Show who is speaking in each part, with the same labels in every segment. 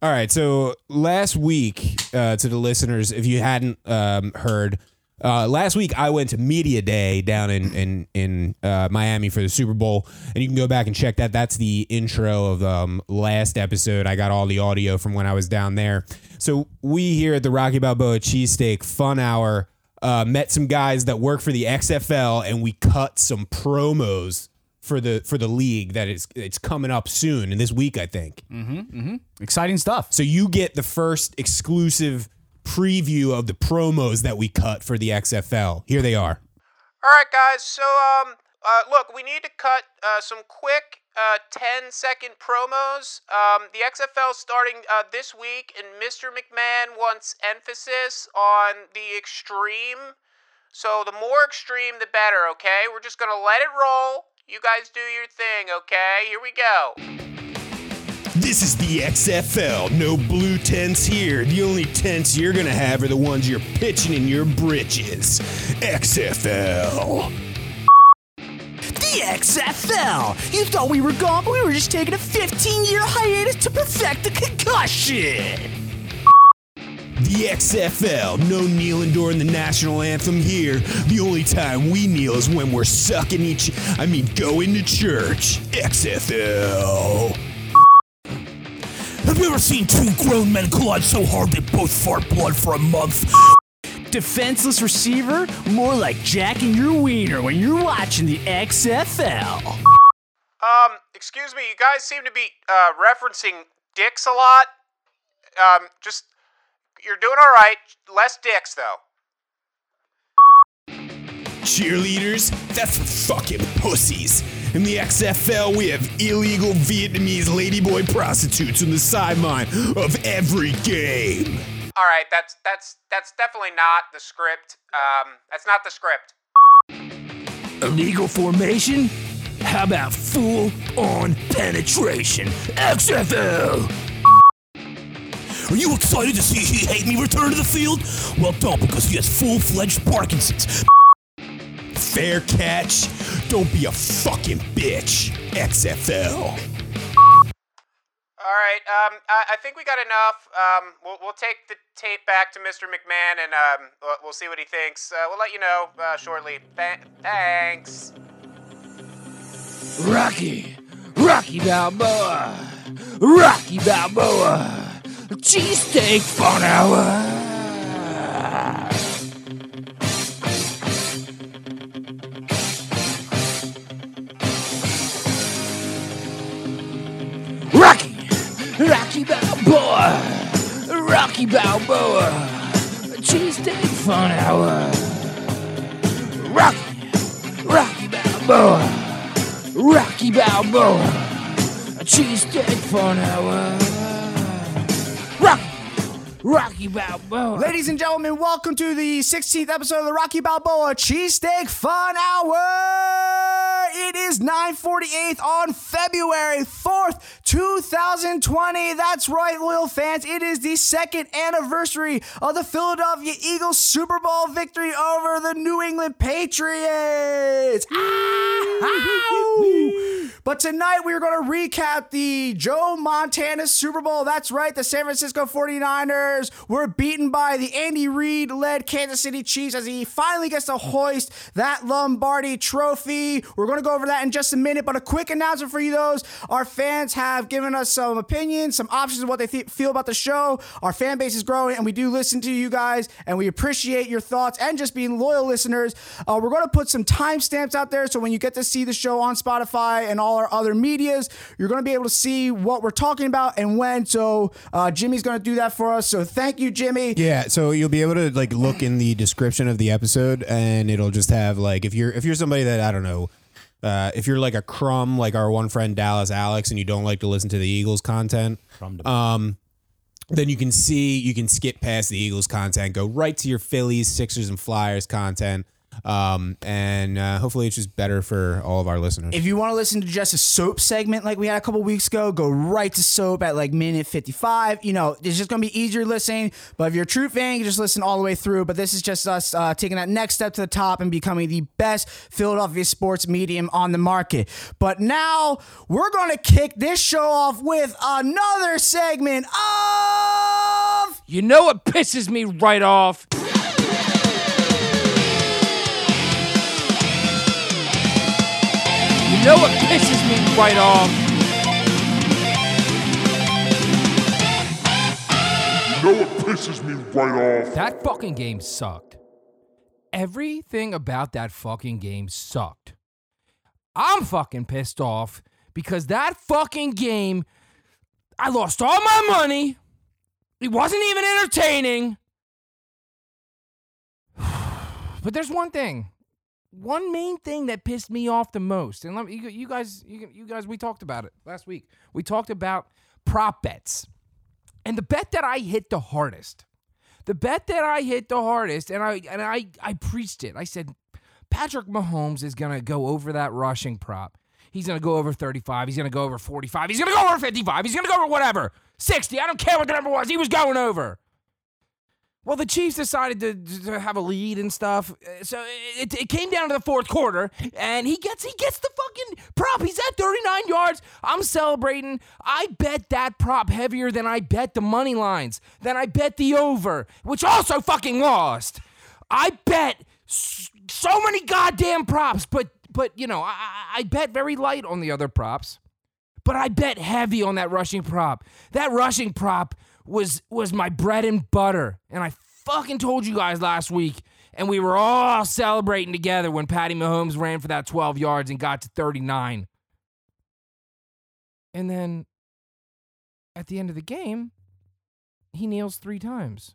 Speaker 1: All right. So last week, uh, to the listeners, if you hadn't um, heard, uh, last week I went to Media Day down in in in uh, Miami for the Super Bowl, and you can go back and check that. That's the intro of um, last episode. I got all the audio from when I was down there. So we here at the Rocky Balboa Cheesesteak Fun Hour uh, met some guys that work for the XFL, and we cut some promos for the for the league that is it's coming up soon and this week I think.
Speaker 2: Mm-hmm, Exciting stuff.
Speaker 1: So you get the first exclusive preview of the promos that we cut for the XFL. Here they are.
Speaker 3: All right, guys. So, um, uh, look, we need to cut uh, some quick uh, 10 second promos. Um, the XFL starting uh, this week, and Mr. McMahon wants emphasis on the extreme. So, the more extreme, the better, okay? We're just going to let it roll. You guys do your thing, okay? Here we go.
Speaker 1: This is the XFL. No blue tents here. The only tents you're gonna have are the ones you're pitching in your britches. XFL.
Speaker 4: The XFL! You thought we were gone, but we were just taking a 15 year hiatus to perfect the concussion!
Speaker 1: The XFL. No kneeling during the national anthem here. The only time we kneel is when we're sucking each. I mean, going to church. XFL.
Speaker 4: Have you ever seen two grown men collide so hard they both fart blood for a month? Defenseless receiver? More like jacking your wiener when you're watching the XFL.
Speaker 3: Um, excuse me, you guys seem to be uh, referencing dicks a lot. Um, just, you're doing all right. Less dicks, though.
Speaker 1: Cheerleaders? That's for fucking pussies. In the XFL, we have illegal Vietnamese ladyboy prostitutes on the sideline of every game.
Speaker 3: All right, that's that's that's definitely not the script. Um, that's not the script.
Speaker 4: Illegal formation? How about full on penetration? XFL! Are you excited to see He Hate Me return to the field? Well, don't, because he has full fledged Parkinson's.
Speaker 1: Fair catch? Don't be a fucking bitch. XFL.
Speaker 3: All right. Um, I, I think we got enough. Um, we'll, we'll take the tape back to Mr. McMahon, and um, we'll, we'll see what he thinks. Uh, we'll let you know uh, shortly. Tha- thanks.
Speaker 4: Rocky! Rocky Balboa! Rocky Balboa! Cheesesteak Fun Hour! Rocky! Rocky Balboa! Rocky Balboa! Cheesesteak Fun Hour! Rocky! Rocky Balboa! Rocky Balboa! Cheesesteak Fun Hour! Rocky! Rocky Balboa!
Speaker 2: Ladies and gentlemen, welcome to the 16th episode of the Rocky Balboa Cheesesteak Fun Hour. It is 9:48 on February 4th, 2020. That's right, loyal fans. It is the second anniversary of the Philadelphia Eagles Super Bowl victory over the New England Patriots. Ah, Ow! But tonight we are going to recap the Joe Montana Super Bowl. That's right, the San Francisco 49ers were beaten by the Andy Reid led Kansas City Chiefs as he finally gets to hoist that Lombardi trophy. We're going to go over that in just a minute, but a quick announcement for you those. Our fans have given us some opinions, some options of what they th- feel about the show. Our fan base is growing, and we do listen to you guys, and we appreciate your thoughts and just being loyal listeners. Uh, we're going to put some timestamps out there so when you get to see the show on Spotify and all our other medias, you're going to be able to see what we're talking about and when. So uh, Jimmy's going to do that for us. So thank you, Jimmy.
Speaker 1: Yeah, so you'll be able to like look in the description of the episode, and it'll just have like if you're if you're somebody that I don't know, uh, if you're like a crumb like our one friend Dallas Alex, and you don't like to listen to the Eagles content, um, then you can see you can skip past the Eagles content, go right to your Phillies, Sixers, and Flyers content, um, and uh, hopefully it's just better for all of our listeners.
Speaker 2: If you want to listen to just a soap segment like we had a couple weeks ago, go right to soap at like minute 55. You know, it's just going to be easier listening. But if you're a true fan, you just listen all the way through. But this is just us uh, taking that next step to the top and becoming the best Philadelphia sports medium on the market. But now we're going to kick this show off with another segment of
Speaker 5: You know what pisses me right off? You know what pisses me right off?
Speaker 6: know what pisses me right off?
Speaker 5: That fucking game sucked. Everything about that fucking game sucked. I'm fucking pissed off because that fucking game, I lost all my money. It wasn't even entertaining. But there's one thing, one main thing that pissed me off the most, and let me, you, you guys, you, you guys, we talked about it last week. We talked about prop bets, and the bet that I hit the hardest the bet that I hit the hardest, and I and I I preached it. I said Patrick Mahomes is gonna go over that rushing prop. He's gonna go over 35. He's gonna go over 45. He's gonna go over 55. He's gonna go over whatever 60. I don't care what the number was. He was going over. Well, the Chiefs decided to, to have a lead and stuff, uh, so it, it came down to the fourth quarter, and he gets he gets the fucking prop. He's at 39 yards. I'm celebrating. I bet that prop heavier than I bet the money lines, than I bet the over, which also fucking lost. I bet s- so many goddamn props, but but you know I, I- I bet very light on the other props but I bet heavy on that rushing prop. That rushing prop was was my bread and butter, and I fucking told you guys last week. And we were all celebrating together when Patty Mahomes ran for that 12 yards and got to 39. And then at the end of the game, he kneels three times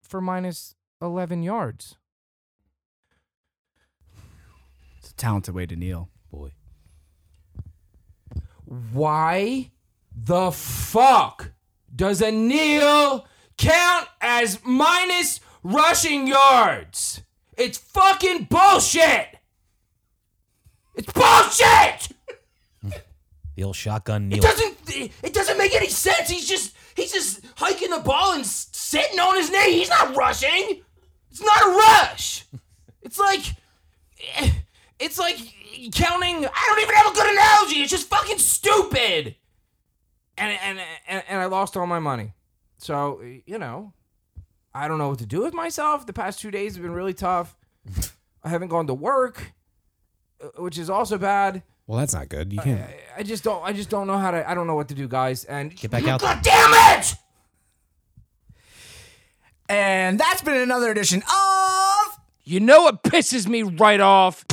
Speaker 5: for minus 11 yards.
Speaker 2: It's a talented way to kneel.
Speaker 5: why the fuck does a kneel count as minus rushing yards? It's fucking bullshit. It's bullshit.
Speaker 7: The old shotgun kneel.
Speaker 5: It doesn't. It doesn't make any sense. He's just. He's just hiking the ball and s- sitting on his knee. He's not rushing. It's not a rush. It's like. It's like counting. I don't even have a good analogy. It's just fucking stupid. And and and, and I lost all my money. So you know, I don't know what to do with myself. The past two days have been really tough. I haven't gone to work, uh, which is also bad.
Speaker 1: Well, that's not good. You can't.
Speaker 5: I just don't. I just don't know how to. I don't know what to do, guys. And get
Speaker 7: back out
Speaker 5: God damn it!
Speaker 2: And that's been another edition of
Speaker 5: You know what pisses me right off?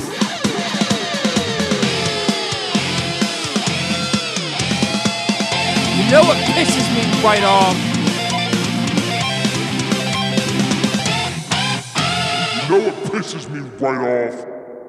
Speaker 5: You know what pisses me right off?
Speaker 6: Know what pisses me right off?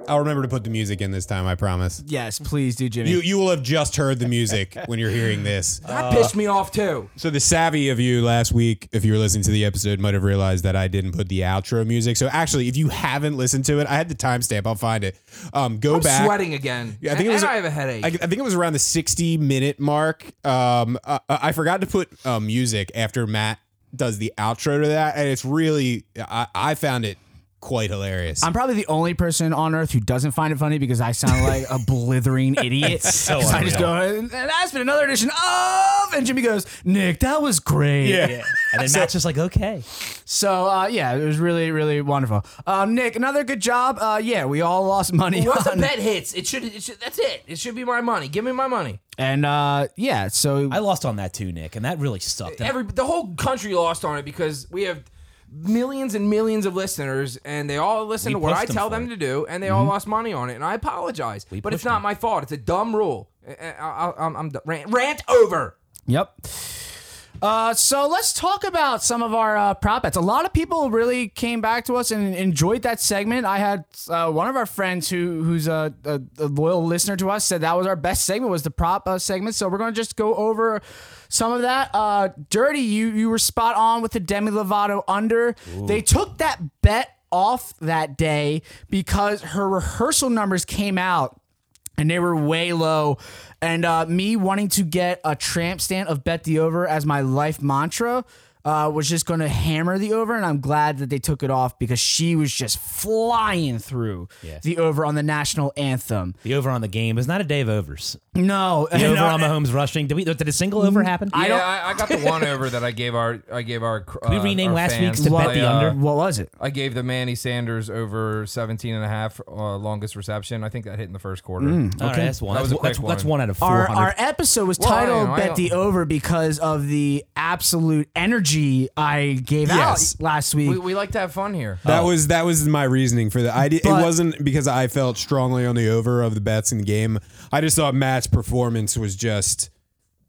Speaker 1: I'll remember to put the music in this time. I promise.
Speaker 2: Yes, please do, Jimmy.
Speaker 1: You you will have just heard the music when you're hearing this.
Speaker 5: That pissed me off too.
Speaker 1: So the savvy of you last week, if you were listening to the episode, might have realized that I didn't put the outro music. So actually, if you haven't listened to it, I had the timestamp. I'll find it. Um, go
Speaker 5: I'm
Speaker 1: back.
Speaker 5: sweating again.
Speaker 1: Yeah, I think
Speaker 5: and,
Speaker 1: it was.
Speaker 5: and I have a headache.
Speaker 1: I, I think it was around the sixty-minute mark. Um, I, I forgot to put uh, music after Matt does the outro to that, and it's really I, I found it quite hilarious.
Speaker 2: I'm probably the only person on earth who doesn't find it funny because I sound like a blithering idiot. So I just go, and that's been another edition of, and Jimmy goes, Nick, that was great.
Speaker 1: Yeah.
Speaker 7: And then Matt's just like, okay.
Speaker 2: So uh, yeah, it was really, really wonderful. Um, Nick, another good job. Uh, yeah, we all lost money.
Speaker 5: Once a
Speaker 2: on-
Speaker 5: bet hits, it should, it should. That's it. It should be my money. Give me my money.
Speaker 2: And uh, yeah, so
Speaker 7: I lost on that too, Nick, and that really sucked. And
Speaker 5: Every the whole country lost on it because we have millions and millions of listeners, and they all listen
Speaker 7: We
Speaker 5: to what
Speaker 7: pushed
Speaker 5: I
Speaker 7: them
Speaker 5: tell
Speaker 7: for
Speaker 5: them Mm-hmm.
Speaker 7: it.
Speaker 5: to do, and they all lost money on it. And I apologize, but it's
Speaker 7: pushed
Speaker 5: not
Speaker 7: them.
Speaker 5: my fault. It's a dumb rule. I, I, I, am I'm d- rant, rant over.
Speaker 2: Yep. Uh, so let's talk about some of our uh, prop bets. A lot of people really came back to us and enjoyed that segment. I had uh, one of our friends who who's a, a, a loyal listener to us said that was our best segment was the prop uh, segment. So we're gonna just go over some of that. Uh, Dirty, you you were spot on with the Demi Lovato under. They took that bet off that day because her rehearsal numbers came out and they were way low. And uh, me wanting to get a tramp stamp of bet the over as my life mantra, uh, was just going to hammer the over, and I'm glad that they took it off because she was just flying through the over on the national anthem.
Speaker 7: The over on the game is not a day of overs.
Speaker 2: No,
Speaker 7: The over
Speaker 2: no, Mm,
Speaker 7: on Mahomes rushing. Did we? Did a single over happen?
Speaker 2: I
Speaker 5: yeah,
Speaker 2: don't-
Speaker 5: I, I got the one over that I gave our I gave our. cr- Uh,
Speaker 7: we rename
Speaker 5: our
Speaker 7: last
Speaker 5: fans.
Speaker 7: week's to
Speaker 5: I,
Speaker 7: bet the
Speaker 5: uh,
Speaker 7: under?
Speaker 2: what was it?
Speaker 5: I gave the Manny Sanders over 17 and a half uh, longest reception. I think that hit in the first quarter.
Speaker 7: All right, that's one.
Speaker 5: That was a
Speaker 7: that's, that's,
Speaker 5: quick
Speaker 7: that's
Speaker 5: one.
Speaker 7: one out of four
Speaker 2: Our,
Speaker 7: hundred.
Speaker 2: our episode was
Speaker 5: Well, I
Speaker 2: titled
Speaker 5: know, I
Speaker 2: "Bet
Speaker 5: know.
Speaker 2: the Over" because of the absolute energy I gave
Speaker 1: Yes.
Speaker 2: out last week.
Speaker 5: We, we like to have fun here.
Speaker 1: That was that was my reasoning for that. I did, it
Speaker 2: But-
Speaker 1: wasn't because I felt strongly on the over of the bets in the game. I just thought Matt's performance was just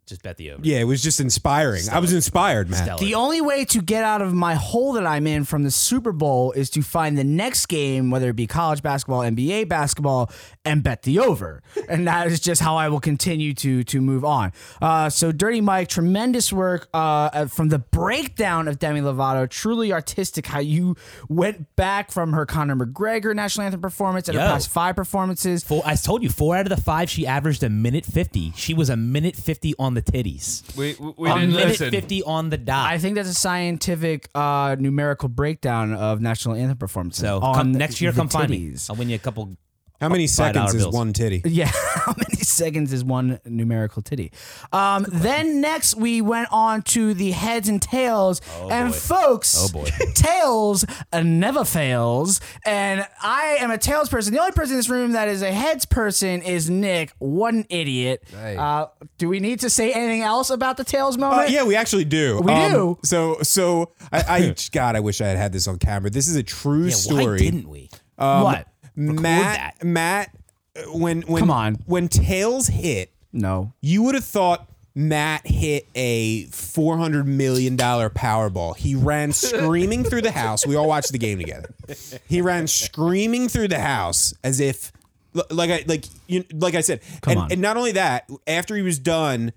Speaker 7: Just bet the over.
Speaker 1: yeah, it was just inspiring. I was inspired, Matt.
Speaker 7: Stellar.
Speaker 2: The only way to get out of my hole that I'm in from the Super Bowl is to find the next game, whether it be college basketball, NBA basketball, and bet the over. and that is just how I will continue to to move on. Uh, so, Dirty Mike, tremendous work uh, from the breakdown of Demi Lovato. Truly artistic how you went back from her Conor McGregor national anthem performance and her
Speaker 7: Yo.
Speaker 2: past five performances.
Speaker 7: Four, I told you, four out of the five, she averaged a minute fifty. She was a minute fifty on the titties.
Speaker 5: We, we, we
Speaker 7: a
Speaker 5: didn't
Speaker 7: minute
Speaker 5: listen.
Speaker 7: fifty on the dot.
Speaker 2: I think that's a scientific uh, numerical breakdown of national anthem performances.
Speaker 7: so
Speaker 2: on
Speaker 7: come, next year,
Speaker 2: the
Speaker 7: come find me.
Speaker 2: titties.
Speaker 7: I'll win you a couple.
Speaker 1: How many
Speaker 7: Five dollar
Speaker 1: seconds is
Speaker 7: bills.
Speaker 1: one titty?
Speaker 2: Yeah, how many seconds is one numerical titty? Um, then next we went on to the heads and tails, and folks, oh boy. tails uh, never fails. And I am a tails person. The only person in this room that is a heads person is Nick. What an idiot!
Speaker 5: Hey.
Speaker 2: Uh, do we need to say anything else about the tails
Speaker 1: Uh,
Speaker 2: moment?
Speaker 1: yeah, we actually do. We
Speaker 2: do.
Speaker 1: So, so I, I God, I wish I had had this on camera. This is a true
Speaker 7: Yeah,
Speaker 1: story.
Speaker 7: why didn't we?
Speaker 2: what?
Speaker 1: Um, Matt, Matt, uh, when when
Speaker 2: Come on.
Speaker 1: when tails hit,
Speaker 2: No.
Speaker 1: you would have thought Matt hit a four hundred million dollar Powerball. He ran screaming through the house. We all watched the game together. He ran screaming through the house as if, l- like I like you like I said, and,
Speaker 2: on.
Speaker 1: and not only that, after he was done.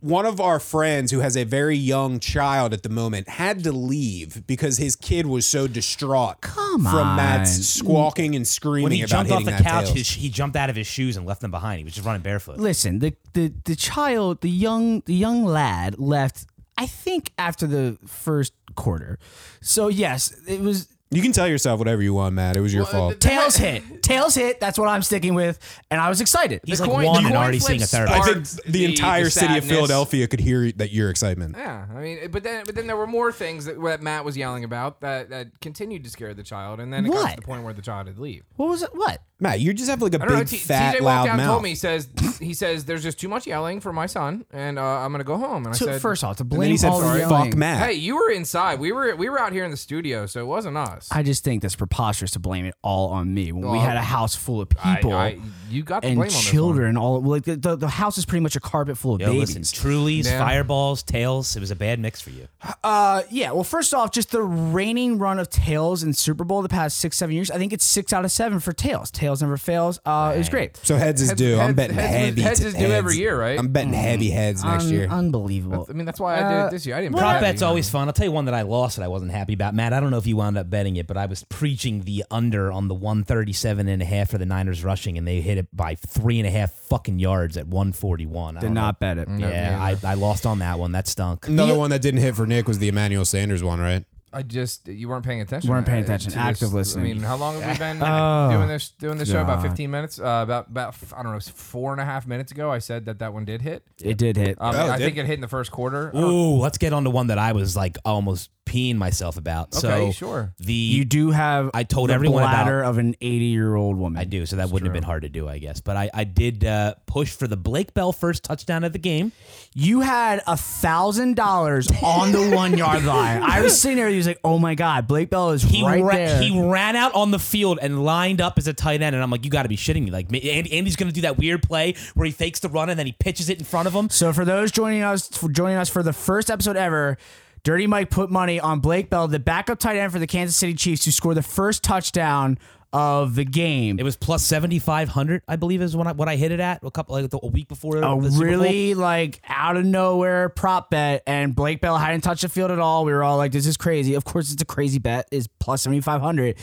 Speaker 1: One of our friends who has a very young child at the moment had to leave because his kid was so distraught from
Speaker 2: on.
Speaker 1: Matt's squawking and screaming
Speaker 7: When he
Speaker 1: about
Speaker 7: jumped off
Speaker 1: hitting
Speaker 7: the
Speaker 1: that
Speaker 7: couch,
Speaker 1: tails.
Speaker 7: his, he jumped out of his shoes and left them behind. He was just running barefoot.
Speaker 2: Listen, the, the the child, the young the young lad left. I think after the first quarter. So yes, it was
Speaker 1: You can tell yourself whatever you want, Matt. It was your fault.
Speaker 2: Tails hit. Tails hit. That's what I'm sticking with. And I was excited.
Speaker 7: He's
Speaker 5: The
Speaker 7: like
Speaker 5: coin-
Speaker 7: one
Speaker 5: the
Speaker 7: and
Speaker 5: coin
Speaker 7: already
Speaker 5: flip
Speaker 7: seeing a
Speaker 5: starts-
Speaker 7: therapist.
Speaker 1: I
Speaker 5: Or
Speaker 1: think
Speaker 5: the-
Speaker 1: the entire
Speaker 5: the
Speaker 1: city of
Speaker 5: sadness.
Speaker 1: Philadelphia could hear that your excitement.
Speaker 5: Yeah, I mean, but then but then there were more things that, that Matt was yelling about that, that continued to scare the child, and then it got
Speaker 2: What?
Speaker 5: to the point where the child had to leave.
Speaker 2: What was it? What?
Speaker 1: Matt, you just have like a
Speaker 5: I
Speaker 1: big
Speaker 5: don't know. T-
Speaker 1: fat
Speaker 5: TJ walked
Speaker 1: loud
Speaker 5: down and
Speaker 1: mouth.
Speaker 5: told me he says he says there's just too much yelling for my son, and uh, I'm gonna go home. And I
Speaker 2: To,
Speaker 5: said
Speaker 2: first off, to
Speaker 1: and then
Speaker 2: blame
Speaker 1: he said,
Speaker 2: all the
Speaker 1: "Fuck
Speaker 2: yelling.
Speaker 1: Matt."
Speaker 5: Hey, you were inside. We were we were out here in the studio, so it wasn't us.
Speaker 2: I just think that's preposterous to blame it all on me when we
Speaker 5: Well,
Speaker 2: had a house full of
Speaker 5: I-
Speaker 2: people
Speaker 5: I- you got the blame on
Speaker 2: and
Speaker 5: this one.
Speaker 2: children. All like the, the, the house is pretty much a carpet full of
Speaker 7: Yo,
Speaker 2: babies.
Speaker 7: listen, Trulies, fireballs, tails. It was a bad mix for you.
Speaker 2: Uh, yeah. Well, first off, just the reigning run of tails in Super Bowl the past six seven years. I think it's six out of seven for tails. Tails never fails. Uh, it was great.
Speaker 1: So heads is due. I'm
Speaker 5: heads-
Speaker 1: betting
Speaker 5: heads-
Speaker 1: heavy.
Speaker 5: heads is
Speaker 1: t-
Speaker 5: due every year, right?
Speaker 1: I'm
Speaker 7: Mm-hmm.
Speaker 1: betting heavy heads next
Speaker 2: Un-
Speaker 1: year.
Speaker 2: Unbelievable.
Speaker 5: I mean, that's why I did it this year. I didn't.
Speaker 7: Prop
Speaker 5: bet
Speaker 7: bet's
Speaker 5: it.
Speaker 7: always fun. I'll tell you one that I lost that I wasn't happy about. Matt, I don't know if you wound up betting it, but I was preaching the under on the 137 and a half for the Niners rushing, and they hit it by three and a half fucking yards at 141. I
Speaker 2: Did
Speaker 7: don't know.
Speaker 2: not bet it.
Speaker 7: Yeah, I, I lost on that one. That stunk.
Speaker 1: Another one that didn't hit for Nick was the Emmanuel Sanders one, right?
Speaker 5: I just you weren't paying attention.
Speaker 2: Weren't paying
Speaker 5: uh,
Speaker 2: attention.
Speaker 5: to this-
Speaker 2: Active listening. Oh,
Speaker 5: I mean, how long have we been doing this doing this show? About fifteen minutes. Uh, about about I don't know, four and a half minutes ago. I said that that one did hit.
Speaker 2: It did hit.
Speaker 7: Uh,
Speaker 5: Um,
Speaker 1: Oh, it
Speaker 5: I
Speaker 1: did?
Speaker 5: think it hit in the first quarter. I don't-
Speaker 7: Ooh, let's get on to one that I was like almost peeing myself about.
Speaker 5: Okay,
Speaker 7: so
Speaker 5: sure.
Speaker 7: The
Speaker 2: you do have.
Speaker 7: I told
Speaker 2: the
Speaker 7: everyone about-
Speaker 2: bladder of an eighty-year-old woman.
Speaker 7: I do, so that wouldn't have been hard to do, I guess. But I, I did uh, push for the Blake Bell first touchdown of the game.
Speaker 2: You had a thousand dollars on the one yard line. I was sitting there. He was like, "Oh my god, Blake Bell is
Speaker 7: He
Speaker 2: right
Speaker 7: ra-
Speaker 2: there."
Speaker 7: he ran out on the field and lined up as a tight end, and I'm like, you got to be shitting me! Like, Andy, Andy's gonna do that weird play where he fakes the run and then he pitches it in front of him.
Speaker 2: so for those joining us for joining us for the first episode ever. Dirty Mike put money on Blake Bell, the backup tight end for the Kansas City Chiefs, to score the first touchdown of the game.
Speaker 7: It was plus seventy five hundred, I believe, is when I, what I hit it at a couple like the, a week before.
Speaker 2: a
Speaker 7: the Super Bowl.
Speaker 2: Oh, really like out of nowhere prop bet, and Blake Bell hadn't touched the field at all. We were all like, "This is crazy." Of course, it's a crazy bet. Is plus seventy five hundred,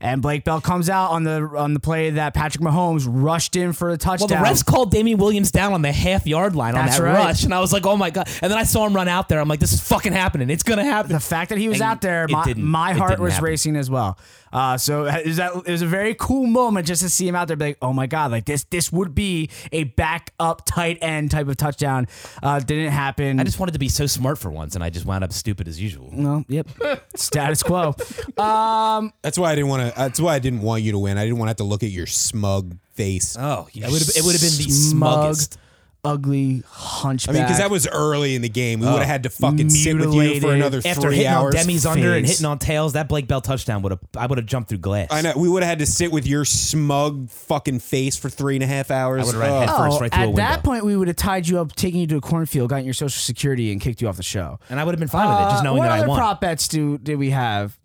Speaker 2: and Blake Bell comes out on the on the play that Patrick Mahomes rushed in for the
Speaker 7: Well,
Speaker 2: touchdown.
Speaker 7: the refs called Damian Williams down on the half yard line
Speaker 2: That's
Speaker 7: on that
Speaker 2: right.
Speaker 7: rush, and I was like, "Oh my god!" And then I saw him run out there. I'm like, "This is fucking happening. It's gonna happen."
Speaker 2: the fact that he was
Speaker 7: And
Speaker 2: out there,
Speaker 7: it
Speaker 2: my,
Speaker 7: didn't-
Speaker 2: my
Speaker 7: it
Speaker 2: heart
Speaker 7: didn't
Speaker 2: was
Speaker 7: happen.
Speaker 2: racing as well. Uh, so it was, that, it was a very cool moment just to see him out there, be like, oh my god, like this this would be a back up tight end type of touchdown. Uh, didn't happen.
Speaker 7: I just wanted to be so smart for once, and I just wound up stupid as usual.
Speaker 2: no, yep, status quo.
Speaker 1: That's why I didn't want to. That's why I didn't want you to win. I didn't want to have to look at your smug face.
Speaker 7: Oh, yeah. it would have it would have been the
Speaker 2: Uh, Smug,
Speaker 7: smuggest.
Speaker 2: ugly
Speaker 1: I
Speaker 2: hunchback.
Speaker 1: mean, because that was early in the game. We would have had to fucking sit with you
Speaker 2: Mutilated
Speaker 1: for another
Speaker 7: After
Speaker 1: three
Speaker 7: hitting
Speaker 1: hours.
Speaker 7: on Demi's under and
Speaker 2: face.
Speaker 7: hitting on tails, that Blake Bell touchdown would have I would have jumped through glass.
Speaker 1: I know we would have had to sit with your smug fucking face for three and a half hours.
Speaker 7: I would've ran
Speaker 1: Oh.
Speaker 7: head first right through
Speaker 2: at
Speaker 7: a window.
Speaker 2: that point, we would have tied you up, taken you to a cornfield, gotten your social security, and kicked you off the show.
Speaker 7: and I would have been fine with it, just
Speaker 2: Uh,
Speaker 7: knowing
Speaker 2: what
Speaker 7: that
Speaker 2: other
Speaker 7: I won.
Speaker 2: prop bets do did we have?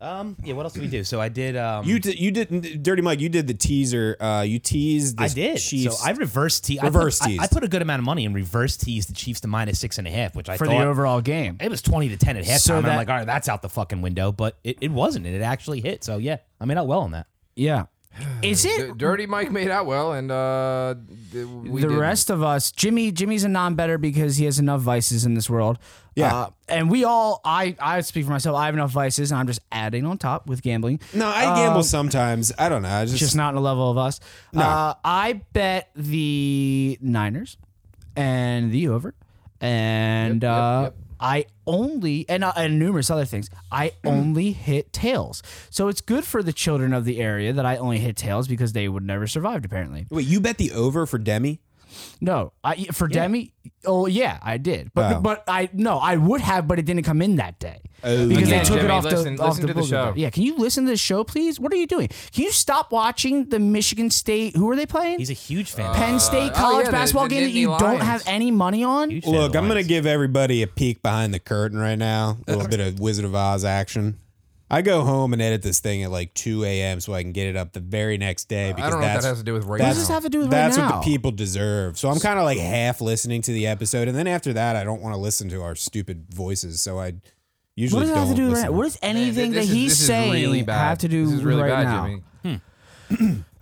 Speaker 7: um, yeah. What else did we do? So I did. Um,
Speaker 1: You did, you did, Dirty Mike. You did the teaser. Uh, you teased. The
Speaker 7: I did.
Speaker 1: Chiefs.
Speaker 7: So I reverse te-
Speaker 1: Reverse
Speaker 7: I put, I-
Speaker 1: teased.
Speaker 7: I, put a good amount of money in reverse tease the Chiefs to minus six and a half, which I
Speaker 2: for
Speaker 7: thought
Speaker 2: the overall game.
Speaker 7: It was twenty to ten at halftime.
Speaker 2: So
Speaker 7: and
Speaker 2: that-
Speaker 7: I'm like, all right, that's out the fucking window. But it, it wasn't, and it actually hit. So yeah, I made out well on that.
Speaker 2: Yeah. Is
Speaker 5: D-
Speaker 2: it
Speaker 5: Dirty Mike made out well, and uh, th- we
Speaker 2: the
Speaker 5: didn't.
Speaker 2: rest of us? Jimmy Jimmy's a non-better because he has enough vices in this world.
Speaker 1: Yeah.
Speaker 2: Uh, and we all I I speak for myself. I have enough vices and I'm just adding on top with gambling.
Speaker 1: no, I gamble
Speaker 7: Um,
Speaker 1: sometimes. I don't know. I just,
Speaker 2: Just not on the level of us. Uh, I bet the Niners and the over and uh I only and uh, and numerous other things. I only hit tails, so it's good for the children of the area that I only hit tails because they would never survived. Apparently,
Speaker 1: wait. You bet the over for Demi.
Speaker 2: No, I for Demi. Oh yeah, I did. But
Speaker 1: Oh.
Speaker 2: but I no, I would have, but it didn't come in that day
Speaker 1: Oh.
Speaker 2: because
Speaker 1: Okay,
Speaker 2: they took
Speaker 5: Jimmy,
Speaker 2: it off
Speaker 5: listen-
Speaker 2: the off
Speaker 5: listen to the
Speaker 2: Google
Speaker 5: show.
Speaker 2: Drive. Yeah, can you listen to the show, please? What are you doing? Can you stop watching the Michigan State? Who are they playing?
Speaker 7: He's a huge fan.
Speaker 2: Penn
Speaker 5: oh, yeah,
Speaker 2: State college
Speaker 5: the-
Speaker 2: basketball
Speaker 5: the
Speaker 2: game that
Speaker 5: Nittany
Speaker 2: you don't
Speaker 5: Lions.
Speaker 2: have any money on.
Speaker 7: Huge fan of
Speaker 1: Look,
Speaker 7: the
Speaker 1: I'm gonna
Speaker 7: Lions.
Speaker 1: give everybody a peek behind the curtain right now. A little bit of Wizard of Oz action. I go home and edit this thing at like 2 a.m. so I can get it up the very next day. Because
Speaker 5: I don't know
Speaker 1: that's,
Speaker 5: what that has to do with right
Speaker 1: that's-
Speaker 2: What does this
Speaker 5: now.
Speaker 2: have to do with
Speaker 1: That's
Speaker 2: right
Speaker 1: what
Speaker 2: now?
Speaker 1: the people deserve. So I'm kind of like half listening to the episode, and then after that, I don't want to listen to our stupid voices. So I
Speaker 2: What
Speaker 1: usually
Speaker 2: does it
Speaker 1: don't
Speaker 2: have to do with right
Speaker 1: listen.
Speaker 2: now? What does anything
Speaker 5: This
Speaker 2: that
Speaker 5: is-
Speaker 2: he's
Speaker 5: this is
Speaker 2: saying
Speaker 5: really bad.
Speaker 2: have to do
Speaker 5: This is really
Speaker 2: right
Speaker 5: bad,
Speaker 2: now?
Speaker 5: Jimmy.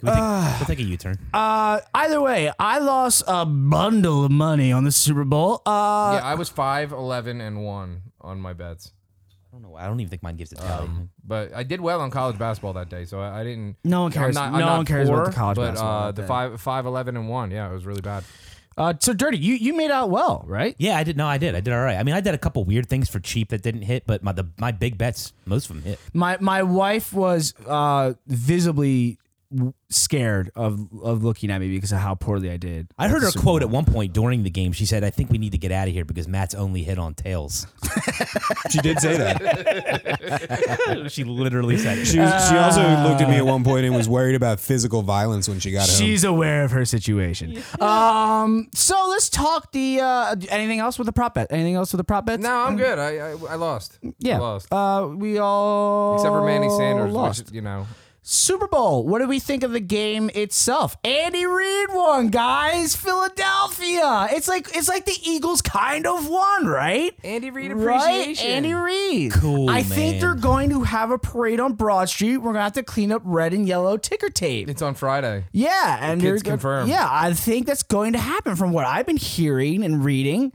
Speaker 7: We'll take,
Speaker 1: Ah.
Speaker 7: we'll take a U-turn.
Speaker 2: Uh, either way, I lost a bundle of money on the Super Bowl. Uh,
Speaker 5: yeah, I was five, eleven, and one on my bets,
Speaker 7: I don't know. I don't even think mine gives a tally.
Speaker 5: but I did well on college basketball that day, so I, I didn't.
Speaker 2: No one
Speaker 5: I'm
Speaker 2: cares.
Speaker 5: not- I'm
Speaker 2: No
Speaker 5: not
Speaker 2: one cares about
Speaker 5: poor,
Speaker 2: the college
Speaker 5: but,
Speaker 2: basketball
Speaker 5: uh,
Speaker 2: that
Speaker 5: the
Speaker 2: day.
Speaker 5: five, five, eleven, and one. Yeah, it was really bad.
Speaker 2: Uh, so dirty. You you made out well, right?
Speaker 7: yeah, I did. No, I did. I did all right. I mean, I did a couple weird things for cheap that didn't hit, but my the, my big bets, most of them hit.
Speaker 2: My my wife was uh, visibly w- scared of of looking at me because of how poorly I did.
Speaker 7: I heard her quote at one point during the game. She said, "I think we need to get out of here because Matt's only hit on tails."
Speaker 1: She did say that.
Speaker 7: she literally said, it.
Speaker 1: She, was, she also looked at me at one point and was worried about physical violence when she got home.
Speaker 2: Uh. She's aware of her situation. Um, so let's talk the uh, anything else with the prop bet? Anything else with the prop bet?
Speaker 5: No,
Speaker 7: Mm.
Speaker 5: I'm good. I, I, I lost.
Speaker 2: Yeah.
Speaker 5: I lost.
Speaker 2: Uh, we all
Speaker 5: Except for
Speaker 7: Oh,
Speaker 5: Manny Sanders,
Speaker 2: lost.
Speaker 5: which you know.
Speaker 2: Super Bowl. What do we think of the game itself? Andy Reid won, guys. Philadelphia. It's like it's like the Eagles kind of won, right?
Speaker 5: Andy Reid
Speaker 2: Right,
Speaker 5: appreciation.
Speaker 2: Andy Reid.
Speaker 7: Cool,
Speaker 2: I think
Speaker 7: man.
Speaker 2: they're going to have a parade on Broad Street. We're gonna have to clean up red and yellow ticker tape.
Speaker 5: It's on Friday.
Speaker 2: yeah, and
Speaker 5: kids
Speaker 2: they're gonna-
Speaker 5: confirmed.
Speaker 2: Yeah, I think that's going to happen. From what I've been hearing and reading,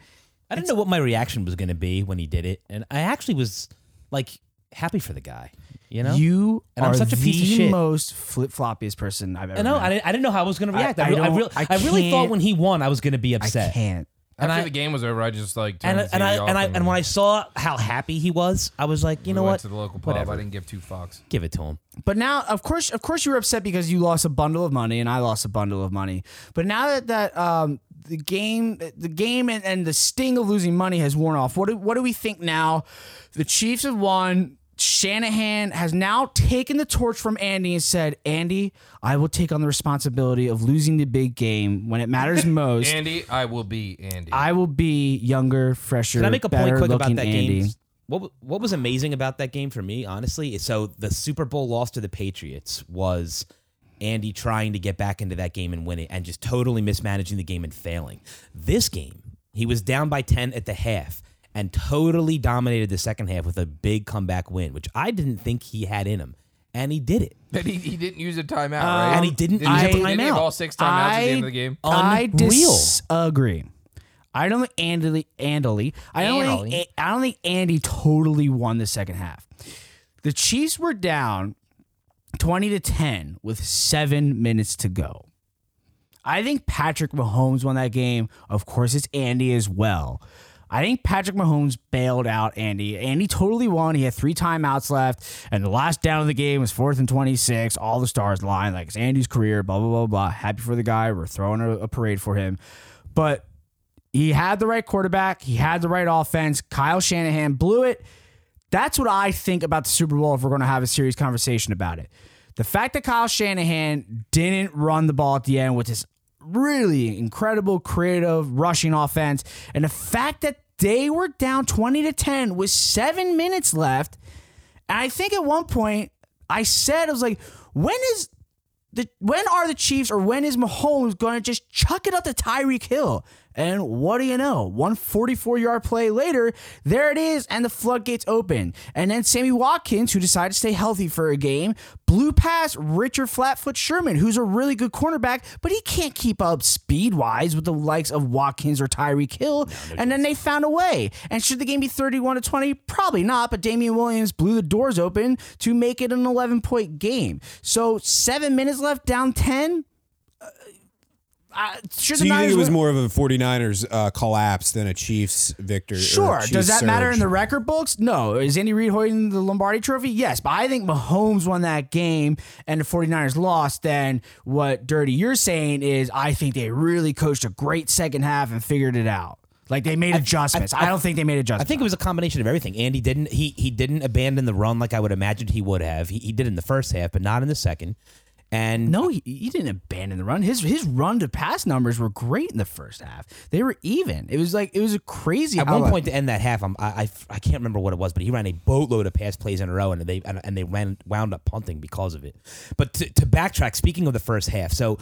Speaker 7: I didn't know what my reaction was going to be when he did it, and I actually was like happy for the guy. You know,
Speaker 2: you
Speaker 7: And
Speaker 2: are
Speaker 7: I'm such a
Speaker 2: the
Speaker 7: piece of shit.
Speaker 2: most flip floppiest person I've ever.
Speaker 7: I know.
Speaker 2: met.
Speaker 7: I didn't, I didn't know how I was going to react. I,
Speaker 2: I
Speaker 7: real- I,
Speaker 2: don't-
Speaker 7: real-
Speaker 2: I
Speaker 7: I really thought
Speaker 2: can't-
Speaker 7: when he won, I was going to be
Speaker 2: I
Speaker 7: upset.
Speaker 2: can't.
Speaker 7: And
Speaker 5: After
Speaker 7: I-
Speaker 5: the game was over, I just like turned
Speaker 7: and I,
Speaker 5: the
Speaker 7: and I
Speaker 5: TV off
Speaker 7: and I and when I saw how happy he was, I was like, you know
Speaker 5: we
Speaker 7: what?
Speaker 5: went to the local pub,
Speaker 7: Whatever.
Speaker 5: I didn't give two fucks.
Speaker 7: Give it to him.
Speaker 2: But now, of course, of course, you were upset because you lost a bundle of money and I lost a bundle of money. But now that that um, the game, the game, and, and the sting of losing money has worn off, what do, what do we think now? The Chiefs have won. Shanahan has now taken the torch from Andy and said, "Andy, I will take on the responsibility of losing the big game when it matters most.
Speaker 5: Andy, I will be Andy.
Speaker 2: I will be younger, fresher,
Speaker 7: Can I make a
Speaker 2: better
Speaker 7: point quick
Speaker 2: looking
Speaker 7: about that
Speaker 2: Andy."
Speaker 7: game? what wa- what was amazing about that game for me, honestly, is so the Super Bowl loss to the Patriots was Andy trying to get back into that game and win it, and just totally mismanaging the game and failing. This game, he was down by ten at the half and totally dominated the second half with a big comeback win, which I didn't think he had in him, and he did it.
Speaker 5: That he, he didn't use a timeout, right?
Speaker 7: Uh, and he
Speaker 2: Um,
Speaker 7: didn't
Speaker 5: he
Speaker 7: use a
Speaker 5: have- didn't he have
Speaker 7: timeout.
Speaker 5: all six timeouts at the end of the game.
Speaker 7: Unreal.
Speaker 2: I disagree. I don't think Andy. Andy. I don't
Speaker 7: Andy.
Speaker 2: think. I don't think Andy totally won the second half. The Chiefs were down twenty to ten with seven minutes to go. I think Patrick Mahomes won that game. Of course, it's Andy as well. I think Patrick Mahomes bailed out Andy. Andy totally won. He had three timeouts left, and the last down of the game was fourth and 26. All the stars line like it's Andy's career, blah, blah, blah, blah. Happy for the guy. We're throwing a, a parade for him. But he had the right quarterback, he had the right offense. Kyle Shanahan blew it. That's what I think about the Super Bowl if we're going to have a serious conversation about it. The fact that Kyle Shanahan didn't run the ball at the end with this really incredible, creative rushing offense, and the fact that they were down 20 to 10 with seven minutes left. And I think at one point I said, I was like, when is the when are the Chiefs or when is Mahomes going to just chuck it up to Tyreek Hill? And what do you know? One 44 yard play later, there it is, and the floodgates open. And then Sammy Watkins, who decided to stay healthy for a game, blew past Richard Flatfoot Sherman, who's a really good cornerback, but he can't keep up speed wise with the likes of Watkins or Tyreek Hill. and then they found a way. And should the game be 31 to 20? Probably not, but Damian Williams blew the doors open to make it an 11 point game. So seven minutes left, down 10. Uh, should
Speaker 1: So
Speaker 2: the
Speaker 1: you think
Speaker 2: Niners
Speaker 1: it was
Speaker 2: win-
Speaker 1: more of a 49ers uh, collapse than a Chiefs victory? or
Speaker 2: Sure.
Speaker 1: Chiefs
Speaker 2: Does that matter
Speaker 1: surge?
Speaker 2: in the record books? No. Is Andy Reid holding the Lombardi trophy? Yes. But I think Mahomes won that game and the 49ers lost. Then what Dirty you're saying is I think they really coached a great second half and figured it out. Like they made adjustments. I, don't think they made
Speaker 7: I
Speaker 2: adjustments.
Speaker 7: think it was a combination of everything. Andy didn't he he didn't abandon the run like I would imagine he would have. He, he did in the first half, but not in the second. And
Speaker 2: No, he, he didn't abandon the run. His his run to pass numbers were great in the first half. They were even. It was like it was a crazy.
Speaker 7: at
Speaker 2: how
Speaker 7: one
Speaker 2: a-
Speaker 7: point to end that half, I'm, I, I I can't remember what it was, but he ran a boatload of pass plays in a row, and they and, and they ran wound up punting because of it. But to, to backtrack, speaking of the first half, so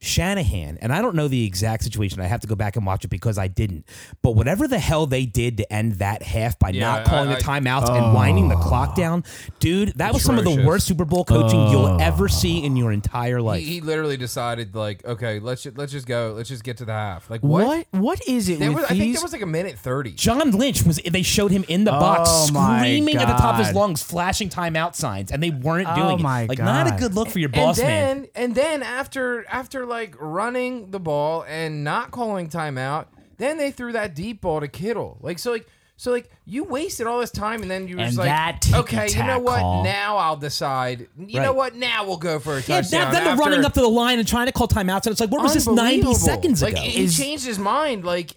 Speaker 7: Shanahan and I don't know the exact situation. I have to go back and watch it because I didn't. But whatever the hell they did to end that half by not
Speaker 5: I-
Speaker 7: calling
Speaker 5: I-
Speaker 7: the timeouts
Speaker 2: Oh.
Speaker 7: and winding the clock down, dude, that was some of the
Speaker 5: Atrocious.
Speaker 7: worst Super Bowl coaching you'll
Speaker 2: Oh.
Speaker 7: ever see in your entire life.
Speaker 5: He, he literally decided, like, okay, let's just, let's just go, let's just get to the half. Like what?
Speaker 2: what what is it?
Speaker 5: There
Speaker 2: with
Speaker 5: was, I think
Speaker 2: these-
Speaker 5: there was like a minute thirty.
Speaker 7: John Lynch was. They showed him in the
Speaker 2: Oh,
Speaker 7: box
Speaker 2: my
Speaker 7: screaming at the top of his
Speaker 2: God.
Speaker 7: lungs, flashing timeout signs, and they weren't
Speaker 2: Oh,
Speaker 7: doing it.
Speaker 2: my
Speaker 7: like not a
Speaker 2: God.
Speaker 7: good look for your boss
Speaker 5: and
Speaker 7: man.
Speaker 5: then, And then after after like running the ball and not calling timeout, then they threw that deep ball to Kittle. Like so like so like you wasted all this time and then you were
Speaker 2: And
Speaker 5: just like
Speaker 2: that
Speaker 5: okay, you know
Speaker 2: ticky-tack
Speaker 5: what?
Speaker 2: call.
Speaker 5: Now I'll decide. You know
Speaker 7: Right.
Speaker 5: what? Now we'll go for a
Speaker 7: Yeah,
Speaker 5: touchdown.
Speaker 7: that, then they're
Speaker 5: after-
Speaker 7: running up to the line and trying to call timeouts, and it's like, what was this ninety
Speaker 5: Unbelievable.
Speaker 7: seconds
Speaker 5: like,
Speaker 7: ago?
Speaker 5: He
Speaker 2: Is-
Speaker 5: changed his mind. Like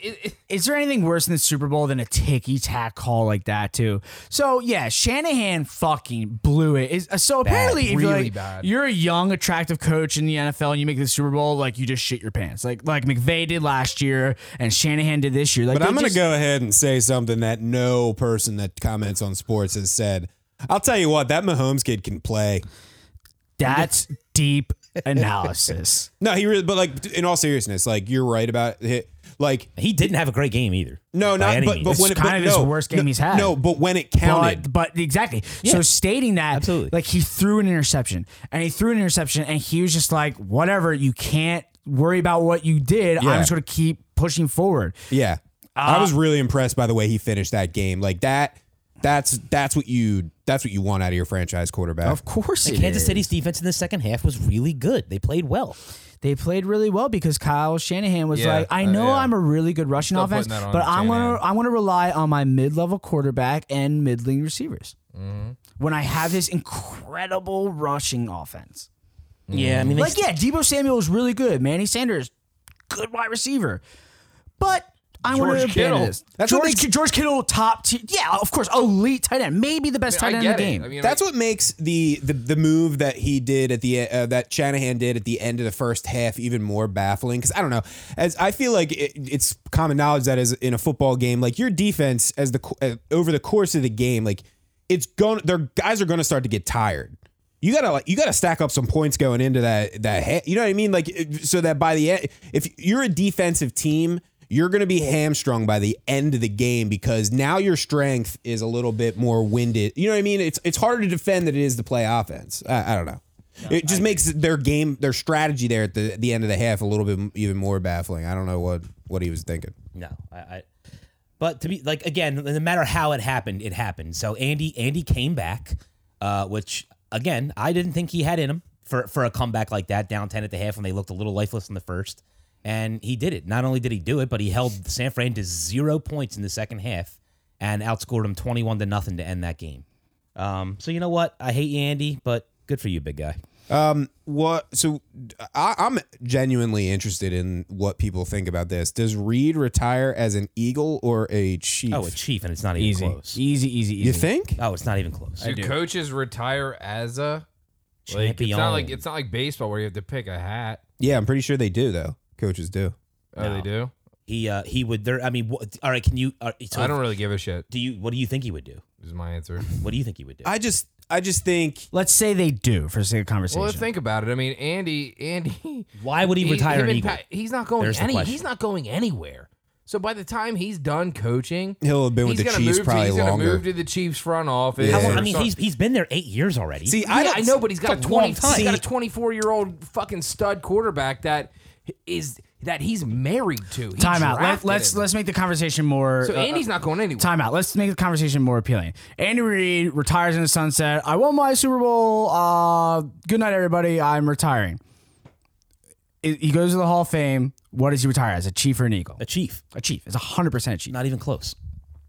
Speaker 5: it, it,
Speaker 2: Is there anything worse in the Super Bowl than a ticky tack call like that too? So yeah, Shanahan fucking blew it. Is uh, so apparently if you're,
Speaker 5: really
Speaker 2: like,
Speaker 5: bad.
Speaker 2: you're a young, attractive coach in the NFL and you make the Super Bowl, like you just shit your pants, like like McVay did last year and Shanahan did this year. Like,
Speaker 1: But I'm
Speaker 2: they
Speaker 1: going to
Speaker 2: just-
Speaker 1: go ahead and say something that no person that comments on sports has said. I'll tell you what, that Mahomes kid can play.
Speaker 2: That's deep analysis.
Speaker 1: No, he really, but like in all seriousness, like you're right about it. Like
Speaker 7: he didn't have a great game either.
Speaker 1: no,
Speaker 7: by
Speaker 1: not
Speaker 7: any
Speaker 1: but,
Speaker 7: means.
Speaker 1: but
Speaker 2: It's
Speaker 1: when it,
Speaker 2: kind
Speaker 1: but
Speaker 2: of his
Speaker 1: no,
Speaker 2: worst game
Speaker 1: no,
Speaker 2: he's had.
Speaker 1: No, but when it counted,
Speaker 2: But, but exactly. So
Speaker 7: Yeah.
Speaker 2: stating that,
Speaker 7: Absolutely.
Speaker 2: like he threw an interception and he threw an interception and he was just like, whatever, you can't worry about what you did.
Speaker 1: Yeah.
Speaker 2: I'm just going to keep pushing forward.
Speaker 1: Yeah. I was really impressed by the way he finished that game. Like that that's that's what you that's what you want out of your franchise quarterback.
Speaker 2: Of course,
Speaker 7: And
Speaker 2: it
Speaker 7: Kansas
Speaker 2: is.
Speaker 7: City's defense in the second half was really good. They played well.
Speaker 2: They played really well because Kyle Shanahan was
Speaker 5: Yeah,
Speaker 2: like, "I
Speaker 5: uh,
Speaker 2: know
Speaker 5: yeah.
Speaker 2: I'm a really good rushing
Speaker 5: Still
Speaker 2: offense,
Speaker 5: putting that on
Speaker 2: but I'm gonna
Speaker 5: Shanahan.
Speaker 2: I want to rely on my mid level quarterback and middling receivers
Speaker 5: Mm-hmm.
Speaker 2: when I have this incredible rushing offense."
Speaker 7: Yeah, I mean, they
Speaker 2: Like, yeah, Debo Samuel is really good. Manny Sanders, good wide receiver. But I want to
Speaker 5: George Kittle.
Speaker 2: abandon this.
Speaker 1: That's what
Speaker 2: George,
Speaker 1: makes-
Speaker 2: George Kittle, top tier. Yeah, of course, elite tight end, maybe the best
Speaker 5: I
Speaker 2: tight end in
Speaker 5: get
Speaker 2: the
Speaker 5: it.
Speaker 2: game.
Speaker 5: I mean,
Speaker 1: That's what makes the, the the move that he did at the uh, that Shanahan did at the end of the first half even more baffling because I don't know as I feel like it, it's common knowledge that is in a football game like your defense as the co- uh, over the course of the game like it's going their guys are going to start to get tired. You gotta like you gotta stack up some points going into that that ha- you know what I mean like it- so that by the end if you're a defensive team you're gonna be hamstrung by the end of the game because now your strength is a little bit more winded you know what I mean it's it's harder to defend than it is to play offense I, I don't know it just makes their game their strategy there at the the end of the half a little bit m- even more baffling I don't know what what he was thinking
Speaker 7: No, I, I. But to be like again, no matter how it happened, it happened. So Andy, Andy came back, uh, which again I didn't think he had in him for for a comeback like that, down ten at the half when they looked a little lifeless in the first, and he did it. Not only did he do it, but he held San Fran to zero points in the second half and outscored him twenty one to nothing to end that game. Um, so you know what? I hate you, Andy, but good for you, big guy.
Speaker 1: What? So I, I'm genuinely interested in what people think about this. Does Reed retire as an Eagle or a Chief?
Speaker 7: Oh, a chief, and it's not even
Speaker 2: Easy,
Speaker 7: close.
Speaker 2: easy, easy, easy.
Speaker 1: you think?
Speaker 7: Oh, it's not even close.
Speaker 5: do coaches retire as a like? It's
Speaker 7: Champion.
Speaker 5: not like it's not like baseball where you have to pick a hat.
Speaker 1: Yeah, I'm pretty sure they do though. Coaches do.
Speaker 5: Oh, they do.
Speaker 7: He uh, he would there. I mean, what, all right. Can you? Uh, so
Speaker 5: I don't really give a shit.
Speaker 7: Do you? What do you think he would do?
Speaker 5: Is my answer.
Speaker 7: What do you think he would do?
Speaker 1: I just, I just think
Speaker 2: Let's say they do for the sake of conversation.
Speaker 5: Well, let's think about it. I mean, Andy, Andy,
Speaker 7: Why would he, retire
Speaker 5: him
Speaker 7: an
Speaker 5: and
Speaker 7: Eagle?
Speaker 5: Pat- he's not going
Speaker 7: There's the
Speaker 5: any.
Speaker 7: question.
Speaker 5: he's not going anywhere. So by the time he's done coaching,
Speaker 1: he'll have been with
Speaker 5: he's
Speaker 1: the
Speaker 5: gonna
Speaker 1: Chiefs
Speaker 5: move to,
Speaker 1: probably
Speaker 5: he's gonna
Speaker 1: longer.
Speaker 5: move to the Chiefs front office.
Speaker 1: How
Speaker 7: Well,
Speaker 1: long-
Speaker 5: or
Speaker 7: I mean,
Speaker 5: some-
Speaker 7: he's he's been there eight years already.
Speaker 1: See,
Speaker 5: Yeah, I,
Speaker 1: I don't
Speaker 5: know, but he's got a
Speaker 7: it's a
Speaker 5: twenty.
Speaker 7: long time.
Speaker 5: He's got a twenty-four-year-old fucking stud quarterback that is that he's married to. He
Speaker 2: Time out. Let,
Speaker 5: drafted
Speaker 2: let's
Speaker 5: him.
Speaker 2: let's make the conversation more.
Speaker 5: So
Speaker 2: uh,
Speaker 5: Andy's not going anywhere.
Speaker 2: Time out. Let's make the conversation more appealing. Andy Reid retires in the sunset. I won my Super Bowl. Uh, good night, everybody. I'm retiring. I- He goes to the Hall of Fame. What does he retire as? A chief or an eagle?
Speaker 7: a chief,
Speaker 2: A chief. It's 100% a chief.
Speaker 7: not even close.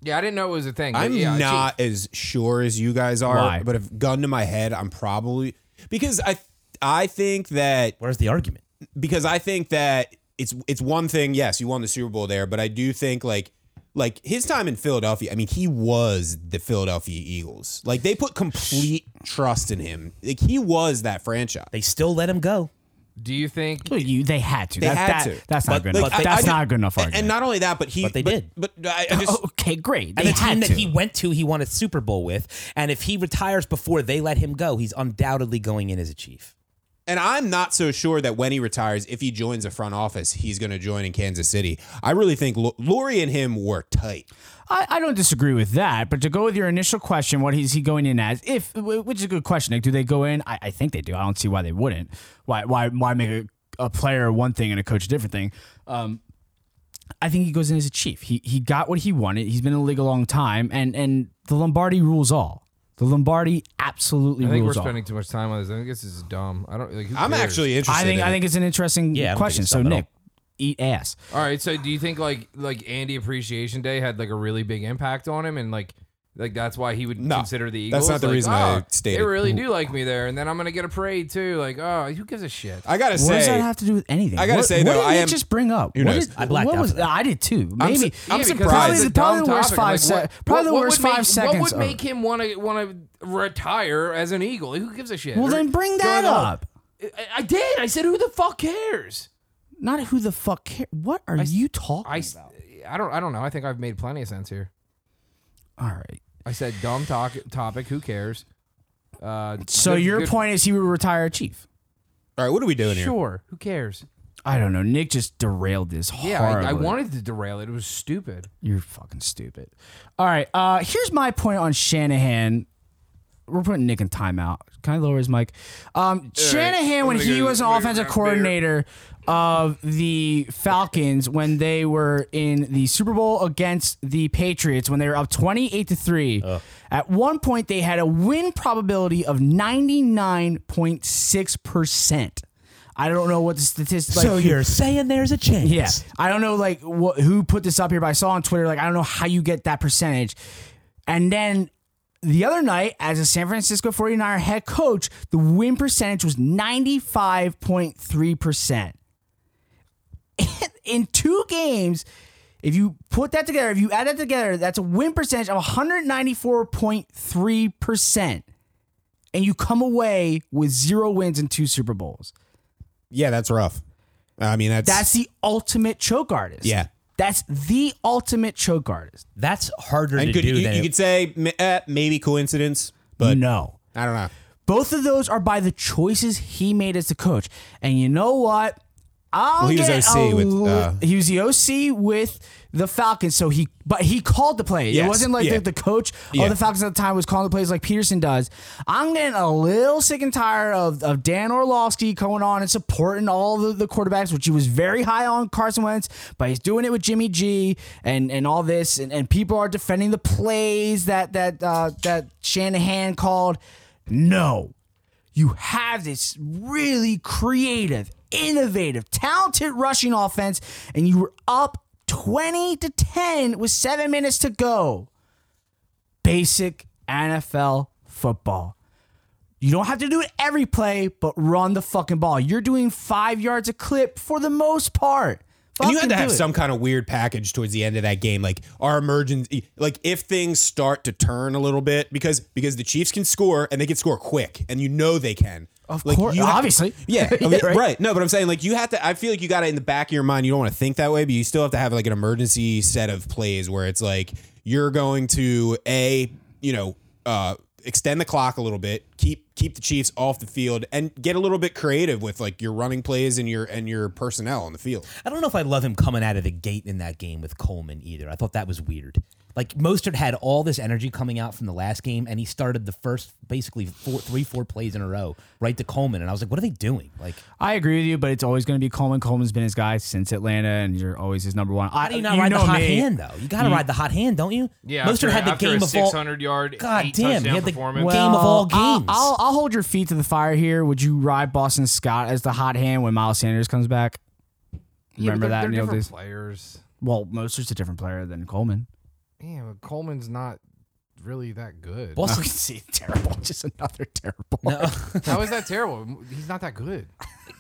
Speaker 5: Yeah, I didn't know it was a thing.
Speaker 1: I'm
Speaker 5: Yeah, gee.
Speaker 1: not as sure as you guys are,
Speaker 2: Why?
Speaker 1: but if gun to my head, I'm probably because I, I think that
Speaker 7: Where's the argument?
Speaker 1: because I think that it's it's one thing. Yes, you won the Super Bowl there, but I do think like like his time in Philadelphia. I mean, he was the Philadelphia Eagles. Like they put complete trust in him. Like he was that franchise.
Speaker 7: They still let him go.
Speaker 5: Do you think?
Speaker 2: Well, you, they had to.
Speaker 1: They
Speaker 2: That-
Speaker 1: had
Speaker 2: that-
Speaker 1: to.
Speaker 2: That's not
Speaker 7: But-
Speaker 2: good
Speaker 7: but
Speaker 2: enough.
Speaker 7: they-
Speaker 2: that's
Speaker 1: I-
Speaker 2: not a good enough
Speaker 1: And,
Speaker 2: argument.
Speaker 1: and not only that, but he
Speaker 7: But they did.
Speaker 1: But, I, I just
Speaker 2: okay, great. They
Speaker 7: And the
Speaker 2: had
Speaker 7: team that
Speaker 2: to.
Speaker 7: he went to, he won a Super Bowl with. And if he retires before they let him go, he's undoubtedly going in as a chief.
Speaker 1: and I'm not so sure that when he retires, if he joins a front office, he's going to join in Kansas City. I really think L- Lori and him were tight.
Speaker 2: I, I don't disagree with that, but to go with your initial question, what is he going in as? If wh- which is a good question, like, do they go in? I, I think they do. I don't see why they wouldn't. Why why why make a, a player one thing and a coach a different thing? Um, I think he goes in as a chief. He he got what he wanted. He's been in the league a long time, and and the Lombardi rules all. The Lombardi absolutely
Speaker 5: I think we're
Speaker 2: rules all.
Speaker 5: spending too much time on this. I think this is dumb. I don't like. who
Speaker 1: I'm
Speaker 5: cares?
Speaker 1: actually interested.
Speaker 2: I think
Speaker 1: in
Speaker 2: I
Speaker 1: it.
Speaker 2: think it's an interesting
Speaker 7: Yeah, I don't think
Speaker 2: question.
Speaker 7: it's
Speaker 2: So
Speaker 7: dumb at
Speaker 2: Nick, eat ass.
Speaker 5: All right. So do you think like like Andy Appreciation Day had like a really big impact on him and like like that's why he would
Speaker 1: No,
Speaker 5: consider the Eagles?
Speaker 1: that's not the
Speaker 5: like,
Speaker 1: reason I
Speaker 5: "Ah,
Speaker 1: stated-
Speaker 5: They really do like me there, and then I'm gonna get a parade too. Like, oh, who gives a shit?
Speaker 1: I gotta
Speaker 2: What
Speaker 1: say,
Speaker 2: does that have to do with anything?
Speaker 1: I gotta
Speaker 2: What-
Speaker 1: say,
Speaker 2: what
Speaker 1: though,
Speaker 2: did
Speaker 1: I
Speaker 2: Nick
Speaker 1: am-
Speaker 2: just bring up.
Speaker 1: Who
Speaker 2: What
Speaker 1: knows?
Speaker 2: did-
Speaker 7: I blacked
Speaker 2: what
Speaker 7: out
Speaker 2: was-
Speaker 7: for that.
Speaker 2: I did too.
Speaker 1: I'm
Speaker 2: Maybe
Speaker 1: su- I'm
Speaker 5: Yeah, because
Speaker 1: surprised.
Speaker 5: it's a
Speaker 2: Probably the- probably
Speaker 5: dumb
Speaker 2: the worst
Speaker 5: topic. I'm
Speaker 2: five
Speaker 5: like,
Speaker 2: sec- probably the
Speaker 5: what
Speaker 2: worst
Speaker 5: would make-
Speaker 2: five seconds
Speaker 5: What would
Speaker 2: of-
Speaker 5: make him want to want to retire as an Eagle? Who gives a shit?
Speaker 2: Well,
Speaker 5: Or-
Speaker 2: then bring that
Speaker 5: going on.
Speaker 2: up.
Speaker 5: I, I did. I said, who the fuck cares?
Speaker 2: Not who the fuck care. What are you talking
Speaker 5: I, s-
Speaker 2: about?
Speaker 5: I don't I don't know. I think I've made plenty of sense here.
Speaker 2: All right.
Speaker 5: I said dumb talk, topic. Who cares? Uh,
Speaker 2: So
Speaker 5: good-
Speaker 2: your
Speaker 5: good-
Speaker 2: point is he would retire a chief.
Speaker 1: all right, what are we doing here?
Speaker 5: Sure. Who cares?
Speaker 2: I don't know. Nick just derailed this. Horribly.
Speaker 5: Yeah, I, I wanted to derail it. It was stupid.
Speaker 2: You're fucking stupid. All right. Uh, here's my point on Shanahan. We're putting Nick in timeout. Can I lower his mic? Um, Shanahan, when he was an offensive coordinator of the Falcons, when they were in the Super Bowl against the Patriots, when they were up 28 to 3, at one point they had a win probability of 99.6%. I don't know what the statistics like.
Speaker 7: so you're saying there's a chance?
Speaker 2: Yeah, I don't know like what who put this up here, but I saw on Twitter like I don't know how you get that percentage. And then the other night, as a San Francisco 49er head coach, the win percentage was 95.3%. In two games, If you put that together, if you add that together, that's a win percentage of 194.3%. And you come away with zero wins and two Super Bowls.
Speaker 1: Yeah, that's rough. I mean, that's
Speaker 2: That's the ultimate choke artist.
Speaker 1: Yeah.
Speaker 2: That's the ultimate choke artist.
Speaker 7: That's harder
Speaker 1: and
Speaker 7: to
Speaker 1: could,
Speaker 7: do
Speaker 1: you,
Speaker 7: than
Speaker 1: you
Speaker 7: it-
Speaker 1: could say m- eh, maybe coincidence, but
Speaker 2: no.
Speaker 1: I don't know.
Speaker 2: Both of those are by the choices he made as the coach. And you know what? I'll
Speaker 1: Well, he was
Speaker 2: get
Speaker 1: OC
Speaker 2: a
Speaker 1: with,
Speaker 2: li-
Speaker 1: uh,
Speaker 2: he was the OC with the Falcons. So he, but he called the play. it
Speaker 1: Yes,
Speaker 2: wasn't like
Speaker 1: yeah.
Speaker 2: the, the coach
Speaker 1: Yeah.
Speaker 2: of the Falcons at the time was calling the plays like Peterson does. I'm getting a little sick and tired of, of Dan Orlovsky going on and supporting all the, the quarterbacks, which he was very high on Carson Wentz, but he's doing it with Jimmy G and and all this, and, and people are defending the plays that that uh, that Shanahan called. No, you have this really creative, innovative, talented rushing offense, and you were up 20 to 10 with seven minutes to go. Basic NFL football. You don't have to do it every play, but run the fucking ball. You're doing five yards a clip for the most part.
Speaker 1: And you had
Speaker 2: Fucking
Speaker 1: to
Speaker 2: do
Speaker 1: have
Speaker 2: it.
Speaker 1: some kind of weird package towards the end of that game, like our emergency, like if things start to turn a little bit, because because the Chiefs can score and they can score quick, and you know they can.
Speaker 2: Of
Speaker 1: Like,
Speaker 2: course-
Speaker 1: you have to-
Speaker 2: obviously.
Speaker 1: yeah, I
Speaker 2: Yeah,
Speaker 1: mean,
Speaker 2: right.
Speaker 1: right. No, but I'm saying like you have to. I feel like you got it in the back of your mind. You don't want to think that way, but you still have to have like an emergency set of plays where it's like you're going to a you know uh, extend the clock a little bit, keep keep the Chiefs off the field, and get a little bit creative with like your running plays and your and your personnel on the field.
Speaker 7: I don't know if I love him coming out of the gate in that game with Coleman either. I thought that was weird. Like Mostert had all this energy coming out from the last game, and he started the first basically four, three, four plays in a row right to Coleman, and I was like, "What are they doing?" Like,
Speaker 2: I agree with you, but it's always going to be Coleman. Coleman's been his guy since Atlanta, and you're always his number one. I,
Speaker 7: how do you not ride the
Speaker 2: know
Speaker 7: hot
Speaker 2: me.
Speaker 7: hand though? You got to ride the hot hand, don't you?
Speaker 5: Yeah,
Speaker 7: Mostert
Speaker 5: after-
Speaker 7: had the
Speaker 5: after
Speaker 7: game
Speaker 5: a
Speaker 7: of all.
Speaker 5: 600 yard,
Speaker 7: God
Speaker 5: eight
Speaker 7: damn, he
Speaker 5: touchdown
Speaker 7: had the
Speaker 5: performance.
Speaker 7: Well- game of all
Speaker 2: I'll-
Speaker 7: games.
Speaker 2: I'll, I'll hold your feet to the fire here. Would you ride Boston Scott as the hot hand when Miles Sanders comes back?
Speaker 5: Yeah, but
Speaker 2: Remember
Speaker 5: they're-
Speaker 2: that
Speaker 5: they're
Speaker 2: in the old
Speaker 5: different
Speaker 2: days?
Speaker 5: players.
Speaker 2: Well, Mostert's a different player than Coleman.
Speaker 5: Yeah, but Coleman's not really that good.
Speaker 7: Boston,
Speaker 2: see, terrible. Just another terrible.
Speaker 5: How is that terrible? He's not that good.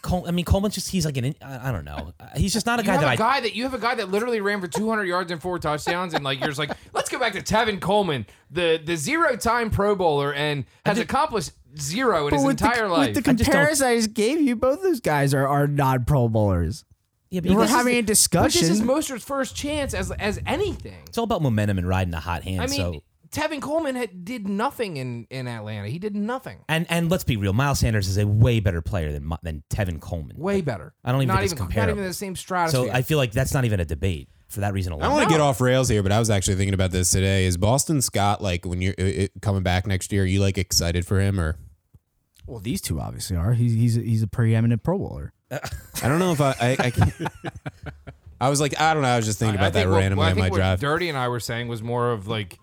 Speaker 7: Col- I mean, Coleman's just—he's like an—I don't know. Uh, He's just not a
Speaker 5: You
Speaker 7: guy
Speaker 5: have
Speaker 7: that
Speaker 5: a
Speaker 7: I
Speaker 5: guy that you have a guy that literally ran for 200 yards and four touchdowns, and like you're just like, let's go back to Tevin Coleman, the the zero time Pro Bowler, and has accomplished zero in his
Speaker 2: the,
Speaker 5: entire life.
Speaker 2: with the
Speaker 7: I just don't-
Speaker 2: comparison I just gave you, both those guys are, are non Pro Bowlers.
Speaker 7: Yeah, but
Speaker 2: We're
Speaker 7: this is-
Speaker 2: having a
Speaker 5: but this is
Speaker 2: discussion.
Speaker 5: Mostert's first chance as as anything.
Speaker 7: it's all about momentum and riding the hot hand.
Speaker 5: I mean,
Speaker 7: so,
Speaker 5: Tevin Coleman had, did nothing in in Atlanta. He did nothing.
Speaker 7: and and let's be real, Miles Sanders is a way better player than Mi- than Tevin Coleman.
Speaker 5: Way better.
Speaker 7: I don't even
Speaker 5: not
Speaker 7: think it's
Speaker 5: even, Not
Speaker 7: comparable.
Speaker 5: even the same
Speaker 7: So
Speaker 5: stratosphere.
Speaker 7: I feel like that's not even a debate for that reason
Speaker 1: I
Speaker 7: alone.
Speaker 1: don't want to get off rails here, but I was actually thinking about this today. Is Boston Scott like when you're uh, uh, coming back next year? Are you like excited for him, or
Speaker 2: Well, these two obviously are. He's he's a, he's a preeminent Pro Bowler.
Speaker 1: I don't know if I. I, I, can't- I was like, I don't know. I was just thinking about that
Speaker 5: what-
Speaker 1: randomly
Speaker 5: what I
Speaker 1: on
Speaker 5: think
Speaker 1: my
Speaker 5: what
Speaker 1: drive.
Speaker 5: Dirty and I were saying was more of like,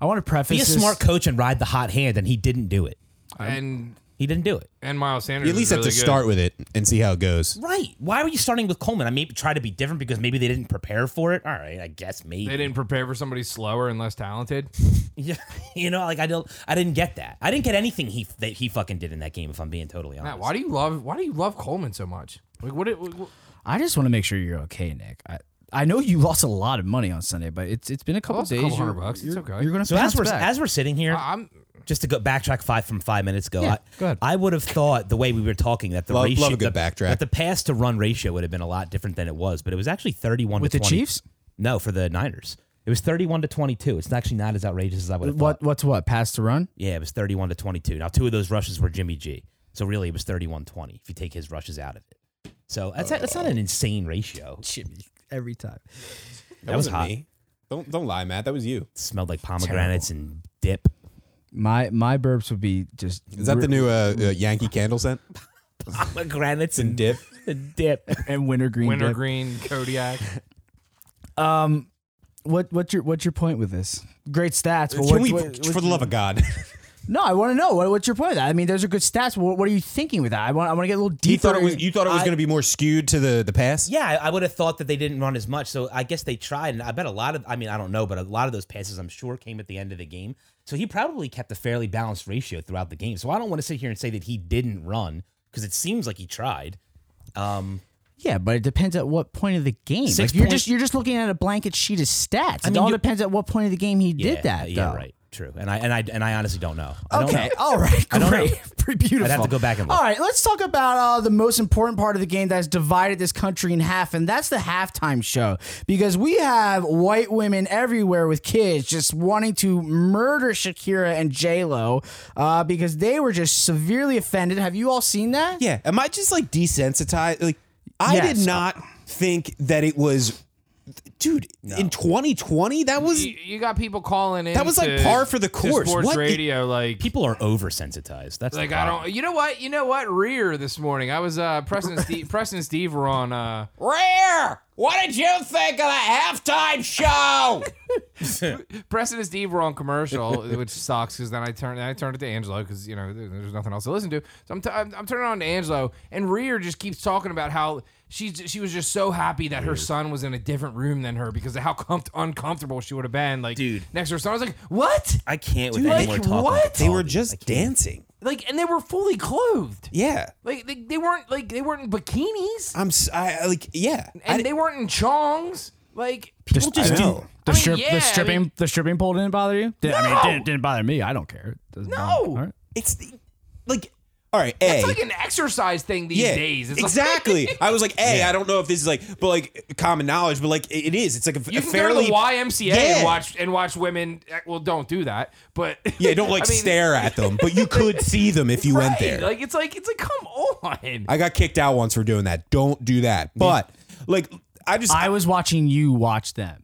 Speaker 2: I want to preface
Speaker 7: Be a
Speaker 2: this.
Speaker 7: smart coach and ride the hot hand, and he didn't do it.
Speaker 5: and
Speaker 7: He didn't do it.
Speaker 5: and Miles Sanders.
Speaker 1: You at least
Speaker 5: is
Speaker 1: have to
Speaker 5: really good.
Speaker 1: start with it and see how it goes.
Speaker 7: Right. Why were you starting with Coleman? I maybe try to be different because maybe they didn't prepare for it. All right, I guess maybe.
Speaker 5: They didn't prepare for somebody slower and less talented.
Speaker 7: Yeah, you know, like I don't, I didn't get that. I didn't get anything he that he fucking did in that game. If I'm being totally honest.
Speaker 5: Matt, why do you love why do you love Coleman so much? Like what? It, what
Speaker 2: I just want to make sure you're okay, Nick. I, I know you lost a lot of money on Sunday, but it's it's been a couple
Speaker 5: Lost a
Speaker 2: days.
Speaker 5: couple
Speaker 2: You're-
Speaker 5: hundred bucks. It's
Speaker 2: you're-
Speaker 5: okay.
Speaker 2: You're gonna
Speaker 7: so as
Speaker 2: bounce
Speaker 7: we're
Speaker 2: back.
Speaker 7: as we're sitting here,
Speaker 5: I'm
Speaker 7: just to go backtrack five from five minutes ago, I,
Speaker 2: go ahead.
Speaker 7: I would have thought the way we were talking that the
Speaker 1: Love- love
Speaker 7: ratio,
Speaker 1: a good
Speaker 7: the,
Speaker 1: backtrack.
Speaker 7: that the pass to run ratio would have been a lot different than it was, but it was actually thirty-one
Speaker 2: With
Speaker 7: to
Speaker 2: the
Speaker 7: 20.
Speaker 2: Chiefs?
Speaker 7: No, for the Niners, it was thirty-one to twenty-two. It's actually not as outrageous as I would have
Speaker 2: what
Speaker 7: thought.
Speaker 2: what's what pass to run?
Speaker 7: Yeah, it was thirty-one to twenty-two. Now, two of those rushes were Jimmy G, so really it was thirty-one twenty if you take his rushes out of it. So that's, that's not an insane ratio.
Speaker 2: Jimmy every time.
Speaker 1: That,
Speaker 7: wasn't
Speaker 1: wasn't
Speaker 7: hot.
Speaker 1: me. Don't don't lie, Matt. That was you.
Speaker 7: smelled like pomegranates and dip.
Speaker 2: My my burps would be just.
Speaker 1: Is that the new uh,
Speaker 2: Mm.
Speaker 1: uh, Yankee candle scent?
Speaker 7: Pomegranates
Speaker 1: And dip.
Speaker 7: and dip.
Speaker 2: and wintergreen? dip.
Speaker 5: wintergreen Kodiak.
Speaker 2: Um, what what's your what's your point with this? Great stats.
Speaker 1: Can
Speaker 2: But what,
Speaker 1: we,
Speaker 2: what- what-
Speaker 1: for the love of God?
Speaker 2: no, I want to know what, what's your point. With that? I mean, those are good stats. What, what are you thinking with that? I want I want to get a little deeper.
Speaker 1: you thought it was. You thought it was
Speaker 2: I-
Speaker 1: going to be more skewed to the the pass.
Speaker 7: Yeah, I, I would have thought that they didn't run as much. So I guess they tried, and I bet a lot of. I mean, I don't know, but a lot of those passes, I'm sure, came at the end of the game. So he probably kept a fairly balanced ratio throughout the game. So I don't want to sit here and say that he didn't run because it seems like he tried. Um,
Speaker 2: Yeah, but it depends at what point of the game.
Speaker 7: Six
Speaker 2: like you're
Speaker 7: point-
Speaker 2: just you're just looking at a blanket sheet of stats.
Speaker 7: mean,
Speaker 2: it all
Speaker 7: you-
Speaker 2: depends at what point of the game he
Speaker 7: Yeah,
Speaker 2: did that.
Speaker 7: Yeah,
Speaker 2: though.
Speaker 7: right. True. And I and I and I honestly don't know. I don't
Speaker 2: Okay.
Speaker 7: know.
Speaker 2: All right.
Speaker 7: I don't know.
Speaker 2: Great. Pretty beautiful.
Speaker 7: I'd have to go back and look.
Speaker 2: All right. Let's talk about uh, the most important part of the game that's divided this country in half, and that's the halftime show. Because we have white women everywhere with kids just wanting to murder Shakira and J Lo uh, because they were just severely offended. Have you all seen that?
Speaker 1: Yeah. Am I just like desensitized? Like, I
Speaker 2: Yes.
Speaker 1: did not think that it was, dude. In 2020, that was
Speaker 5: You, you got people calling in.
Speaker 1: That was, like,
Speaker 5: to-
Speaker 1: par for the
Speaker 5: to
Speaker 1: course.
Speaker 5: Sports
Speaker 1: What the-
Speaker 5: radio, like
Speaker 7: People are oversensitized. That's
Speaker 5: Like
Speaker 7: the
Speaker 5: I
Speaker 7: problem.
Speaker 5: don't. You know what? You know what? Rear this morning. I was uh Preston and Steve. Preston and Steve were on. uh
Speaker 1: rare. What did you think of the halftime show?
Speaker 5: Preston and Steve were on commercial, which sucks because then I turned then I turned it to Angelo because you know there- there's nothing else to listen to. So I'm, t- I'm, I'm turning on to Angelo, and Rear just keeps talking about how she's she was just so happy that her son was in a different room than her because of how comf- uncomfortable she would have been. Like,
Speaker 7: Dude.
Speaker 5: next to her son, I was like, what?
Speaker 7: I can't with
Speaker 5: Dude,
Speaker 7: any
Speaker 5: like,
Speaker 7: more talk.
Speaker 5: what?
Speaker 1: They were just dancing.
Speaker 5: Like, and they were fully clothed.
Speaker 1: Yeah.
Speaker 5: Like they, they weren't like they weren't in bikinis,
Speaker 1: I'm. s- I I, like. Yeah. I
Speaker 5: and
Speaker 1: di-
Speaker 5: they weren't in chongs. Like
Speaker 2: People just
Speaker 1: know.
Speaker 2: The,
Speaker 5: I mean,
Speaker 2: strip,
Speaker 5: yeah, I
Speaker 2: the stripping,
Speaker 5: mean-
Speaker 2: the stripping pole didn't bother you. Did- I mean, it
Speaker 5: No.
Speaker 2: didn't, didn't bother me. I don't care. It doesn't
Speaker 5: No.
Speaker 2: bother me. All right.
Speaker 1: It's the, like. All right. A.
Speaker 5: it's like an exercise thing these days. It's like-
Speaker 1: exactly. I was like, hey, I don't know if this is like, but like common knowledge, but like it it is. It's like a,
Speaker 5: You
Speaker 1: a
Speaker 5: can
Speaker 1: fairly
Speaker 5: go to the YMCA
Speaker 1: Yeah.
Speaker 5: and watch and watch women. eh, Well, don't do that. But
Speaker 1: Yeah, don't like
Speaker 5: I mean,
Speaker 1: stare at them, but you could see them if you went
Speaker 5: right,
Speaker 1: there.
Speaker 5: Like it's like it's like come on.
Speaker 1: I got kicked out once for doing that. Don't do that. But like, I just,
Speaker 2: I was watching you watch them.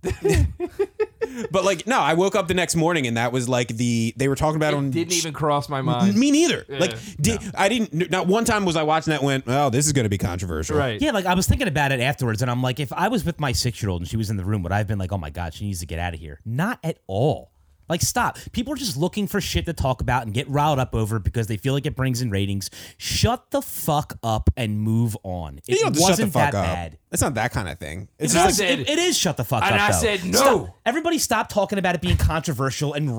Speaker 1: but like, no, I woke up the next morning and that was like the they were talking about on
Speaker 5: Didn't even cross my mind.
Speaker 1: me neither. Like, did, I didn't. Not one time was I watching that. and Went, oh, this is going to be controversial.
Speaker 5: Right.
Speaker 7: Yeah, like I was thinking about it afterwards, and I'm like, if I was with my six year old and she was in the room, would I have been like, oh my God, she needs to get out of here? Not at all. Like, stop. People are just looking for shit to talk about and get riled up over because they feel like it brings in ratings. Shut the fuck up and move on. It
Speaker 1: You don't have to
Speaker 7: wasn't
Speaker 1: shut the fuck
Speaker 7: that
Speaker 1: up.
Speaker 7: bad.
Speaker 1: It's not that kind of thing. It's
Speaker 5: I
Speaker 1: just like,
Speaker 5: said-
Speaker 7: It- it is shut the fuck
Speaker 5: And
Speaker 7: up.
Speaker 5: I
Speaker 7: though.
Speaker 5: said, no.
Speaker 7: Stop. Everybody stop talking about it being controversial and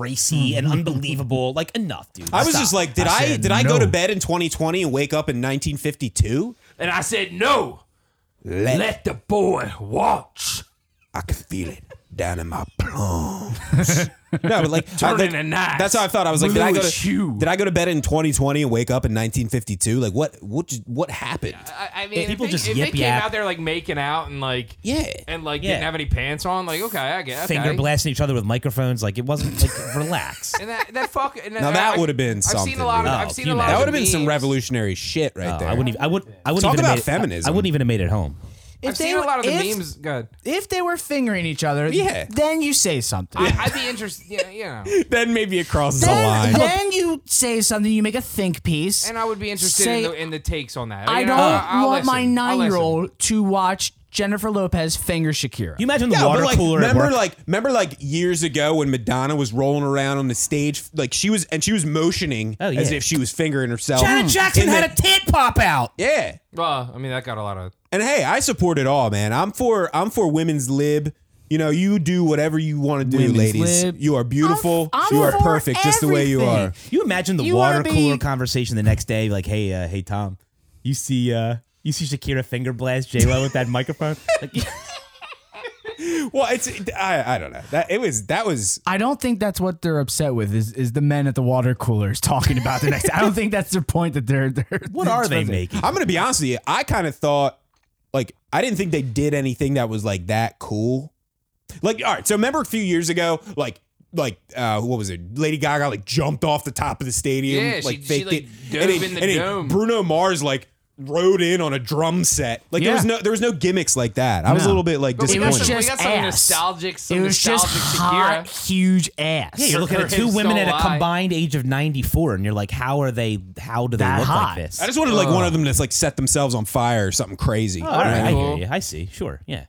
Speaker 7: racy and unbelievable. Like, enough, dude.
Speaker 1: I was
Speaker 7: Stop.
Speaker 1: just like, did I,
Speaker 2: said
Speaker 1: did I go
Speaker 2: no.
Speaker 1: to bed in 2020 and wake up in 1952?
Speaker 5: And I said no.
Speaker 1: Let,
Speaker 5: Let the boy watch.
Speaker 1: I can feel it down in my plums. no, but like, I,
Speaker 5: Turning
Speaker 1: like
Speaker 5: a knife.
Speaker 1: that's how I felt. I was like, did I go
Speaker 5: Blue
Speaker 1: to
Speaker 5: as you.
Speaker 1: did I go to bed in 2020 and wake up in 1952? Like, what what what happened?
Speaker 5: I, I mean,
Speaker 7: people
Speaker 5: if they,
Speaker 7: just
Speaker 5: if
Speaker 7: yip
Speaker 5: they came
Speaker 7: yap.
Speaker 5: out there like making out and like
Speaker 1: Yeah.
Speaker 5: and like
Speaker 7: Yeah.
Speaker 5: didn't have any pants on, like okay, I guess okay.
Speaker 7: Finger blasting each other with microphones. Like, it wasn't like, relax.
Speaker 5: And that that fuck. And
Speaker 1: Now that
Speaker 5: I-
Speaker 1: would've been
Speaker 5: I've Seen
Speaker 1: something,
Speaker 5: a lot of,
Speaker 7: dude.
Speaker 5: I've
Speaker 7: Oh,
Speaker 5: seen
Speaker 7: can
Speaker 5: a
Speaker 7: you
Speaker 5: lot
Speaker 1: that
Speaker 5: of
Speaker 1: would have been some
Speaker 5: memes.
Speaker 1: revolutionary shit right there.
Speaker 7: I wouldn't even. I would. I wouldn't
Speaker 1: Talk
Speaker 7: even
Speaker 1: about
Speaker 7: have made It, I-
Speaker 1: feminism.
Speaker 7: I wouldn't even have made it home.
Speaker 2: If
Speaker 5: I've seen a
Speaker 2: were-
Speaker 5: lot of the
Speaker 2: if-
Speaker 5: memes. Good.
Speaker 2: if they were fingering each other,
Speaker 1: Yeah.
Speaker 2: then you say something.
Speaker 5: I, I'd be interested. Yeah, you know.
Speaker 1: then maybe it crosses a
Speaker 2: then,
Speaker 1: line.
Speaker 2: then you say something. You make a think piece.
Speaker 5: And I would be interested
Speaker 2: Say-
Speaker 5: in, the, in the takes on that.
Speaker 2: I
Speaker 5: You
Speaker 2: don't
Speaker 5: know, I'll
Speaker 2: want
Speaker 5: listen.
Speaker 2: my
Speaker 5: I'll listen.
Speaker 2: nine-year-old to watch Jennifer Lopez finger Shakira.
Speaker 7: You imagine the
Speaker 1: Yeah,
Speaker 7: water
Speaker 1: but like,
Speaker 7: cooler at
Speaker 1: remember
Speaker 7: work?
Speaker 1: like remember like years ago when Madonna was rolling around on the stage, like she was and she was motioning
Speaker 7: Oh, yeah.
Speaker 1: as if she was fingering herself.
Speaker 7: Janet Jackson
Speaker 1: In the-
Speaker 7: had a tit pop out.
Speaker 1: yeah.
Speaker 5: Well, I mean, that got a lot of.
Speaker 1: And hey, I support it all, man. I'm for I'm for women's lib. You know, you do whatever you want to do,
Speaker 2: Women's
Speaker 1: ladies.
Speaker 2: lib.
Speaker 1: You are beautiful.
Speaker 2: I'm- I'm
Speaker 1: you are
Speaker 2: for
Speaker 1: perfect just the way you are.
Speaker 2: everything.
Speaker 7: You imagine the
Speaker 2: You
Speaker 7: water
Speaker 2: wanna be-
Speaker 7: cooler conversation the next day, like, hey, uh, hey, Tom, you see, uh, you see Shakira finger blast J Lo with that microphone? Like,
Speaker 1: Well, it's I, I don't know. That it was that was
Speaker 2: I don't think that's what they're upset with. Is is the men at the water coolers talking about the next? I don't think that's their point. That they're they're.
Speaker 7: what are they making?
Speaker 1: I'm gonna be honest with you. I kind of thought like I didn't think they did anything that was like that cool. Like, all right, so remember a few years ago, like like uh what was it? Lady Gaga like jumped off the top of the stadium.
Speaker 5: Yeah, she-
Speaker 1: like
Speaker 5: she,
Speaker 1: faked
Speaker 5: like,
Speaker 1: it.
Speaker 5: dove
Speaker 1: and it-
Speaker 5: in the
Speaker 1: and it-
Speaker 5: dome.
Speaker 1: Bruno Mars like rode in on a drum set. Like there was
Speaker 2: Yeah.
Speaker 1: no there was no gimmicks like that. I was a
Speaker 2: No.
Speaker 1: little bit like
Speaker 5: But we got
Speaker 1: disappointed.
Speaker 2: was
Speaker 5: some, we
Speaker 2: just
Speaker 5: got some
Speaker 2: ass.
Speaker 5: nostalgic, some
Speaker 2: It was just
Speaker 5: nostalgic
Speaker 2: hot,
Speaker 5: Shakira.
Speaker 2: huge ass.
Speaker 7: Yeah, you're looking at
Speaker 5: Her
Speaker 7: two
Speaker 5: hips
Speaker 7: women
Speaker 5: don't
Speaker 7: at a
Speaker 5: lie.
Speaker 7: combined age of 94, and you're like, how are they? How do they
Speaker 2: That
Speaker 7: look
Speaker 2: hot.
Speaker 7: like this?
Speaker 1: I just wanted like one of them to like set themselves on fire or something crazy.
Speaker 7: All right, I hear
Speaker 5: Cool.
Speaker 7: you. I see. Sure. Yeah.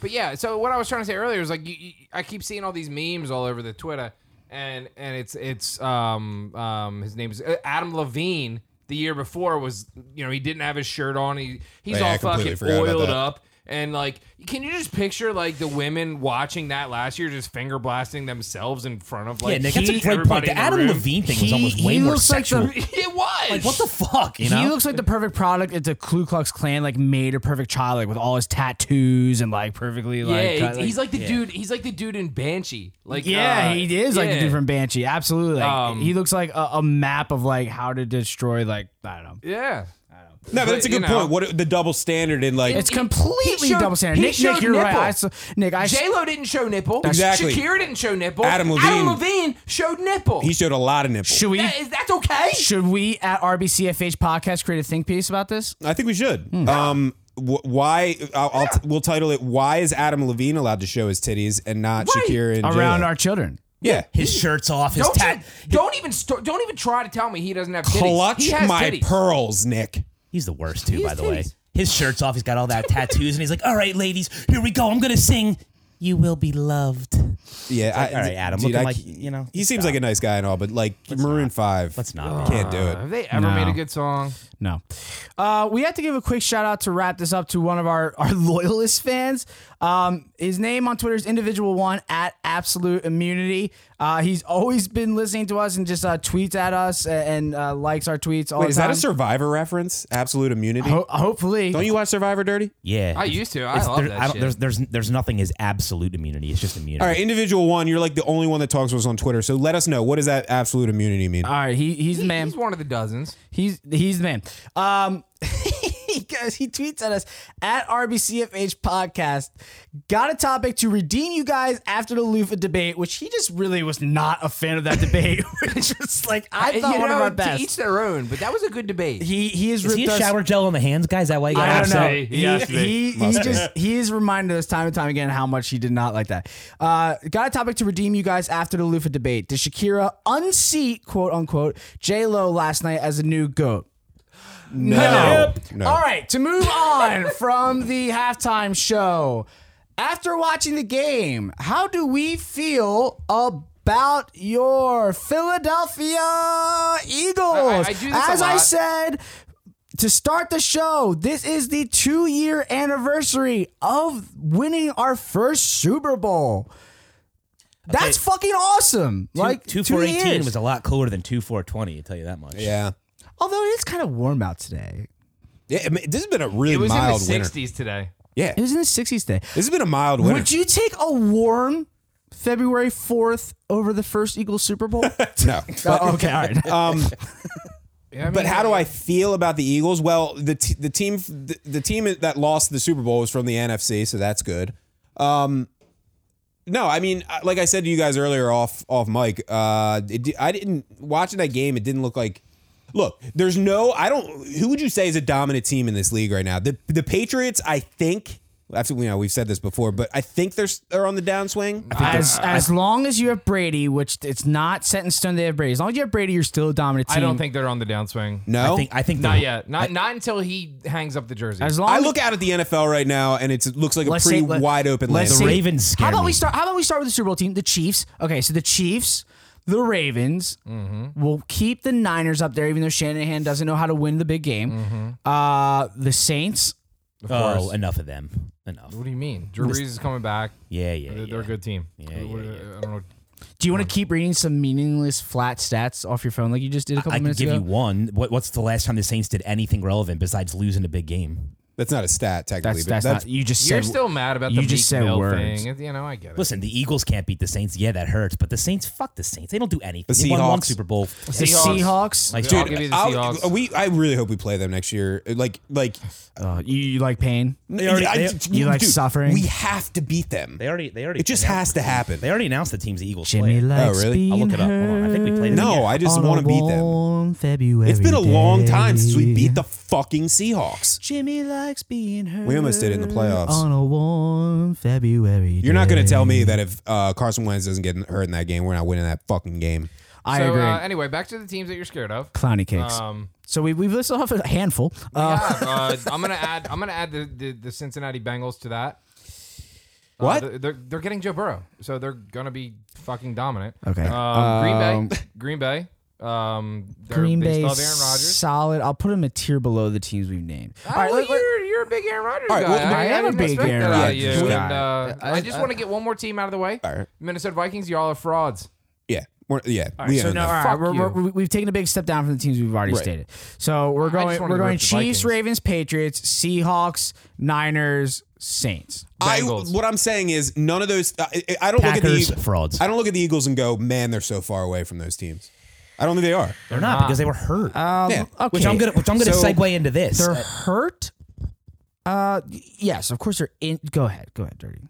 Speaker 5: But yeah, so what I was trying to say earlier is like, you, you, I keep seeing all these memes all over the Twitter, and and it's it's um um his name is uh, Adam Levine. The year before was you know he didn't have his shirt on. He he's
Speaker 1: Oh, Yeah, I
Speaker 5: all
Speaker 1: completely
Speaker 5: fucking
Speaker 1: forgot about
Speaker 5: oiled
Speaker 1: that.
Speaker 5: up. And like, can you just picture like the women watching that last year, just finger blasting themselves in front of like
Speaker 7: yeah, Nick, that's a great point.
Speaker 5: everybody
Speaker 7: The
Speaker 5: in the
Speaker 7: Adam
Speaker 5: room?
Speaker 7: Levine thing was
Speaker 2: He-
Speaker 7: almost way
Speaker 2: he
Speaker 7: more
Speaker 2: looks like
Speaker 7: sexual.
Speaker 2: the-
Speaker 5: It was.
Speaker 7: Like, what the fuck? You know,
Speaker 2: He looks like the perfect product. It's a Ku Klux Klan like made a perfect child, like with all his tattoos and like perfectly
Speaker 5: yeah,
Speaker 2: like.
Speaker 5: he-
Speaker 2: cut,
Speaker 5: he's like the dude. He's like the dude in Banshee. Like,
Speaker 2: yeah,
Speaker 5: uh,
Speaker 2: he is like the
Speaker 5: yeah.
Speaker 2: dude from Banshee. Absolutely, Like,
Speaker 5: Um,
Speaker 2: he looks like a, a map of like how to destroy like I don't know.
Speaker 5: Yeah,
Speaker 1: No, but that's a
Speaker 5: you
Speaker 1: good
Speaker 5: know.
Speaker 1: point. What the double standard in like
Speaker 2: It's completely
Speaker 5: showed-
Speaker 2: double standard.
Speaker 5: he
Speaker 2: Nick, Nick,
Speaker 5: showed
Speaker 2: you're right.
Speaker 5: nipple.
Speaker 2: I saw, Nick, I
Speaker 5: J Lo didn't show nipple.
Speaker 1: Exactly.
Speaker 5: Shakira didn't show nipple.
Speaker 1: Adam Levine-
Speaker 5: Levine showed nipple.
Speaker 1: he showed a lot of nipples.
Speaker 2: should we
Speaker 5: That is that's okay.
Speaker 2: should we at RBCFH podcast create a think piece about this?
Speaker 1: I think we should. Um, wh- why? I'll, I'll t- we'll title it. Why is Adam Levine allowed to show his titties and not
Speaker 5: Right.
Speaker 1: Shakira and
Speaker 2: around
Speaker 1: J-Lo?
Speaker 2: our children.
Speaker 1: yeah?
Speaker 7: his shirt's off, his
Speaker 5: Don't
Speaker 7: tat.
Speaker 5: you, don't even st- don't even try to tell me he doesn't have titties.
Speaker 1: Clutch
Speaker 5: he has
Speaker 1: my
Speaker 5: titties.
Speaker 1: pearls, Nick.
Speaker 7: He's the worst too, by
Speaker 5: has
Speaker 7: the way.
Speaker 5: titties.
Speaker 7: His shirt's off. He's got all that tattoos, and he's like, "All right, ladies, here we go. I'm gonna sing." You will be loved.
Speaker 1: Yeah, I,
Speaker 7: all right, Adam,
Speaker 1: dude,
Speaker 7: looking
Speaker 1: I
Speaker 7: like,
Speaker 1: c-
Speaker 7: you know,
Speaker 1: he
Speaker 7: let's
Speaker 1: seems
Speaker 7: stop.
Speaker 1: like a nice guy and all, but like Maroon Five,
Speaker 7: Let's not.
Speaker 1: can't do it.
Speaker 5: Have they ever
Speaker 2: No.
Speaker 5: made a good song?
Speaker 2: No. Uh, we have to give a quick shout out to wrap this up to one of our, our loyalist fans. Um, his name on Twitter is individual one at absolute immunity. Uh, he's always been listening to us and just uh, tweets at us and uh, likes our tweets all
Speaker 1: Wait,
Speaker 2: the
Speaker 1: is
Speaker 2: time.
Speaker 1: that a Survivor reference? Absolute immunity.
Speaker 2: Ho- hopefully.
Speaker 1: Don't you watch Survivor Dirty?
Speaker 7: Yeah,
Speaker 5: I used to. I
Speaker 7: It's-
Speaker 5: love
Speaker 7: there-
Speaker 5: that
Speaker 7: I don't-
Speaker 5: shit.
Speaker 7: There's, there's, there's nothing is absolute immunity. It's just immunity.
Speaker 1: All right, individual one. You're like the only one that talks to us on Twitter, so let us know what does that absolute immunity mean.
Speaker 7: Uh,
Speaker 2: all right, he, he's the
Speaker 5: He-
Speaker 2: man.
Speaker 5: He's one of the dozens.
Speaker 2: He's he's the man. Um, he goes, he tweets at us at RBCFH podcast. Got a topic to redeem you guys after the Lufa debate, which he just really was not a fan of that debate. which was like I
Speaker 5: Uh, You
Speaker 2: thought one of
Speaker 5: know,
Speaker 2: our
Speaker 5: To each
Speaker 2: best.
Speaker 5: their own, but that was a good debate.
Speaker 2: He he has
Speaker 7: Is
Speaker 2: ripped
Speaker 7: he a
Speaker 2: us.
Speaker 7: shower gel on the hands, guys? That way, he got
Speaker 2: I don't
Speaker 7: upset?
Speaker 2: know.
Speaker 5: He-
Speaker 2: He,
Speaker 5: he has to be.
Speaker 2: he- he
Speaker 1: Must be.
Speaker 2: just he is reminded us time and time again how much he did not like that. Uh, got a topic to redeem you guys after the Lufa debate. Did Shakira unseat quote unquote J Lo last night as a new goat?
Speaker 1: no. no.
Speaker 2: All right, to move on from the halftime show. After watching the game, how do we feel about your Philadelphia Eagles?
Speaker 5: I- I do this a
Speaker 2: As I
Speaker 5: lot.
Speaker 2: said to start the show, this is the two year anniversary of winning our first Super Bowl. That's fucking awesome. like
Speaker 7: two
Speaker 2: two four
Speaker 7: four eighteen was a lot cooler than two four twenty. I tell you that much.
Speaker 1: Yeah.
Speaker 2: Although it is kind of warm out today.
Speaker 1: Yeah, I mean, this has been a really
Speaker 5: it was in the
Speaker 1: mild winter.
Speaker 5: 60s today.
Speaker 1: Yeah,
Speaker 2: It
Speaker 1: this
Speaker 2: was in the 60s today.
Speaker 1: has been a mild winter.
Speaker 2: Would you take a warm February 4th over the first Eagles Super Bowl?
Speaker 1: no, but,
Speaker 2: Oh, okay, all right.
Speaker 1: um,
Speaker 5: Yeah, I mean,
Speaker 1: but how do I feel about the Eagles? Well, the t- the team the, the team that lost the Super Bowl was from the NFC, so that's good. Um, no, I mean, I- like I said to you guys earlier off off mic, uh, it, di- I didn't watching that game. It didn't look like. Look, there's no. I don't. Who would you say is a dominant team in this league right now? The the Patriots, I think. Absolutely, you know, we've said this before, but I think they're s- they're on the downswing.
Speaker 2: As as long as you have Brady, which it's not set in stone they have Brady. As long as you have Brady, you're still a dominant team.
Speaker 5: I don't think they're on the downswing.
Speaker 1: No,
Speaker 7: I think I think
Speaker 5: Not
Speaker 7: the-
Speaker 5: yet. Not not until he hangs up the jersey.
Speaker 2: As long
Speaker 1: I look out at the NFL right now, and it's, it looks like a
Speaker 2: Let's
Speaker 1: pretty
Speaker 2: see- let-
Speaker 1: wide open
Speaker 2: let's
Speaker 1: land.
Speaker 7: The
Speaker 2: see.
Speaker 7: Ravens scare
Speaker 2: How about
Speaker 7: me.
Speaker 2: we start? How about we start with the Super Bowl team, the Chiefs? Okay, so the Chiefs, the Ravens will keep the Niners up there, even though Shanahan doesn't know how to win the big game. Uh, the Saints,
Speaker 7: Oh, enough of them. Enough.
Speaker 5: what do you mean? Drew Brees is coming back.
Speaker 7: Yeah, yeah.
Speaker 5: They're,
Speaker 7: yeah.
Speaker 5: they're a good team.
Speaker 7: yeah,
Speaker 5: What-
Speaker 7: yeah.
Speaker 5: I don't know.
Speaker 2: Do you want to keep reading some meaningless flat stats off your phone like you just did a couple
Speaker 7: I can
Speaker 2: minutes
Speaker 7: give
Speaker 2: ago?
Speaker 7: you one. What, what's the last time the Saints did anything relevant besides losing a big game?
Speaker 1: That's not a stat technically,
Speaker 2: that's
Speaker 1: but
Speaker 2: that's,
Speaker 1: that's,
Speaker 2: not you just
Speaker 5: You're
Speaker 2: said
Speaker 5: still mad about
Speaker 2: you
Speaker 5: the
Speaker 2: just
Speaker 5: Meek
Speaker 2: said
Speaker 5: Mill
Speaker 2: words.
Speaker 5: thing. You know, I get it.
Speaker 7: Listen, the Eagles can't beat the Saints. Yeah, that hurts. But the Saints, fuck the Saints. They don't do anything.
Speaker 1: The
Speaker 7: they won one
Speaker 1: Seahawks.
Speaker 7: Super Bowl.
Speaker 2: the Seahawks.
Speaker 7: Like,
Speaker 5: I'll
Speaker 7: dude,
Speaker 5: give you the
Speaker 1: I'll-
Speaker 5: Seahawks.
Speaker 1: we I really hope we play them next year. Like like
Speaker 2: Uh, you, you like pain?
Speaker 7: already-
Speaker 1: I-
Speaker 7: they-
Speaker 2: you like suffering?
Speaker 1: We have to beat them.
Speaker 7: they already, they already.
Speaker 1: It just
Speaker 7: announced-
Speaker 1: has to happen.
Speaker 7: They already announced the teams the Eagles
Speaker 2: Jimmy
Speaker 7: play.
Speaker 2: likes
Speaker 1: really?
Speaker 2: being
Speaker 7: I'll look it up. Hold on. I think we played it.
Speaker 1: No,
Speaker 7: again.
Speaker 1: I just want to beat them.
Speaker 2: them. February
Speaker 1: It's been a long
Speaker 2: day.
Speaker 1: time since we beat the fucking Seahawks.
Speaker 2: Jimmy likes being hurt.
Speaker 1: We almost did it in the playoffs.
Speaker 2: on a warm February.
Speaker 1: You're not going to tell me that if uh, Carson Wentz doesn't get hurt in that game, we're not winning that fucking game.
Speaker 2: I
Speaker 5: so,
Speaker 2: agree.
Speaker 5: Uh, anyway, back to the teams that you're scared of.
Speaker 2: Clowny cakes.
Speaker 5: Um,
Speaker 2: so we we've listed off a handful. Uh,
Speaker 5: yeah, uh, I'm gonna add. I'm gonna add the, the, the Cincinnati Bengals to that. Uh,
Speaker 1: What?
Speaker 5: they're- they're they're getting Joe Burrow, so they're gonna be fucking dominant.
Speaker 2: Okay.
Speaker 5: Um, Green Bay. Green Bay. Um, they're-
Speaker 2: Green
Speaker 5: they
Speaker 2: Bay,
Speaker 5: still have Aaron Rodgers.
Speaker 2: solid. I'll put him a tier below the teams we've named. All right,
Speaker 5: Oh,
Speaker 2: let- let-
Speaker 5: you're, you're you're a big Aaron Rodgers
Speaker 1: All right,
Speaker 5: guy.
Speaker 1: well,
Speaker 2: I am
Speaker 5: didn't
Speaker 2: a big
Speaker 5: expect
Speaker 2: Aaron
Speaker 5: that out of
Speaker 1: Rodgers
Speaker 5: you.
Speaker 1: guy.
Speaker 5: And, uh,
Speaker 8: I-
Speaker 5: I, just want to get one more team out of the way.
Speaker 1: All right.
Speaker 5: Minnesota Vikings, y'all are frauds.
Speaker 1: Yeah. We're, yeah.
Speaker 2: All right,
Speaker 1: we
Speaker 2: so
Speaker 1: own
Speaker 2: no,
Speaker 1: that.
Speaker 2: all right,
Speaker 8: Fuck
Speaker 2: we're,
Speaker 8: you.
Speaker 2: we're, we've taken a big step down from the teams we've already
Speaker 1: Right.
Speaker 2: stated. So we're going
Speaker 5: just wanted
Speaker 2: we're
Speaker 5: to
Speaker 2: going
Speaker 5: rip the
Speaker 2: Chiefs,
Speaker 5: Vikings.
Speaker 2: Ravens, Patriots, Seahawks, Niners, Saints.
Speaker 1: I
Speaker 5: Bengals.
Speaker 1: what I'm saying is none of those. I, I don't
Speaker 7: Packers
Speaker 1: look at the
Speaker 7: frauds.
Speaker 1: I don't look at the Eagles and go, man, they're so far away from those teams. I don't think they are.
Speaker 7: They're not because they were hurt.
Speaker 2: Um,
Speaker 1: Yeah,
Speaker 2: okay.
Speaker 7: which I'm gonna which I'm gonna
Speaker 1: So-
Speaker 7: segue into this.
Speaker 2: They're hurt. Uh, yes, of course they're in. Go ahead, go ahead, dirty.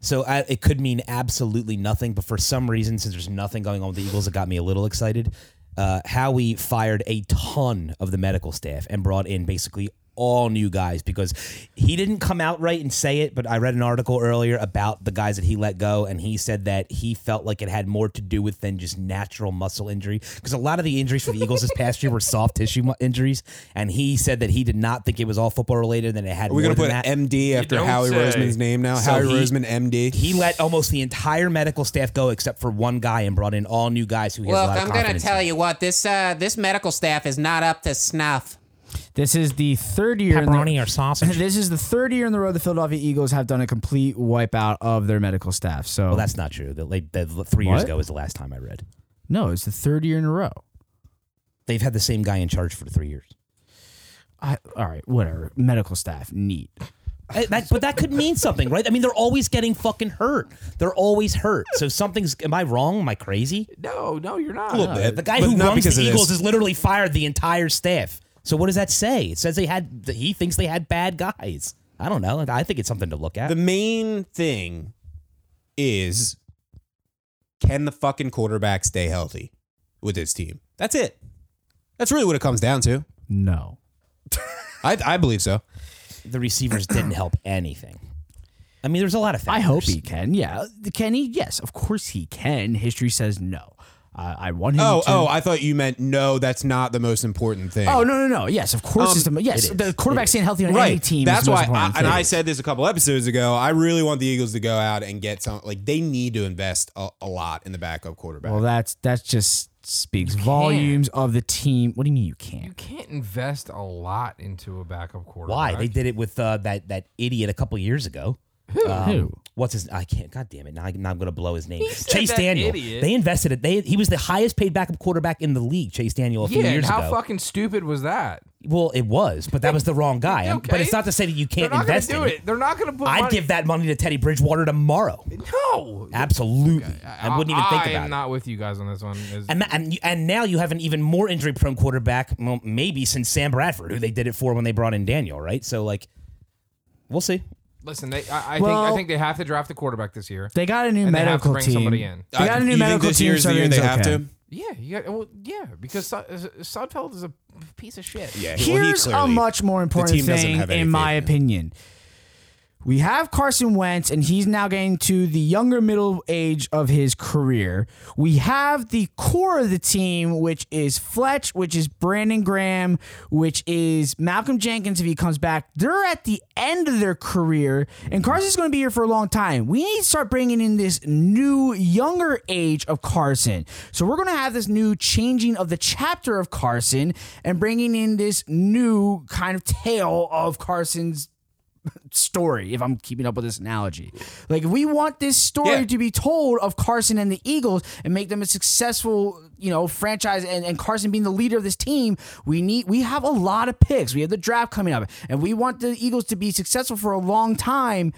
Speaker 7: So I, it could mean absolutely nothing, but for some reason, since there's nothing going on with the Eagles, it got me a little excited. Uh, Howie fired a ton of the medical staff and brought in basically all new guys because he didn't come out right and say it, but I read an article earlier about the guys that he let go, and he said that he felt like it had more to do with than just natural muscle injury because a lot of the injuries for the Eagles this past year were soft tissue mu- injuries, and he said that he did not think it was all football related and it had.
Speaker 1: Are we
Speaker 7: more
Speaker 1: gonna
Speaker 7: than
Speaker 1: put
Speaker 7: that.
Speaker 1: MD after
Speaker 5: don't
Speaker 1: Howie
Speaker 5: say.
Speaker 1: Roseman's name now?
Speaker 7: So
Speaker 1: Howie
Speaker 7: he-
Speaker 1: Roseman, MD.
Speaker 7: He let almost the entire medical staff go except for one guy and brought in all new guys who he has a
Speaker 3: Look,
Speaker 7: lot of
Speaker 3: I'm gonna
Speaker 7: confidence
Speaker 3: tell
Speaker 7: in.
Speaker 3: you what this uh, this medical staff is not up to snuff.
Speaker 2: This is the third year. in
Speaker 7: Pepperoni
Speaker 2: the,
Speaker 7: or sausage?
Speaker 2: This is the third year in the row the Philadelphia Eagles have done a complete wipeout of their medical staff. So
Speaker 7: Well, Oh, that's not true. The, like, the, the three years
Speaker 2: What?
Speaker 7: ago was the last time I read.
Speaker 2: no, it's the third year in a row.
Speaker 7: They've had the same guy in charge for three years.
Speaker 2: I, all right, whatever. Medical staff, neat.
Speaker 7: Uh, that- but that could mean something, right? I mean, they're always getting fucking hurt. They're always hurt. So something's. Am I wrong? Am I crazy?
Speaker 5: No, no, you're not.
Speaker 1: little bit,
Speaker 7: The guy
Speaker 1: Uh, but
Speaker 7: who
Speaker 1: not
Speaker 7: runs
Speaker 1: because
Speaker 7: the
Speaker 1: of
Speaker 7: Eagles
Speaker 1: this.
Speaker 7: has literally fired the entire staff. So what does that say? It says they had. that He thinks they had bad guys. I don't know. I think it's something to look at.
Speaker 1: the main thing is can the fucking quarterback stay healthy with this team? That's it. That's really what it comes down to.
Speaker 2: No.
Speaker 1: I, I believe so.
Speaker 7: the receivers didn't help anything. I mean, there's a lot of
Speaker 2: I
Speaker 7: factors.
Speaker 2: hope he can. Yeah. Can he? Yes, of course he can. History says no. I I want him
Speaker 1: Oh,
Speaker 2: to.
Speaker 1: oh, I thought you meant no, that's not the most important thing.
Speaker 2: Oh, no, no, no. Yes, of course.
Speaker 1: Um,
Speaker 2: it's the, yes,
Speaker 7: it is.
Speaker 2: the quarterback staying healthy on
Speaker 1: right.
Speaker 2: any team
Speaker 1: That's
Speaker 2: is the most
Speaker 1: why, I,
Speaker 2: important
Speaker 1: and
Speaker 2: thing.
Speaker 1: I said this a couple episodes ago. I really want the Eagles to go out and get some. Like they need to invest a, a lot in the backup quarterback.
Speaker 2: Well, that's that just speaks volumes of the team. What do you mean you
Speaker 5: You
Speaker 2: can't?
Speaker 5: can't invest a lot into a backup quarterback.
Speaker 7: Why they did it with uh, that that idiot a couple years ago. Um,
Speaker 2: Who?
Speaker 7: What's his? I can't. God damn it! Now, I, now I'm going to blow his name.
Speaker 5: said
Speaker 7: Chase
Speaker 5: that
Speaker 7: Daniel.
Speaker 5: idiot.
Speaker 7: They invested it. They he was the highest paid backup quarterback in the league. Chase Daniel a few
Speaker 5: Yeah, and
Speaker 7: years
Speaker 5: how
Speaker 7: ago.
Speaker 5: fucking stupid was that?
Speaker 7: well, it was, but that was the wrong guy.
Speaker 5: Okay.
Speaker 7: But it's not to say that you can't
Speaker 5: They're not
Speaker 7: invest
Speaker 5: gonna do
Speaker 7: in
Speaker 5: it. They're not gonna put.
Speaker 7: I'd
Speaker 5: money-
Speaker 7: give that money to Teddy Bridgewater tomorrow.
Speaker 5: no.
Speaker 7: Absolutely. I wouldn't even think
Speaker 5: I
Speaker 7: about
Speaker 5: am
Speaker 7: it.
Speaker 5: not with you guys on this one. As-
Speaker 7: And, that, and you- and now you have an even more injury prone quarterback, well, maybe since Sam Bradford, who they did it for when they brought in Daniel, right? So like, we'll see.
Speaker 5: listen, they, I, I think
Speaker 2: Well-
Speaker 5: I think they have to draft a quarterback this year.
Speaker 2: They got a new
Speaker 5: And they have to
Speaker 2: medical
Speaker 5: bring
Speaker 2: team.
Speaker 5: somebody in.
Speaker 2: They got
Speaker 1: I-
Speaker 2: a new
Speaker 1: you think
Speaker 2: medical
Speaker 1: this
Speaker 2: team.
Speaker 1: year's the
Speaker 2: so
Speaker 1: year they
Speaker 2: everything's
Speaker 1: have
Speaker 2: okay.
Speaker 1: to.
Speaker 5: yeah, you got. Well, yeah, because Sod- Sodfeld is a piece of shit.
Speaker 1: Yeah, well, he
Speaker 2: Here's a
Speaker 1: clearly-
Speaker 2: much more important
Speaker 1: team doesn't
Speaker 2: thing,
Speaker 1: have any
Speaker 2: in my
Speaker 1: faith in him.
Speaker 2: opinion. We have Carson Wentz, and he's now getting to the younger middle age of his career. We have the core of the team, which is Fletch, which is Brandon Graham, which is Malcolm Jenkins if he comes back. They're at the end of their career, and Carson's going to be here for a long time. We need to start bringing in this new, younger age of Carson. So we're going to have this new changing of the chapter of Carson and bringing in this new kind of tale of Carson's story, if I'm keeping up with this analogy. Like, if we want this story
Speaker 1: Yeah.
Speaker 2: to be told of Carson and the Eagles and make them a successful, you know, franchise and, and Carson being the leader of this team, we need, we have a lot of picks. We have the draft coming up and we want the Eagles to be successful for a long time.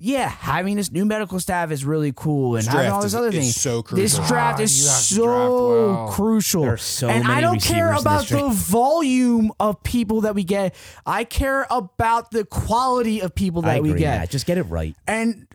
Speaker 2: Yeah, having this new medical staff is really cool and having
Speaker 1: draft
Speaker 2: all this
Speaker 1: is-
Speaker 2: other
Speaker 1: is
Speaker 2: things.
Speaker 1: so
Speaker 2: This
Speaker 1: crucial.
Speaker 2: draft
Speaker 5: Ah,
Speaker 2: is
Speaker 5: you have to
Speaker 2: so
Speaker 5: draft well.
Speaker 2: crucial.
Speaker 7: There are so
Speaker 2: and I
Speaker 7: many
Speaker 2: don't care
Speaker 7: receivers in
Speaker 2: about
Speaker 7: this
Speaker 2: the
Speaker 7: draft.
Speaker 2: volume of people that we get. I care about the quality of people that
Speaker 7: I agree.
Speaker 2: we get.
Speaker 7: Matt. Just get it right.
Speaker 2: And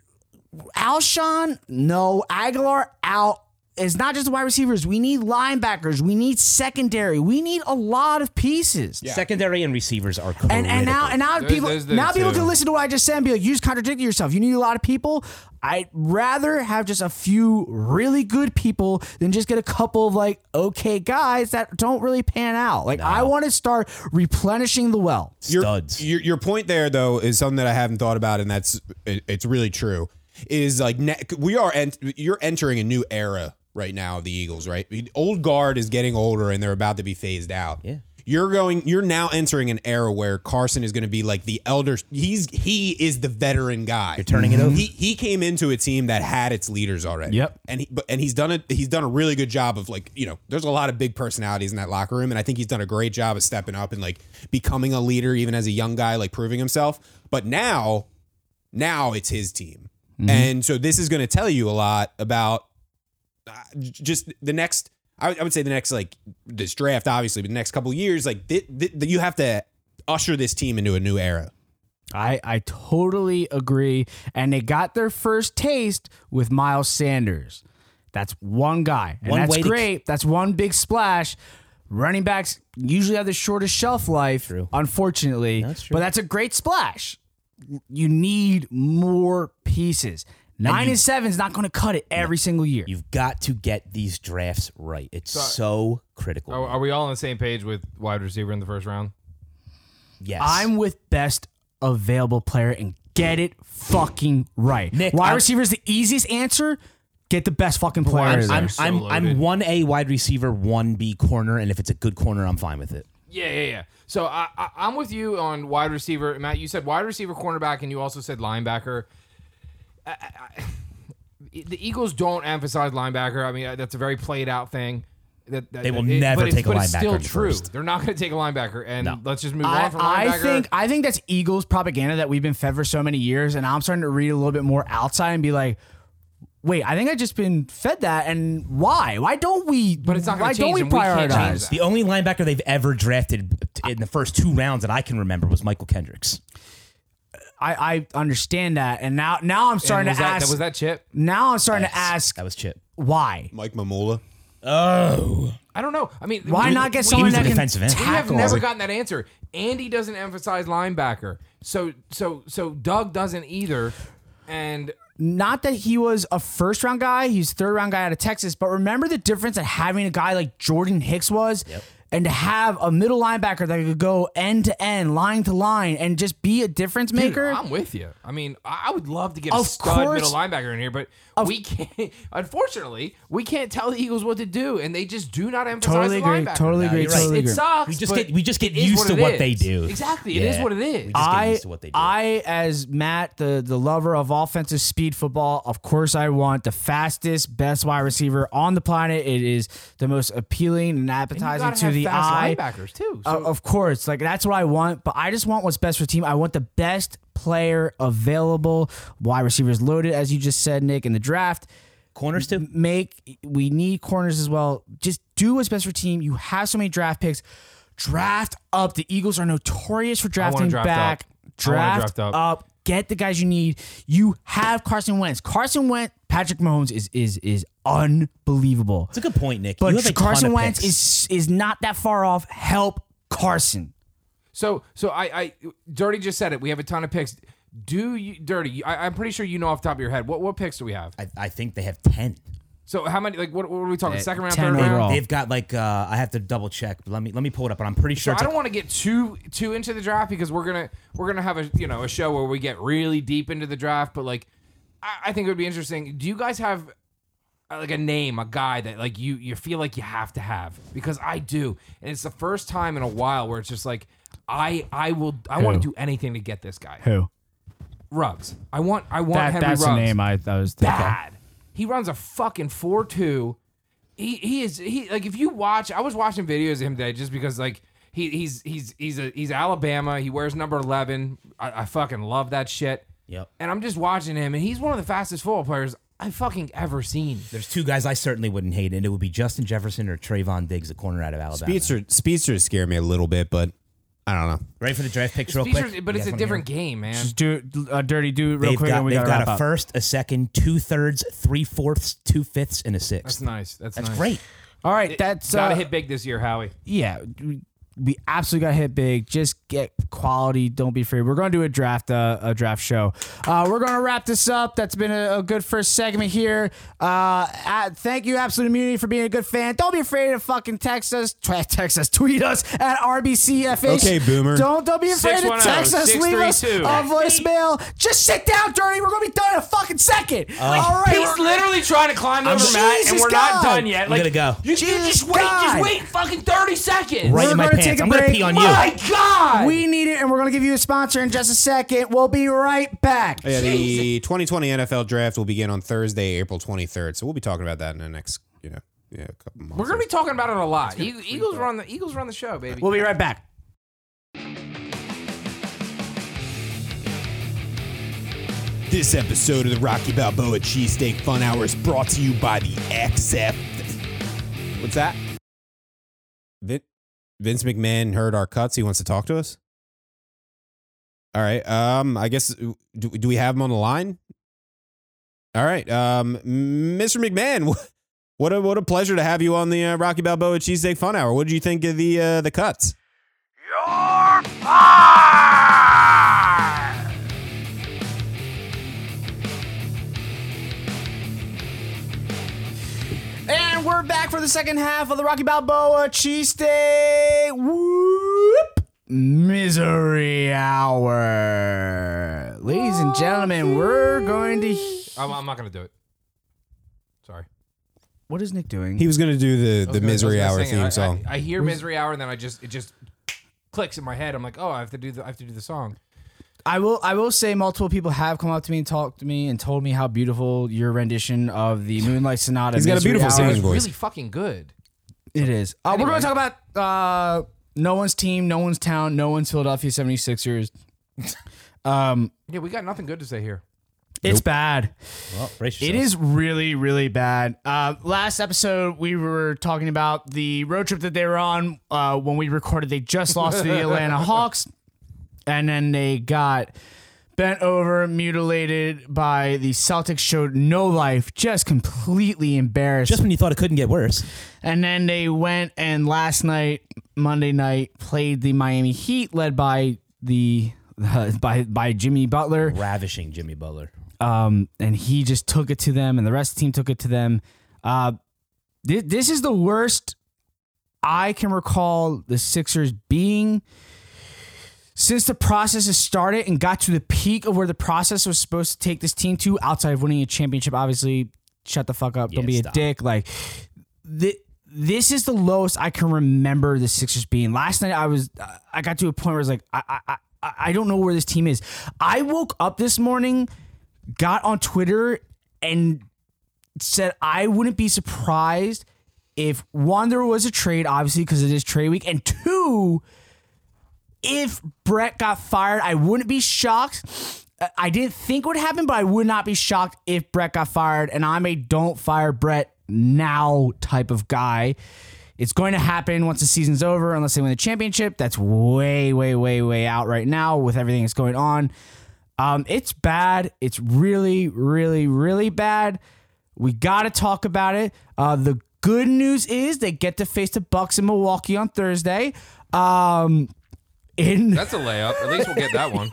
Speaker 2: Alshon, no. Aguilar out. It's not just the wide receivers. We need linebackers. We need secondary. We need a lot of pieces.
Speaker 7: Secondary and receivers are critical.
Speaker 2: And, and now and now
Speaker 5: Those-
Speaker 2: people
Speaker 5: those- those
Speaker 2: now people
Speaker 5: two.
Speaker 2: can listen to what I just said and be like, you just contradicted yourself. You need a lot of people. I'd rather have just a few really good people than just get a couple of like okay guys that don't really pan out. Like I want to start replenishing the well.
Speaker 1: your,
Speaker 7: studs.
Speaker 1: Your, your point there, though, is something that I haven't thought about, and that's it, it's really true. Is like ne- we are ent- you're entering a new era right now of the Eagles, right? The Old guard is getting older, and they're about to be phased out.
Speaker 7: Yeah.
Speaker 1: You're going. You're now entering an era where Carson is going to be like the elder. He's he is the veteran guy. You're turning it over. He he came into a team that had its leaders already.
Speaker 2: Yep.
Speaker 1: And he but and he's done it. He's done a really good job of like you know. There's a lot of big personalities in that locker room, and I think he's done a great job of stepping up and like becoming a leader, even as a young guy, like proving himself. But now now it's his team. And so this is going to tell you a lot about uh, j- just the next. I would- I would say the next like this draft, obviously, but the next couple of years, like th- th- you have to usher this team into a new era.
Speaker 2: I, I totally agree. And they got their first taste with Miles Sanders. That's one guy. And
Speaker 7: One
Speaker 2: that's
Speaker 7: way to-
Speaker 2: great. that's one big splash. Running backs usually have the shortest shelf life, unfortunately. That's true. But that's a great splash. You need more pieces. Nine and, seven is not going to cut it every single year.
Speaker 7: You've got to get these drafts right. It's so critical.
Speaker 5: Are, are we all on the same page with wide receiver in the first round?
Speaker 7: yes.
Speaker 2: I'm with best available player and get it fucking right.
Speaker 7: Nick,
Speaker 2: Wide
Speaker 7: I'm-
Speaker 2: receiver is the easiest answer. Get the best fucking player.
Speaker 7: I'm,
Speaker 2: there.
Speaker 7: I'm,
Speaker 5: so
Speaker 7: I'm,
Speaker 5: loaded.
Speaker 7: I'm 1A wide receiver, 1B corner, and if it's a good corner, I'm fine with it.
Speaker 5: Yeah, yeah, yeah. So I, I, I'm with you on wide receiver, Matt. You said wide receiver, cornerback, and you also said linebacker. I, I, I, the Eagles don't emphasize linebacker. I mean, uh, that's a very played out thing. That, that-
Speaker 7: They will
Speaker 5: that- it-
Speaker 7: never
Speaker 5: but it's-
Speaker 7: take a
Speaker 5: but it's
Speaker 7: linebacker
Speaker 5: Still
Speaker 7: in the
Speaker 5: true.
Speaker 7: first.
Speaker 5: They're not going to take a linebacker, and
Speaker 7: No.
Speaker 5: let's just move
Speaker 2: I,
Speaker 5: on from linebacker.
Speaker 2: I think I think that's Eagles propaganda that we've been fed for so many years, and I'm starting to read a little bit more outside and be like, wait, I think I've just been fed that, and why? Why don't we? But
Speaker 5: it's not gonna
Speaker 2: why
Speaker 5: change,
Speaker 2: don't we
Speaker 5: and we can't change
Speaker 2: prioritize?
Speaker 5: that.
Speaker 7: The only linebacker they've ever drafted in the first two rounds that I can remember was Michael Kendricks.
Speaker 2: I, I understand that, and now now I'm
Speaker 5: And
Speaker 2: starting
Speaker 5: was
Speaker 2: to
Speaker 5: that,
Speaker 2: ask.
Speaker 5: was that Chip?
Speaker 2: now I'm starting to ask
Speaker 7: That was Chip.
Speaker 2: why.
Speaker 1: Mike Mamula.
Speaker 7: Oh.
Speaker 5: I don't know. I mean,
Speaker 2: Why
Speaker 5: we-
Speaker 2: not get
Speaker 5: we-
Speaker 2: someone
Speaker 7: was a
Speaker 2: that can
Speaker 7: defensive end.
Speaker 5: We have
Speaker 2: tackle?
Speaker 5: never gotten that answer. Andy doesn't emphasize linebacker, so so so Doug doesn't either, and
Speaker 2: not that he was a first round guy, he's third round guy out of Texas, but remember the difference that having a guy like Jordan Hicks was and to have a middle linebacker that could go end to end, line to line, and just be a difference maker.
Speaker 5: Oh, I'm with you. I mean, I I would love to get a
Speaker 2: Of
Speaker 5: stud middle
Speaker 2: course-
Speaker 5: linebacker in here, but we can't. Unfortunately, we can't tell the Eagles what to do, and they just do not emphasize
Speaker 2: Totally
Speaker 5: the
Speaker 2: agree,
Speaker 5: linebacker.
Speaker 2: totally No, agree,
Speaker 5: It
Speaker 2: you're right. totally agree.
Speaker 5: sucks.
Speaker 7: We just
Speaker 5: but
Speaker 7: get- we just get
Speaker 5: it is
Speaker 7: used to
Speaker 5: it
Speaker 7: what
Speaker 5: is.
Speaker 7: they do.
Speaker 5: Exactly, it is
Speaker 7: Yeah.
Speaker 5: what it is.
Speaker 7: We just- get
Speaker 2: I,
Speaker 7: used to what they do.
Speaker 2: I, as Matt, the, the lover of offensive speed football, of course I want the fastest, best wide receiver on the planet. It is the most appealing and
Speaker 5: And you
Speaker 2: appetizing
Speaker 5: gotta
Speaker 2: to
Speaker 5: have
Speaker 2: the
Speaker 5: fast
Speaker 2: eye.
Speaker 5: linebackers too.
Speaker 2: Uh,
Speaker 5: So
Speaker 2: of course, like that's what I want, but I just want what's best for team. I want the best player available, wide receivers loaded, as you just said, Nick, in the draft.
Speaker 7: Corners too?
Speaker 2: Make we need corners as well. Just do what's best for team. You have so many draft picks. Draft up. The Eagles are notorious for drafting
Speaker 5: draft
Speaker 2: back.
Speaker 5: up. I wanna
Speaker 2: Draft,
Speaker 5: draft up.
Speaker 2: up. Get the guys you need. You have Carson Wentz. Carson Wentz, Patrick Mahomes is is is unbelievable.
Speaker 7: It's a good point, Nick. you have a
Speaker 2: But
Speaker 7: ton
Speaker 2: Carson
Speaker 7: of
Speaker 2: Wentz
Speaker 7: picks.
Speaker 2: is is not that far off. Help Carson.
Speaker 5: So so I, I Dirty just said it. We have a ton of picks. Do you Dirty? I, I'm pretty sure you know off the top of your head. What what picks do we have?
Speaker 7: I, I think they have 10.
Speaker 5: So how many? Like what, what are we talking? Second round,
Speaker 2: 10
Speaker 5: third round.
Speaker 2: overall.
Speaker 7: They've got like uh, I have to double check. But let me let me pull it up, but I'm pretty sure
Speaker 5: I
Speaker 7: it's
Speaker 5: don't
Speaker 7: like-
Speaker 5: want to get too too into the draft because we're gonna we're gonna have a you know a show where we get really deep into the draft. But like, I, I think it would be interesting. Do you guys have uh, like a name, a guy that like you you feel like you have to have? Because I do, and it's the first time in a while where it's just like I I will I want to do anything to get this guy.
Speaker 2: Who?
Speaker 5: Ruggs. I want I want
Speaker 2: That,
Speaker 5: Henry
Speaker 2: that's the
Speaker 5: Ruggs
Speaker 2: name I, I was thinking.
Speaker 5: bad. He runs a fucking four two. He he is he like if you watch I was watching videos of him today just because like he he's he's he's a he's Alabama. He wears number eleven. I, I fucking love that shit.
Speaker 7: Yep.
Speaker 5: And I'm just watching him and he's one of the fastest football players I fucking ever seen.
Speaker 7: There's two guys I certainly wouldn't hate, and it would be Justin Jefferson or Trayvon Diggs, a corner out of Alabama.
Speaker 1: Speedster speedsters scare me a little bit, but I don't know.
Speaker 7: Ready for the draft picks real
Speaker 5: Features-
Speaker 7: quick?
Speaker 5: but
Speaker 7: You
Speaker 5: it's
Speaker 7: guys
Speaker 5: a
Speaker 7: wanna hear
Speaker 5: different game, man.
Speaker 2: Just do it, uh, dirty. Do it real
Speaker 7: They've
Speaker 2: quick.
Speaker 7: got,
Speaker 2: and we
Speaker 7: they've
Speaker 2: gotta
Speaker 7: got
Speaker 2: wrap
Speaker 7: a
Speaker 2: up.
Speaker 7: first, a second, two thirds, three fourths, two fifths, and a
Speaker 5: That's
Speaker 7: sixth.
Speaker 5: nice. That's,
Speaker 7: That's
Speaker 5: nice.
Speaker 7: great.
Speaker 2: All right, that's
Speaker 5: Gotta
Speaker 2: uh,
Speaker 5: hit big this year, Howie.
Speaker 2: yeah. we- We absolutely got to hit big. Just get quality. Don't be afraid. We're gonna do a draft, uh, a draft show. Uh, we're gonna wrap this up. That's been a, a good first segment here. Uh, at, thank you, Absolute Immunity, for being a good fan. Don't be afraid to fucking text us, tw- text us, tweet us at RBCFH.
Speaker 1: Okay, boomer.
Speaker 2: Don't don't be afraid
Speaker 5: oh,
Speaker 2: to text us, leave us a
Speaker 5: 610-632.
Speaker 2: voicemail. Just sit down, dirty. We're gonna be done in a fucking second.
Speaker 1: Uh,
Speaker 2: All right,
Speaker 5: He's
Speaker 2: we're-
Speaker 5: literally trying to climb over
Speaker 2: just-
Speaker 5: Matt, and
Speaker 2: Jesus
Speaker 5: we're
Speaker 2: God.
Speaker 5: not done yet.
Speaker 7: I'm
Speaker 5: Like
Speaker 7: gonna go.
Speaker 5: You, you
Speaker 2: Jesus
Speaker 5: just wait,
Speaker 2: God.
Speaker 5: just wait fucking thirty seconds.
Speaker 7: Right
Speaker 2: we're
Speaker 7: in my
Speaker 2: gonna
Speaker 7: pants.
Speaker 9: take a
Speaker 7: I'm
Speaker 9: break.
Speaker 7: gonna pee on you.
Speaker 9: My God! We need it, and we're going to give you a sponsor in just a second. We'll be right back.
Speaker 1: Oh, Yeah, the 2020 NFL draft will begin on Thursday, April 23rd. So we'll be talking about that in the next, you know, yeah, couple months.
Speaker 8: We're gonna be talking about it a lot. Eagle- Eagles run the Eagles run the show, baby.
Speaker 2: We'll be right back.
Speaker 1: This episode of the Rocky Balboa Cheesesteak Fun Hour is brought to you by the XF. What's that? Vin- Vince McMahon heard our cuts. He wants to talk to us. All right. Um, I guess do, do we have him on the line? All right. Um, Mr. McMahon, what a what a pleasure to have you on the uh, Rocky Balboa Cheesesteak Fun Hour. What did you think of the uh, the cuts?
Speaker 9: And we're back for the second half of the Rocky Balboa Cheesesteak Whoop Misery Hour. Ladies and gentlemen, we're going to. he-
Speaker 5: I'm, I'm not gonna do it. Sorry.
Speaker 2: What is Nick doing?
Speaker 1: He was going to do the the
Speaker 5: I was gonna- I was
Speaker 1: Misery
Speaker 5: gonna
Speaker 1: Hour
Speaker 5: sing it. I-
Speaker 1: theme song.
Speaker 5: I, I hear Misery Hour, and then I just it just clicks in my head. I'm like, oh, I have to do the I have to do the song.
Speaker 2: I will. I will say multiple people have come up to me and talked to me and told me how beautiful your rendition of the Moonlight Sonata.
Speaker 1: He's got a
Speaker 2: Misery
Speaker 1: beautiful
Speaker 2: Hour-
Speaker 1: singing
Speaker 5: It's
Speaker 1: voice.
Speaker 5: really fucking good.
Speaker 2: It is. Uh, We're
Speaker 5: Anyway.
Speaker 2: going to talk about uh, no one's team, no one's town, no one's Philadelphia 76ers. um,
Speaker 5: Yeah, we got nothing good to say here.
Speaker 2: it's bad.
Speaker 7: Well, brace
Speaker 2: It
Speaker 7: yourself.
Speaker 2: is really, really bad. Uh, last episode, we were talking about the road trip that they were on uh, when we recorded. They just lost to the Atlanta Hawks, and then they got bent over, mutilated by the Celtics. Showed no life, just completely embarrassed.
Speaker 7: Just when you thought it couldn't get worse.
Speaker 2: and then they went and last night, Monday night, played the Miami Heat, led by the by by Jimmy Butler
Speaker 7: Ravishing Jimmy Butler.
Speaker 2: um, and he just took it to them, and the rest of the team took it to them. Uh, thi- this is the worst I can recall the Sixers being since the process has started and got to the peak of where the process was supposed to take this team to outside of winning a championship. Obviously, shut the fuck up. Don't
Speaker 7: Yeah,
Speaker 2: be
Speaker 7: stop.
Speaker 2: a dick. Like, thi- this is the lowest I can remember the Sixers being. Last night, I was, I got to a point where I was like, I, I, I- I don't know where this team is. I woke up this morning got on Twitter and said I wouldn't be surprised if one there was a trade, obviously because it is trade week, and two, if Brett got fired, I wouldn't be shocked. Uh, I didn't think it would happen, but I would not be shocked if Brett got fired, and I'm a don't fire Brett now type of guy. It's going to happen once the season's over, unless they win the championship. That's way, way, way, way out right now with everything that's going on. Um, it's bad. It's really, really, really bad. We got to talk about it. Uh, the good news is they get to face the Bucks in Milwaukee on Thursday. Um, in
Speaker 5: That's a layup. At least we'll get that one.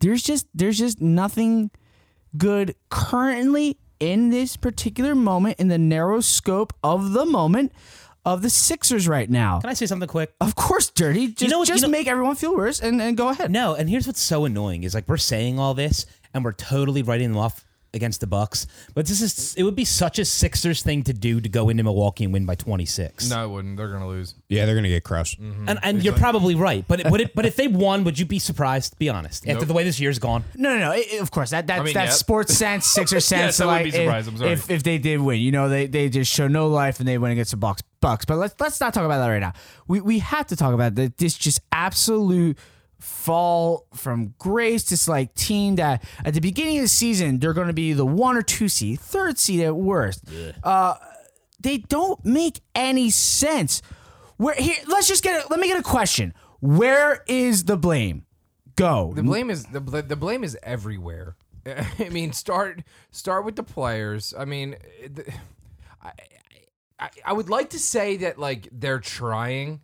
Speaker 2: there's just there's just nothing good currently in this particular moment in the narrow scope of the moment of the Sixers right now.
Speaker 7: Can I say something quick?
Speaker 2: Of course, dirty. Just,
Speaker 7: know what- you
Speaker 2: just
Speaker 7: know-
Speaker 2: make everyone feel worse and, and go ahead.
Speaker 7: No, and here's what's so annoying is like we're saying all this and we're totally writing them off against the Bucks, but this is it would be such a Sixers thing to do to go into Milwaukee and win by 26.
Speaker 5: No, it wouldn't. They're gonna lose.
Speaker 1: Yeah, they're gonna get crushed.
Speaker 7: And, and you're probably right, but it, but, it, but if they won, would you be surprised? Be honest. After the way this year's gone,
Speaker 2: No, no, no. It, it- of course, that that's
Speaker 5: mean,
Speaker 2: that's
Speaker 5: yeah.
Speaker 2: sports sense, Sixer sense.
Speaker 5: Yes, I wouldn't
Speaker 2: like,
Speaker 5: be surprised,
Speaker 2: If,
Speaker 5: I'm sorry.
Speaker 2: if if they did win, you know, they they just show no life and they win against the Bucks. Bucks, but let's let's not talk about that right now. We we have to talk about that. This just absolute fall from grace. This like team that at the beginning of the season they're going to be the one or two seed, third seed at worst. Uh, they don't make any sense. Where here? Let's just get. A, let me get a question. Where is the blame? Go.
Speaker 5: The blame is the bl- the blame is everywhere. I mean, start start with the players. I mean, eh, the, I, I I would like to say that like they're trying,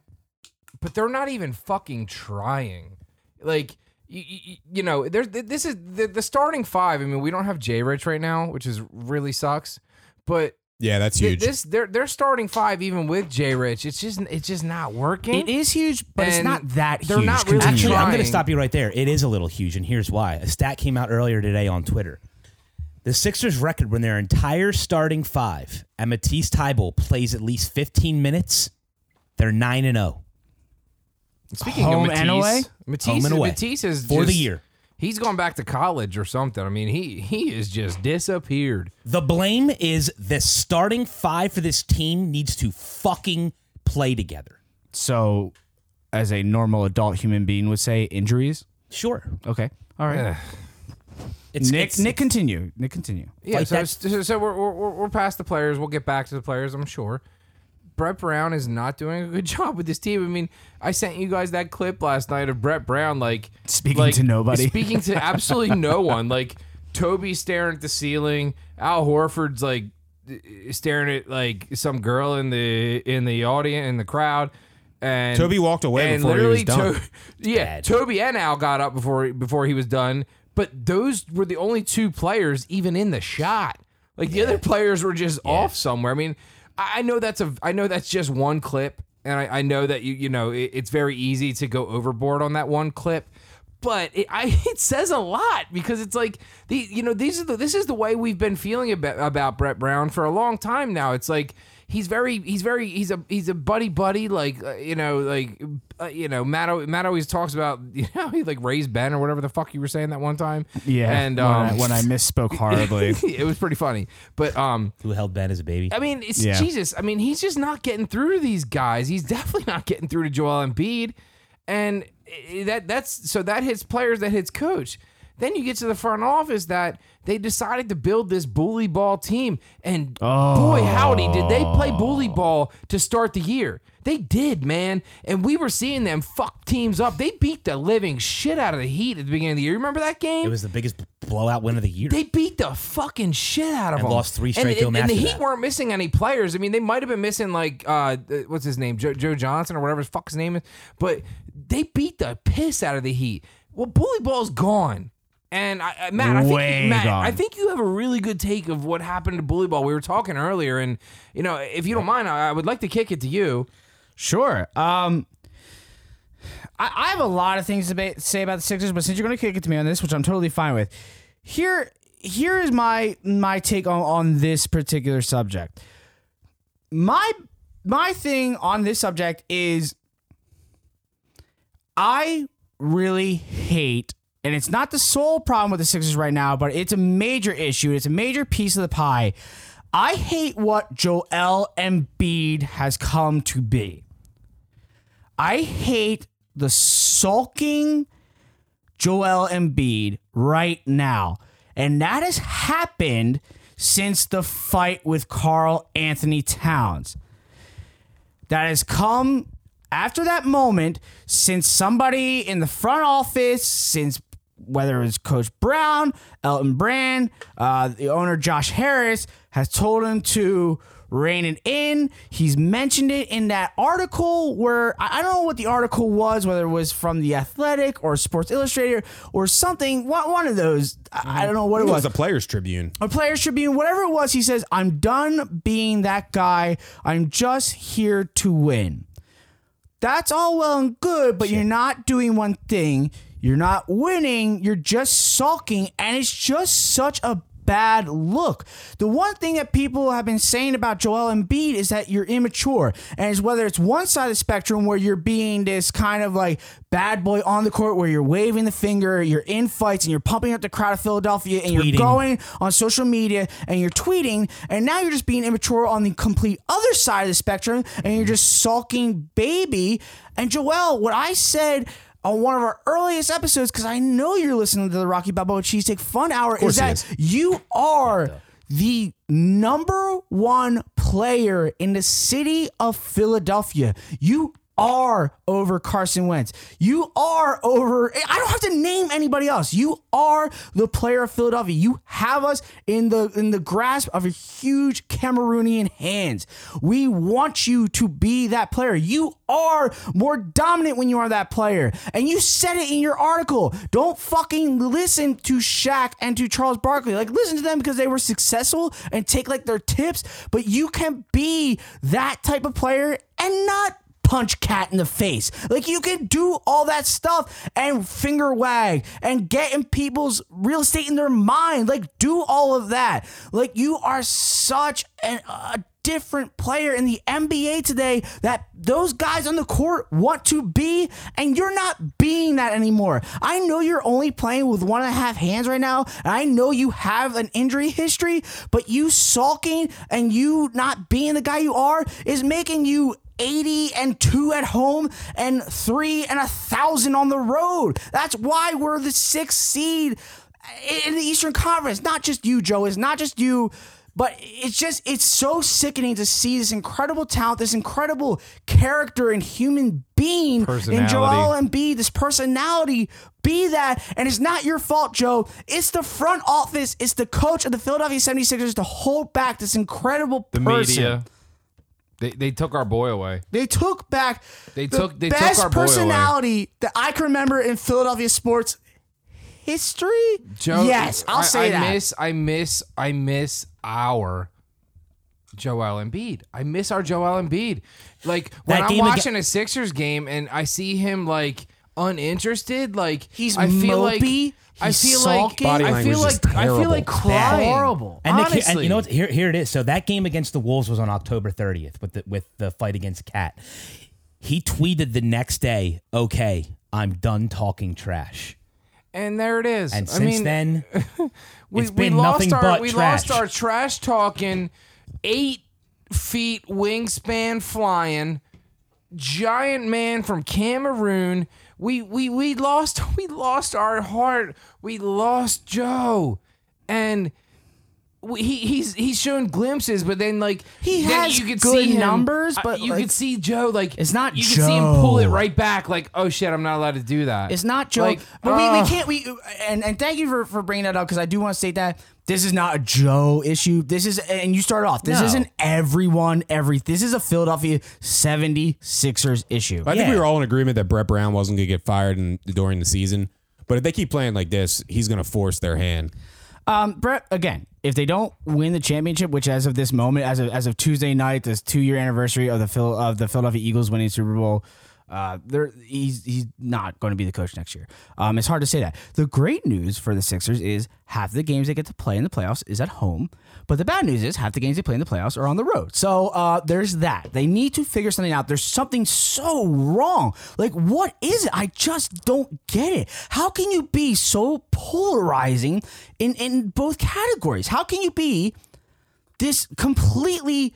Speaker 5: but they're not even fucking trying. Like you, you, you know, there's this is the, the starting five. I mean, we don't have J Rich right now, which is really sucks. But
Speaker 1: Yeah, that's
Speaker 5: th-
Speaker 1: huge.
Speaker 5: this they're they're starting five even with J Rich. It's just it's just not working.
Speaker 2: It is huge, but it's
Speaker 5: Mm-hmm. And
Speaker 2: not that
Speaker 5: they're
Speaker 2: huge.
Speaker 5: not
Speaker 2: Continue.
Speaker 5: really
Speaker 7: Actually, I'm going
Speaker 5: trying.
Speaker 7: to stop you right there. It is a little huge, and here's why. A stat came out earlier today on Twitter. The Sixers' record when their entire starting five and Matisse Tybel plays at least 15 minutes They're 9 and 0.
Speaker 5: Speaking
Speaker 2: Home
Speaker 5: of Matisse,
Speaker 2: and away?
Speaker 5: Matisse,
Speaker 7: Home and away.
Speaker 5: Matisse is
Speaker 7: For the
Speaker 5: just-
Speaker 7: year.
Speaker 5: He's gone back to college or something. I mean, he he is just disappeared.
Speaker 7: The blame is the starting five for this team needs to fucking play together.
Speaker 2: So, as a normal adult human being would say, injuries.
Speaker 7: Sure.
Speaker 2: Okay. All right.
Speaker 7: It's
Speaker 2: Nick,
Speaker 7: it's-
Speaker 2: Nick, continue. Nick, continue.
Speaker 5: Yeah,
Speaker 7: Like
Speaker 5: so,
Speaker 7: that's-
Speaker 5: so, so we're, we're, we're- we're past the players. We'll get back to the players, I'm sure. Brett Brown is not doing a good job with this team. I mean, I sent you guys that clip last night of Brett Brown like
Speaker 2: Speaking
Speaker 5: like,
Speaker 2: to nobody.
Speaker 5: speaking to absolutely no one. Like Toby staring at the ceiling. Al Horford's like staring at like some girl in the in the audience in the crowd. And
Speaker 1: Toby walked away
Speaker 5: and
Speaker 1: before he
Speaker 5: literally
Speaker 1: was done.
Speaker 5: To- yeah, Toby and Al got up before before he was done, but those were the only two players even in the shot. Like the other players were just off somewhere. I mean, I I know that's a I know that's just one clip, and I, I know that you you know it, it's very easy to go overboard on that one clip. But it, I, it says a lot because it's like the you know these are the, this is the way we've been feeling about, about Brett Brown for a long time now. It's like he's very he's very he's a he's a buddy buddy like uh, you know like uh, you know Matt al- Matt always talks about you know he like raised Ben or whatever the fuck you were saying that one time
Speaker 2: Yeah.
Speaker 5: and
Speaker 2: when I-
Speaker 5: um
Speaker 2: when I misspoke horribly.
Speaker 5: it was pretty funny but um
Speaker 7: who held Ben as a baby.
Speaker 5: I mean it's
Speaker 2: Yeah.
Speaker 5: Jesus I mean he's just not getting through to these guys he's definitely not getting through to Joel Embiid and i- that that's so that hits players that hits coach then you get to the front office that they decided to build this bully ball team and boy howdy did they play bully ball to start the year they did man and we were seeing them fuck teams up they beat the living shit out of the heat at the beginning of the year remember that game
Speaker 7: It was the biggest blowout win of the year.
Speaker 5: they beat the fucking shit out of
Speaker 7: And
Speaker 5: them.
Speaker 7: lost three
Speaker 5: And-
Speaker 7: straight
Speaker 5: and,
Speaker 7: to 'em
Speaker 5: and the
Speaker 7: after
Speaker 5: Heat
Speaker 7: that.
Speaker 5: weren't missing any players. I mean, they might have been missing like uh, uh, what's his name, Joe, Joe Johnson or whatever his fuck his name is. But they beat the piss out of the Heat. Well, bully ball's gone. And I, I, Matt, I
Speaker 2: Way
Speaker 5: think, Matt,
Speaker 2: gone.
Speaker 5: I think you have a really good take of what happened to bully ball. We were talking earlier, and you know, if you don't mind, I, I would like to kick it to you.
Speaker 2: Sure. Um, I, I have a lot of things to ba- say about the Sixers, but since you're going to kick it to me on this, which I'm totally fine with, here here is my my take on, on this particular subject. My my thing on this subject is I really hate, and it's not the sole problem with the Sixers right now, but it's a major issue. It's a major piece of the pie. I hate what Joel Embiid has come to be. I hate the sulking Joel Embiid right now. And that has happened since the fight with Carl Anthony Towns that has come after that moment since somebody in the front office, since whether it's Coach Brown, Elton Brand, uh, the owner Josh Harris, has told him to rein it in. He's mentioned it in that article where I I don't know what the article was, whether it was from The Athletic or Sports Illustrated or something, one one of those. I I don't know what it
Speaker 1: It
Speaker 2: was
Speaker 1: was the Players Tribune.
Speaker 2: or Players Tribune, whatever it was, he says, I'm done being that guy. I'm just here to win. That's all well and good, but you're not doing one thing. You're not winning. You're just sulking. And it's just such a bad look. The one thing that people have been saying about Joel Embiid is that you're immature. And it's whether it's one side of the spectrum where you're being this kind of like bad boy on the court where you're waving the finger, you're in fights, and you're pumping up the crowd of Philadelphia, and you're
Speaker 7: Tweeting.
Speaker 2: going going on social media and you're tweeting, and now you're just being immature on the complete other side of the spectrum, and you're just sulking baby. And Joel, what I said on one of our earliest episodes, because I know you're listening to the Rocky Balboa Cheesesteak Fun Hour, is
Speaker 1: it
Speaker 2: that
Speaker 1: is.
Speaker 2: you are the number one player in the city of Philadelphia. You are over Carson Wentz. You are over. I don't have to name anybody else. You are the player of Philadelphia. You have us in the in the grasp of a huge Cameroonian hands. We want you to be that player. You are more dominant when you are that player. And you said it in your article. Don't fucking listen to Shaq and to Charles Barkley. Like listen to them because they were successful and take like their tips, but you can be that type of player and not punch cat in the face. Like you can do all that stuff and finger wag and get in people's real estate in their mind. Like do all of that. Like you are such an, a different player in the NBA today that those guys on the court want to be, and you're not being that anymore. I know you're only playing with one and a half hands right now, and I know you have an injury history, but you sulking and you not being the guy you are is making you 80 and 2 at home and 3 and a 1000 on the road. That's why we're the 6th seed in the Eastern Conference. Not just you, Joe. It's not just you. But it's just, it's so sickening to see this incredible talent, this incredible character and human being in Joel Embiid, this personality be that. And it's not your fault, Joe. It's the front office, it's the coach of the Philadelphia 76ers to hold back this incredible
Speaker 5: The
Speaker 2: person.
Speaker 5: media. They, they took our boy away.
Speaker 2: They took back
Speaker 5: They
Speaker 2: the
Speaker 5: took- they took
Speaker 2: best
Speaker 5: our boy away.
Speaker 2: personality that I can remember in Philadelphia sports history.
Speaker 5: Joe,
Speaker 2: yes, I'll
Speaker 5: I,
Speaker 2: say
Speaker 5: I
Speaker 2: that.
Speaker 5: miss, I miss, I miss our Joel Embiid. I miss our Joel Embiid. Like when
Speaker 2: That
Speaker 5: I'm
Speaker 2: game aga-
Speaker 5: watching a Sixers game and I see him like uninterested, like
Speaker 2: He's
Speaker 5: I feel like
Speaker 2: mopey,
Speaker 5: I
Speaker 2: he's
Speaker 5: feel like
Speaker 2: sulking. Body
Speaker 5: I feel
Speaker 1: language is
Speaker 5: like I feel like
Speaker 1: terrible.
Speaker 5: crying.
Speaker 2: horrible.
Speaker 5: And
Speaker 7: And, the, ki-
Speaker 5: Honestly,
Speaker 7: and you know what? Here, here it is. So that game against the Wolves was on October 30th with the, with the fight against Cat. He tweeted the next day, "Okay, I'm done talking trash."
Speaker 5: And there it is.
Speaker 7: And
Speaker 5: I
Speaker 7: since
Speaker 5: mean,
Speaker 7: then,
Speaker 5: we, we
Speaker 7: it's been
Speaker 5: lost
Speaker 7: nothing
Speaker 5: our,
Speaker 7: but
Speaker 5: we
Speaker 7: trash.
Speaker 5: lost our trash talking eight feet wingspan flying giant man from Cameroon. We we we lost we lost our heart. We lost Joe, and we, he he's he's shown glimpses, but then like
Speaker 2: He
Speaker 5: then
Speaker 2: has
Speaker 5: you could
Speaker 2: good
Speaker 5: see him-
Speaker 2: numbers,
Speaker 5: uh,
Speaker 2: but,
Speaker 5: you
Speaker 2: like,
Speaker 5: could see Joe like
Speaker 2: it's not
Speaker 5: you could see him pull it
Speaker 2: Joe.
Speaker 5: right back like oh shit I'm not allowed to do that.
Speaker 2: It's not Joe.
Speaker 5: Like,
Speaker 2: but we,
Speaker 5: uh,
Speaker 2: we can't. We and, and thank you for, for bringing that up because I do want to state that this is not a Joe issue. This is and you started off. This
Speaker 7: No.
Speaker 2: isn't everyone. Every this is a Philadelphia 76ers issue.
Speaker 1: I think we
Speaker 7: Yeah.
Speaker 1: were all in agreement that Brett Brown wasn't going to get fired in, during the season. But if they keep playing like this, he's going to force their hand.
Speaker 2: Um, Brett, again, if they don't win the championship, which as of this moment, as of as of Tuesday night, this two year anniversary of the Phil of the Philadelphia Eagles winning Super Bowl, uh, they're, he's he's not going to be the coach next year. Um, it's hard to say that. The great news for the Sixers is half the games they get to play in the playoffs is at home, but the bad news is half the games they play in the playoffs are on the road. So uh, there's that. They need to figure something out. There's something so wrong. Like what is it? I just don't get it. How can you be so polarizing in in both categories? How can you be this completely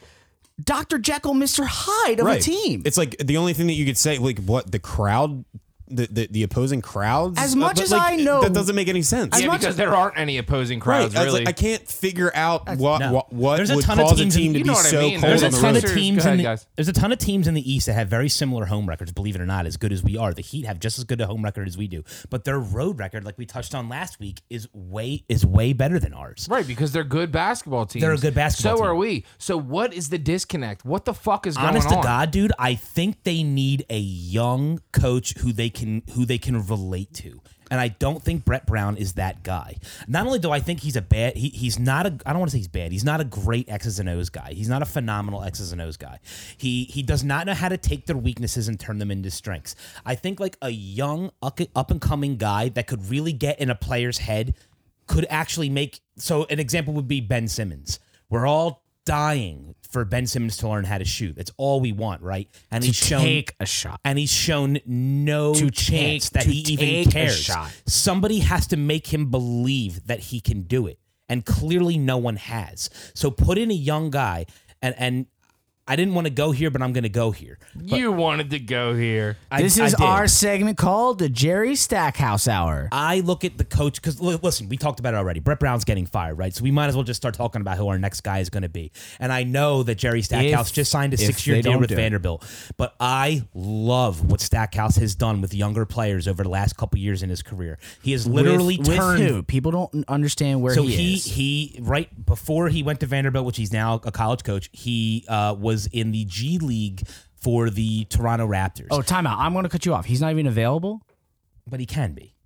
Speaker 2: Dr. Jekyll, Mr. Hyde of a team?
Speaker 1: It's like the only thing that you could say, like what the crowd, the the, the opposing crowds. Uh,
Speaker 2: As much
Speaker 1: but,
Speaker 2: as
Speaker 1: like,
Speaker 2: I know-
Speaker 1: that doesn't make any sense.
Speaker 5: yeah,
Speaker 2: much
Speaker 5: because
Speaker 2: as-
Speaker 5: there aren't any opposing
Speaker 1: Right,
Speaker 5: crowds
Speaker 1: I was
Speaker 5: really.
Speaker 1: like, I can't figure out what
Speaker 7: no.
Speaker 1: what, what
Speaker 7: There's a
Speaker 1: would
Speaker 7: ton of
Speaker 1: cause a
Speaker 7: teams in-
Speaker 1: team to
Speaker 5: you
Speaker 1: be
Speaker 5: know what I
Speaker 1: so
Speaker 5: mean.
Speaker 1: cold
Speaker 5: There's
Speaker 1: on
Speaker 5: a
Speaker 1: the
Speaker 5: ton
Speaker 1: road.
Speaker 5: of
Speaker 7: There's a ton of
Speaker 5: Sixers.
Speaker 7: teams
Speaker 5: Go
Speaker 7: in
Speaker 5: ahead,
Speaker 7: the,
Speaker 5: guys.
Speaker 7: there's a ton of teams in the East that have very similar home records. Believe it or not, as good as we are, the Heat have just as good a home record as we do, but their road record, like we touched on last week, is way is way better than ours.
Speaker 5: Right, because they're good basketball teams.
Speaker 7: They're a good basketball
Speaker 5: So
Speaker 7: team.
Speaker 5: are we. So what is the disconnect? What the fuck is
Speaker 7: Honest
Speaker 5: going
Speaker 7: to
Speaker 5: on?
Speaker 7: God, dude, I think they need a young coach who they can who they can relate to. And I don't think Brett Brown is that guy. Not only do I think he's a bad, he, he's not a. I don't want to say he's bad. He's not a great X's and O's guy. He's not a phenomenal X's and O's guy. He he does not know how to take their weaknesses and turn them into strengths. I think like a young up and coming guy that could really get in a player's head could actually make so an example would be Ben Simmons. We're all dying for Ben Simmons to learn how to shoot. That's all we want, right? And he's shown
Speaker 2: take a shot.
Speaker 7: and he's shown no
Speaker 2: To
Speaker 7: chance
Speaker 2: take-
Speaker 7: that
Speaker 2: to
Speaker 7: he
Speaker 2: take
Speaker 7: even
Speaker 2: a
Speaker 7: cares.
Speaker 2: shot.
Speaker 7: Somebody has to make him believe that he can do it, and clearly no one has. So put in a young guy, and and I didn't want to go here, but I'm going to go here. But
Speaker 5: You wanted to go here.
Speaker 7: I-
Speaker 2: this
Speaker 7: I
Speaker 2: is
Speaker 7: did.
Speaker 2: our segment called the Jerry Stackhouse Hour.
Speaker 7: I look at the coach because listen, we talked about it already. Brett Brown's getting fired, right? So we might as well just start talking about who our next guy is going to be. And I know that Jerry Stackhouse just signed a
Speaker 2: if
Speaker 7: six-year
Speaker 2: they
Speaker 7: deal
Speaker 2: don't
Speaker 7: with
Speaker 2: do it.
Speaker 7: Vanderbilt, but I love what Stackhouse has done with younger players over the last couple years in his career. He has literally
Speaker 2: with,
Speaker 7: turned
Speaker 2: with who? People don't understand where
Speaker 7: so
Speaker 2: he,
Speaker 7: he
Speaker 2: is.
Speaker 7: he right before he went to Vanderbilt, which he's now a college coach, he uh, was in the G League for the Toronto Raptors.
Speaker 2: Oh, timeout. I'm going to cut you off. He's not even available.
Speaker 7: but he can be.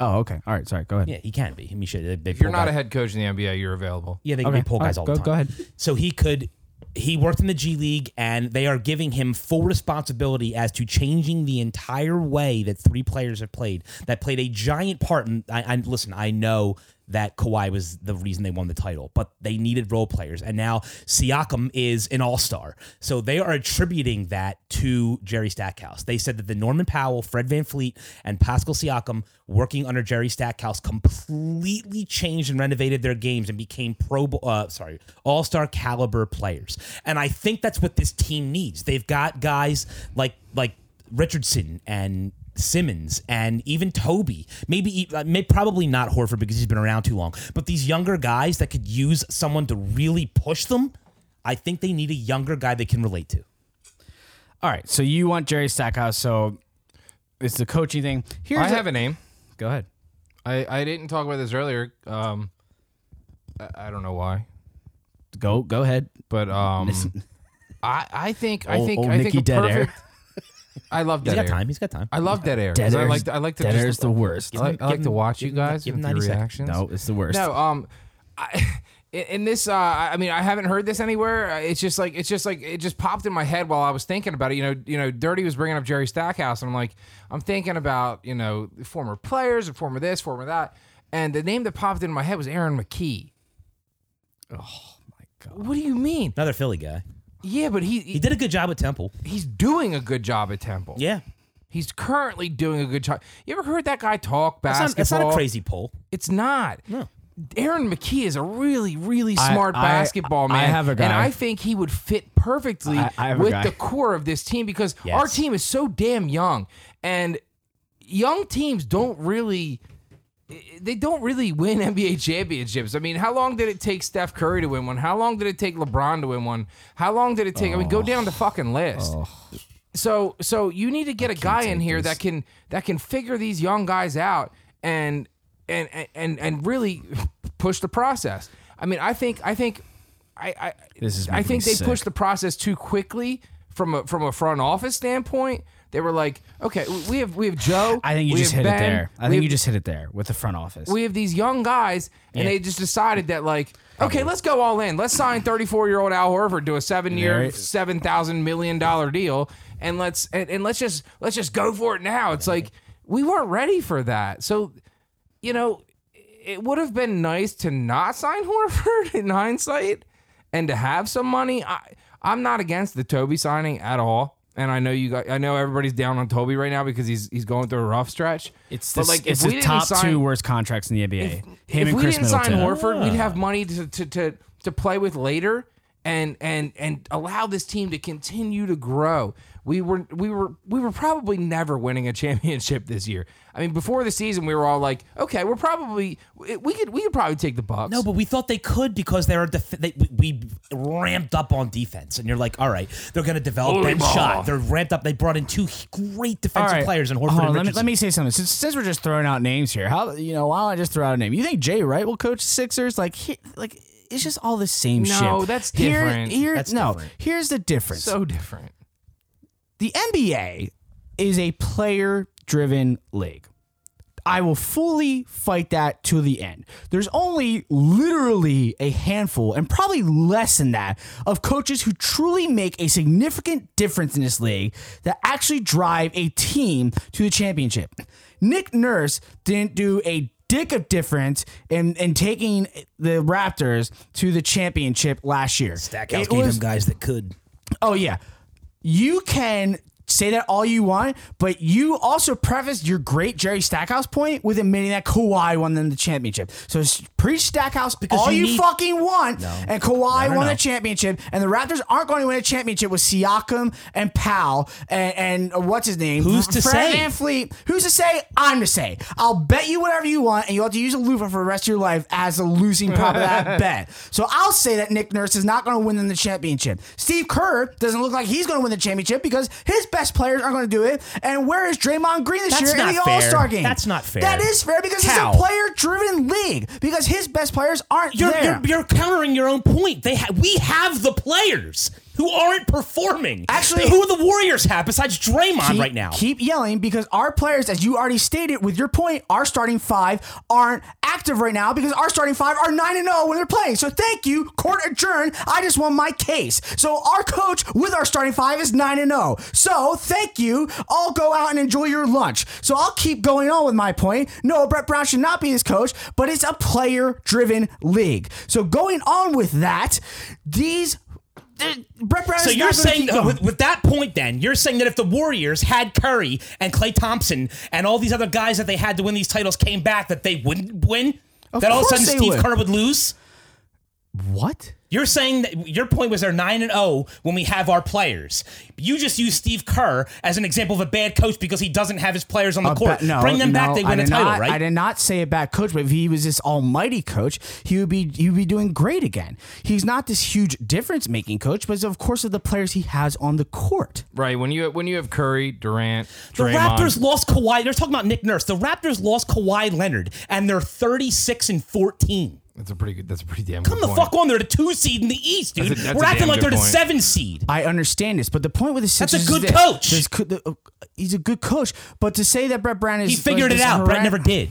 Speaker 2: Oh, okay. All right. Sorry. Go ahead.
Speaker 7: Yeah, he can be. I mean, shit, they- they
Speaker 5: If you're
Speaker 7: pulled
Speaker 5: not
Speaker 7: out-
Speaker 5: a head coach in the NBA, you're available.
Speaker 7: Yeah, they,
Speaker 2: Okay.
Speaker 7: they pull
Speaker 2: All
Speaker 7: guys
Speaker 2: right,
Speaker 7: all
Speaker 2: go-
Speaker 7: the time.
Speaker 2: go ahead.
Speaker 7: So he could. He worked in the G League, and they are giving him full responsibility as to changing the entire way that three players have played. That played a giant part. And I, I listen. I know that Kawhi was the reason they won the title, but they needed role players. And now Siakam is an all star. So they are attributing that to Jerry Stackhouse. They said that the Norman Powell, Fred Van Fleet, and Pascal Siakam working under Jerry Stackhouse completely changed and renovated their games and became pro Bo- uh, sorry all star caliber players. And I think that's what this team needs. They've got guys like like Richardson and Simmons and even Toby, maybe uh, may, probably not Horford because he's been around too long, but these younger guys that could use someone to really push them, I think they need a younger guy they can relate to.
Speaker 2: All right, so you want Jerry Stackhouse, so it's the coaching thing. Here's
Speaker 5: I
Speaker 2: a-
Speaker 5: have a name.
Speaker 2: Go ahead.
Speaker 5: I, I didn't talk about this earlier. Um, I, I don't know why,
Speaker 2: Go go ahead.
Speaker 5: but um, I I think I
Speaker 2: Old-
Speaker 5: think
Speaker 2: old
Speaker 5: I think
Speaker 2: Nicky
Speaker 5: a
Speaker 2: Dead Air.
Speaker 5: perfect. I love
Speaker 7: He's
Speaker 5: dead
Speaker 7: got
Speaker 5: air.
Speaker 7: time. He's got time.
Speaker 5: I love dead air. 'cause I
Speaker 2: Air's-
Speaker 5: like to, I like to
Speaker 2: Dead
Speaker 5: just,
Speaker 2: Air's the worst.
Speaker 5: I like, I like
Speaker 7: Give
Speaker 5: to
Speaker 7: him-
Speaker 5: watch you
Speaker 7: give him-
Speaker 5: guys
Speaker 7: give
Speaker 5: give
Speaker 7: him
Speaker 5: and
Speaker 7: 90
Speaker 5: your
Speaker 7: seconds.
Speaker 5: reactions.
Speaker 2: No, Oh, it's the worst.
Speaker 5: No, um, I, in- in this, uh, I I mean, I haven't heard this anywhere. Uh, It's just like, it's just like, it just popped in my head while I was thinking about it. You know, you know, Dirty was bringing up Jerry Stackhouse, and I'm like, I'm thinking about, you know, former players, and former this, former that, and the name that popped into my head was Aaron McKee. Oh my god! What do you mean?
Speaker 7: Another Philly guy.
Speaker 5: Yeah, but he,
Speaker 7: He did a good job at Temple.
Speaker 5: he's doing a good job at Temple.
Speaker 7: Yeah.
Speaker 5: He's currently doing a good job. You ever heard that guy talk
Speaker 7: That's
Speaker 5: basketball?
Speaker 7: not, that's not a crazy poll.
Speaker 5: It's not.
Speaker 7: No.
Speaker 5: Aaron McKee is a really, really
Speaker 2: I-
Speaker 5: smart
Speaker 2: I-
Speaker 5: basketball
Speaker 2: I
Speaker 5: man.
Speaker 2: have a guy.
Speaker 5: And I think he would fit perfectly
Speaker 2: I- I have a
Speaker 5: with
Speaker 2: guy.
Speaker 5: the core of this team because our
Speaker 7: Yes.
Speaker 5: team is so damn young. And young teams don't really they don't really win NBA championships. I mean, how long did it take Steph Curry to win one? How long did it take LeBron to win one? How long did it take? I mean, go down the fucking list. So, so you need to get a guy in here that can that can figure these young guys out and and and and really push the process. I mean, I think I think I I
Speaker 2: This is
Speaker 5: I
Speaker 2: making
Speaker 5: think
Speaker 2: me
Speaker 5: they
Speaker 2: sick.
Speaker 5: pushed the process too quickly from a from a front office standpoint. They were like, okay, we have we have Joe.
Speaker 2: I think you
Speaker 5: we
Speaker 2: just hit
Speaker 5: have
Speaker 2: it
Speaker 5: Ben,
Speaker 2: there. I
Speaker 5: we
Speaker 2: think
Speaker 5: have
Speaker 2: you just hit it there with the front office.
Speaker 5: we have these young guys, and they just decided that like, okay, let's go all in. Let's sign 34 year old Al Horford to a seven year, seven thousand million dollar deal, and let's and, and let's just let's just go for it now. It's like we weren't ready for that, so you know, it would have been nice to not sign Horford in hindsight, and to have some money. I I'm not against the Toby signing at all. And I know you guys, I know everybody's down on Toby right now because he's he's going through a rough stretch.
Speaker 2: it's
Speaker 5: But,
Speaker 2: the,
Speaker 5: like,
Speaker 2: like,
Speaker 5: if
Speaker 2: it's
Speaker 5: we
Speaker 2: the
Speaker 5: didn't
Speaker 2: top
Speaker 5: sign-
Speaker 2: two worst contracts in the NBA. Him
Speaker 5: if
Speaker 2: and
Speaker 5: we
Speaker 2: Chris
Speaker 5: didn't
Speaker 2: Middleton.
Speaker 5: sign Horford, we'd have money to, to, to, to play with later and and and allow this team to continue to grow. We were we were we were probably never winning a championship this year. I mean, before the season, we were all like, okay, we're probably we could we could probably take the Bucks.
Speaker 7: No, but we thought they could because they're def- they, we we ramped up on defense, and you're like, all right, they're going to develop that shot. They're ramped up. They brought in two h- great
Speaker 2: All
Speaker 7: defensive
Speaker 2: right.
Speaker 7: players in Horford
Speaker 2: Hold on, let,
Speaker 7: and
Speaker 2: me,
Speaker 7: Richardson.
Speaker 2: let me say something. Since, since we're just throwing out names here, how you know? Why don't I just throw out a name? You think Jay Wright will coach the Sixers? Like, he, like it's just all the same shit.
Speaker 5: No, that's
Speaker 2: Here-
Speaker 5: different.
Speaker 2: Here,
Speaker 7: That's
Speaker 2: no,
Speaker 7: different.
Speaker 2: here's the difference.
Speaker 5: so different.
Speaker 2: the NBA is a player driven league. I will fully fight that to the end. There's only literally a handful, and probably less than that, of coaches who truly make a significant difference in this league that actually drive a team to the championship. Nick Nurse didn't do a dick of difference in, in taking the Raptors to the championship last year.
Speaker 7: Stackhouse
Speaker 2: It
Speaker 7: gave
Speaker 2: was-
Speaker 7: him guys that could.
Speaker 2: Oh yeah. You can say that all you want, but you also prefaced your great Jerry Stackhouse point with admitting that Kawhi won them the championship. So s- preach Stackhouse all
Speaker 7: you
Speaker 2: you,
Speaker 7: need-
Speaker 2: fucking want, and Kawhi
Speaker 7: No, no,
Speaker 2: won
Speaker 7: no.
Speaker 2: the championship, and the Raptors aren't going to win a championship with Siakam and Powell and, and uh, what's his name?
Speaker 7: Who's to
Speaker 2: Fred
Speaker 7: say?
Speaker 2: VanVleet. Who's to say? I'm to say. I'll bet you whatever you want, and you'll have to use a loofah for the rest of your life as a losing prop of that bet. So I'll say that Nick Nurse is not going to win them the championship. Steve Kerr doesn't look like he's going to win the championship because his best players aren't going to do it. And where is Draymond Green this
Speaker 7: That's
Speaker 2: year
Speaker 7: not
Speaker 2: in the
Speaker 7: fair.
Speaker 2: All Star game?
Speaker 7: That's not fair.
Speaker 2: That is fair because
Speaker 7: How?
Speaker 2: it's a player-driven league because his best players aren't
Speaker 7: You're,
Speaker 2: there.
Speaker 7: you're, you're countering your own point. They ha- we have the players. Who who aren't performing.
Speaker 2: Actually-
Speaker 7: who do the Warriors have besides Draymond
Speaker 2: keep,
Speaker 7: right now?
Speaker 2: Keep yelling because our players, as you already stated with your point, our starting five aren't active right now because our starting five are 9 and 0 when they're playing. So thank you. Court adjourned. I just won my case. So our coach with our starting five is 9 and 0. So thank you. All go out and enjoy your lunch. So I'll keep going on with my point. No, Brett Brown should not be his coach, but it's a player driven league. So going on with that, these. Brett Brown
Speaker 7: So
Speaker 2: is
Speaker 7: you're
Speaker 2: not gonna
Speaker 7: saying
Speaker 2: keep going.
Speaker 7: with, with that point, then you're saying that if the Warriors had Curry and Clay Thompson and all these other guys that they had to win these titles came back, that they wouldn't win. that all of a
Speaker 2: course
Speaker 7: sudden
Speaker 2: they
Speaker 7: Steve
Speaker 2: would.
Speaker 7: Kerr would lose.
Speaker 2: what?
Speaker 7: You're saying that your point was they're nine and zero when we have our players. You just use Steve Kerr as an example of a bad coach because he doesn't have his players on the
Speaker 2: A
Speaker 7: court.
Speaker 2: ba- Uh, no,
Speaker 7: Bring them back,
Speaker 2: no,
Speaker 7: they
Speaker 2: I
Speaker 7: win a
Speaker 2: did
Speaker 7: title,
Speaker 2: not-
Speaker 7: right?
Speaker 2: I did not say a bad coach, but if he was this almighty coach, he would be he would be doing great again. He's not this huge difference making coach, but of course of the players he has on the court.
Speaker 5: Right when you when you have Curry, Durant,
Speaker 7: The
Speaker 5: Draymond,
Speaker 7: Raptors lost Kawhi. They're talking about Nick Nurse. The Raptors lost Kawhi Leonard, and they're 36 and 14.
Speaker 5: That's a pretty good. That's a pretty damn.
Speaker 7: Come
Speaker 5: good
Speaker 7: the
Speaker 5: point.
Speaker 7: fuck on. They're the two seed in the East, dude.
Speaker 5: That's a- that's
Speaker 7: We're
Speaker 5: a
Speaker 7: acting
Speaker 5: damn
Speaker 7: like
Speaker 5: good
Speaker 7: they're the
Speaker 5: point.
Speaker 7: seven seed.
Speaker 2: I understand this, but the point with the
Speaker 7: a
Speaker 2: Sixers is
Speaker 7: good
Speaker 2: this.
Speaker 7: coach.
Speaker 2: This could- the- uh, he's a good coach, but to say that Brett Brown is
Speaker 7: He
Speaker 2: like,
Speaker 7: figured it
Speaker 2: this
Speaker 7: out. Brett
Speaker 2: haran-
Speaker 7: never did.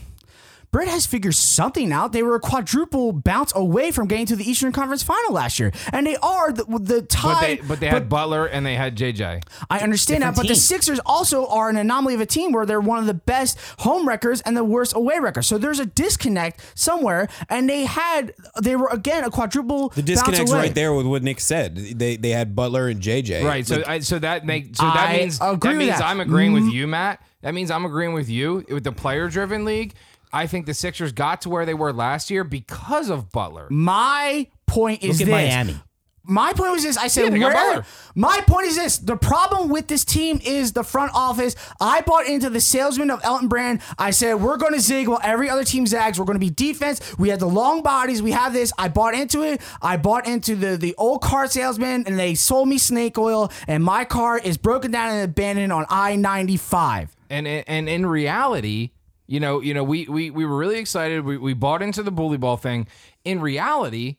Speaker 2: Brett has figured something out. They were a quadruple bounce away from getting to the Eastern Conference Final last year, and they are the, the
Speaker 5: But
Speaker 2: tie.
Speaker 5: they
Speaker 3: Um,
Speaker 5: but they had Butler and they had JJ.
Speaker 2: I understand that, but the
Speaker 7: team.
Speaker 2: Sixers also are an anomaly of a team where they're one of the best home wreckers and the worst away wreckers. So there's a disconnect somewhere, and they had they were again a quadruple.
Speaker 1: The disconnect's right there with what Nick said. They they had Butler and JJ.
Speaker 5: Right. So I, so that make so that
Speaker 2: I
Speaker 5: means that
Speaker 2: agree with
Speaker 5: means
Speaker 2: that. Mm-hmm.
Speaker 5: I'm agreeing with you, Matt. That means I'm agreeing with you with the player driven league. I think the Sixers got to where they were last year because of Butler.
Speaker 2: My point is
Speaker 7: Look at
Speaker 2: this.
Speaker 7: Miami.
Speaker 2: My point was this. I said,
Speaker 5: they got
Speaker 2: where,
Speaker 5: Butler.
Speaker 2: my point is this. The problem with this team is the front office. I bought into the salesman of Elton Brand. I said, we're going to zig while every other team zags. We're going to be defense. We had the long bodies. We have this. I bought into it. I bought into the, the old car salesman, and they sold me snake oil, and my car is broken down and abandoned on I 95.
Speaker 5: and and in reality, you know, you know, we we, we were really excited. We, we bought into the bully ball thing. In reality,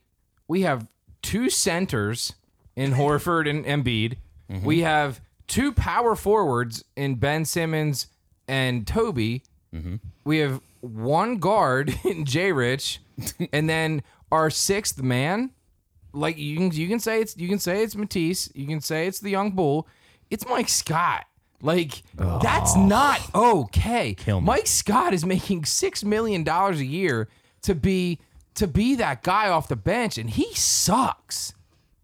Speaker 5: we have two centers in Horford and Embiid. We have two power forwards in Ben Simmons and Toby. We have one guard in J Rich, and then our sixth man. Like you can you can say it's you can say it's Matisse. You can say it's the young bull. It's Mike Scott. Like that's not okay. Mike Scott is making six million dollars a year to be to be that guy off the bench, and he sucks.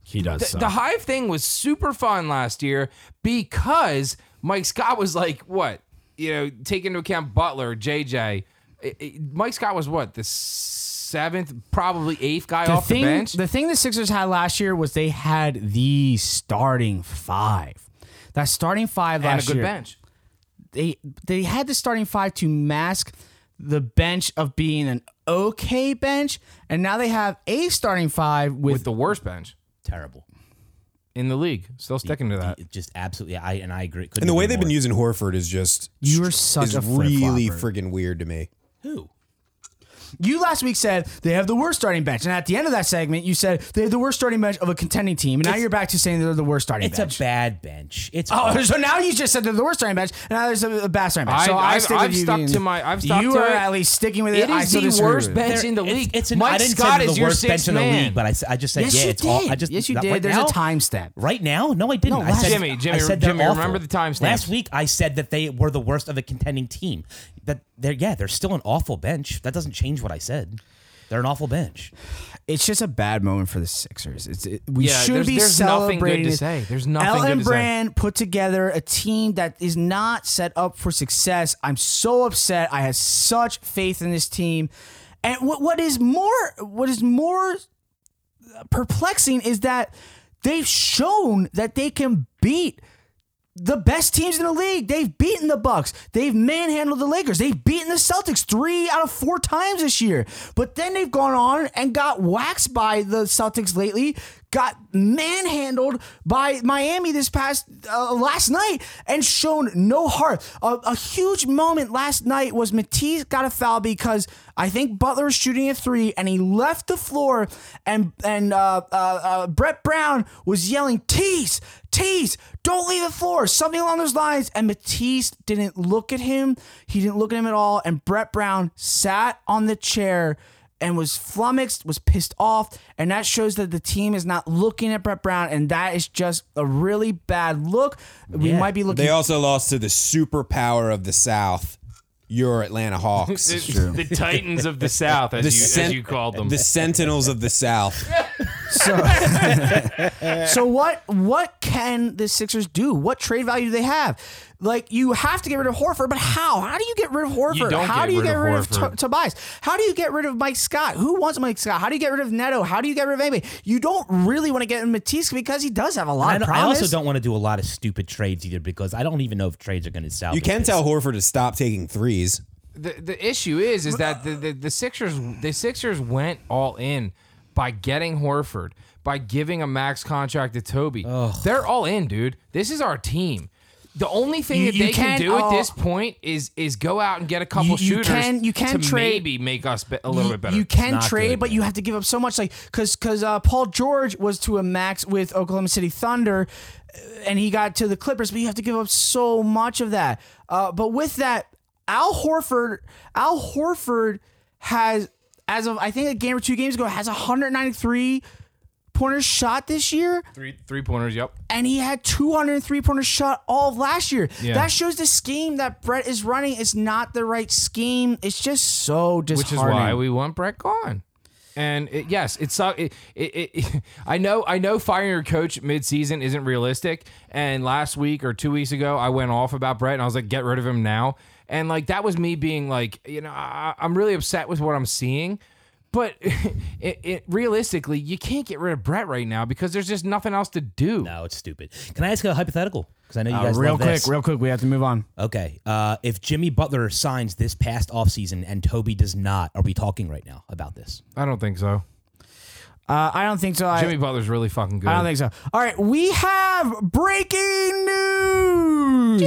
Speaker 2: He does.
Speaker 5: The, the Hive thing was super fun last year because Mike Scott was like, what? You know, take into account Butler, JJ. It- it- Mike Scott was what? The seventh, probably eighth guy off
Speaker 2: thing,
Speaker 5: the bench.
Speaker 2: The thing the Sixers had last year was they had the starting five. That starting five
Speaker 5: and a
Speaker 2: last
Speaker 5: good
Speaker 2: year,
Speaker 5: bench.
Speaker 2: they they had the starting five to mask the bench of being an okay bench, and now they have a starting five with,
Speaker 5: With the worst bench
Speaker 7: Terrible.
Speaker 5: in the leaague. Still sticking to that.
Speaker 7: It just absolutely. I and I agree. Couldn't
Speaker 1: And the way
Speaker 7: agree
Speaker 1: they've been
Speaker 7: more.
Speaker 1: using Horford is just
Speaker 2: You are such
Speaker 1: is
Speaker 2: a flip-flopper.
Speaker 1: really freaking weird to me.
Speaker 7: Who?
Speaker 2: you last week said they have the worst starting bench, and at the end of that segment, you said they have the worst starting bench of a contending team, and now you're back to saying they're the worst starting
Speaker 7: It's
Speaker 2: bench.
Speaker 7: a bad bench. It's
Speaker 2: Oh, so now you just said they're the worst starting bench, and now there's a, a bad starting bench.
Speaker 5: I-
Speaker 2: so I
Speaker 5: I've-
Speaker 2: stick
Speaker 5: I've
Speaker 2: with you
Speaker 5: stuck
Speaker 2: being-
Speaker 5: to my- I've stuck
Speaker 2: you
Speaker 5: to
Speaker 2: are
Speaker 5: it.
Speaker 2: at least sticking with it.
Speaker 5: It
Speaker 2: I
Speaker 5: is
Speaker 2: still
Speaker 5: the
Speaker 2: disagree
Speaker 5: worst
Speaker 2: with it.
Speaker 5: bench in the
Speaker 7: It's-
Speaker 5: league.
Speaker 7: It's, an, I
Speaker 5: Mike
Speaker 7: didn't
Speaker 5: Scott
Speaker 7: say they're
Speaker 5: is
Speaker 7: the
Speaker 5: your
Speaker 7: worst
Speaker 5: sixth
Speaker 7: bench in the
Speaker 5: man.
Speaker 7: league, but I, s- I just said
Speaker 2: Yes,
Speaker 7: yeah.
Speaker 2: you
Speaker 7: it's all. I
Speaker 2: did.
Speaker 7: just
Speaker 2: Yes, you
Speaker 7: not
Speaker 2: did.
Speaker 7: Right
Speaker 2: There's a
Speaker 7: now,
Speaker 2: timestamp.
Speaker 7: Right now? No, I didn't.
Speaker 2: No,
Speaker 7: I said,
Speaker 5: Jimmy, Jimmy,
Speaker 7: I said they're
Speaker 5: Jimmy,
Speaker 7: awful.
Speaker 5: remember the timestamp.
Speaker 7: Last week I said that they were the worst of a contending team. That they're yeah, they're still an awful bench. That doesn't change what I said. They're an awful bench.
Speaker 2: it's just a bad moment for the Sixers. It's it, we
Speaker 5: Yeah,
Speaker 2: should
Speaker 5: there's-
Speaker 2: be
Speaker 5: there's nothing
Speaker 2: celebrating.
Speaker 5: good to
Speaker 2: this.
Speaker 5: say. There's nothing
Speaker 2: Elton
Speaker 5: good to say.
Speaker 2: Brand put together a team that is not set up for success. I'm so upset. I had such faith in this team, and what what is more what is more perplexing is that they've shown that they can beat the best teams in the league. They've beaten the Bucks. They've manhandled the Lakers. They've beaten the Celtics 3 out of 4 times this year. But then they've gone on and got waxed by the Celtics lately. Got manhandled by Miami this past uh, last night and shown no heart. A, a huge moment last night was Matisse got a foul because I think Butler was shooting a three and he left the floor and and uh, uh, uh, Brett Brown was yelling Tease, Tease, don't leave the floor, something along those lines. And Matisse didn't look at him. He didn't look at him at all. And Brett Brown sat on the chair and was flummoxed, was pissed off, and that shows that the team is not looking at Brett Brown, and that is just a really bad look. We might be looking.
Speaker 1: They also lost to the superpower of the South, your Atlanta Hawks.
Speaker 5: The, the Titans of the South, as,
Speaker 1: The
Speaker 5: you, as
Speaker 1: sen-
Speaker 5: you called them.
Speaker 1: The Sentinels of the South.
Speaker 2: so what? What can the Sixers do? What trade value do they have? Like you have to get rid of Horford, but how? How do you get rid of Horford?
Speaker 5: don't
Speaker 2: how
Speaker 5: get
Speaker 2: do you
Speaker 5: rid
Speaker 2: get
Speaker 5: of
Speaker 2: rid of,
Speaker 5: Horford.
Speaker 2: To- Tobias? How do you get rid of Mike Scott? Who wants Mike Scott? How do you get rid of Neto? How do you get rid of anybody? You don't really want to get in Matisse because he does have a lot
Speaker 7: I,
Speaker 2: of
Speaker 7: don't- I
Speaker 2: promise.
Speaker 7: also don't want to do a lot of stupid trades either because I don't even know if trades are going to sell.
Speaker 1: You can tell Horford to stop taking threes.
Speaker 5: the the issue is is that the, the the Sixers the Sixers went all in by getting Horford by giving a max contract to Toby. They're all in, dude. This is our team. The only thing
Speaker 2: You-
Speaker 5: that
Speaker 2: you
Speaker 5: they can
Speaker 2: can't,
Speaker 5: do at
Speaker 2: uh,
Speaker 5: this point is is go out and get a couple
Speaker 2: You- you
Speaker 5: shooters
Speaker 2: can- you can
Speaker 5: to
Speaker 2: trade-
Speaker 5: maybe make us be- a little
Speaker 2: you,
Speaker 5: bit better.
Speaker 2: You can
Speaker 7: not
Speaker 2: trade,
Speaker 7: good,
Speaker 2: but you have to give up so much. Like because because uh, Paul George was to a max with Oklahoma City Thunder, uh, and he got to the Clippers, but you have to give up so much of that. Uh, but with that, Al Horford, Al Horford has as of I think a game or two games ago has 193 pointers shot this year
Speaker 5: three three pointers, yep.
Speaker 2: and he had 203 pointer shot all of last year. That shows the scheme that Brett is running is not the right scheme. It's just so
Speaker 5: which is
Speaker 2: disheartening.
Speaker 5: why we want Brett gone. And it, yes, it's so- it, it, it, I know I know firing your coach midseason isn't realistic. And last week or two weeks ago, I went off about Brett and I was like, get rid of him now. And like that was me being like, you know, I, I'm really upset with what I'm seeing. But it, it, realistically, you can't get rid of Brett right now because there's just nothing else to do.
Speaker 7: No, it's stupid. Can I ask a hypothetical? Because I know you
Speaker 5: Uh,
Speaker 7: guys
Speaker 2: real
Speaker 7: love
Speaker 2: quick,
Speaker 7: this.
Speaker 2: real quick, we have to move on.
Speaker 7: Okay. Uh, if Jimmy Butler signs this past offseason and Toby does not, are we talking right now about this?
Speaker 5: I don't think so.
Speaker 2: Uh, I don't think so. I,
Speaker 5: Jimmy Butler's really fucking good.
Speaker 2: I don't think so. All right, we have breaking news.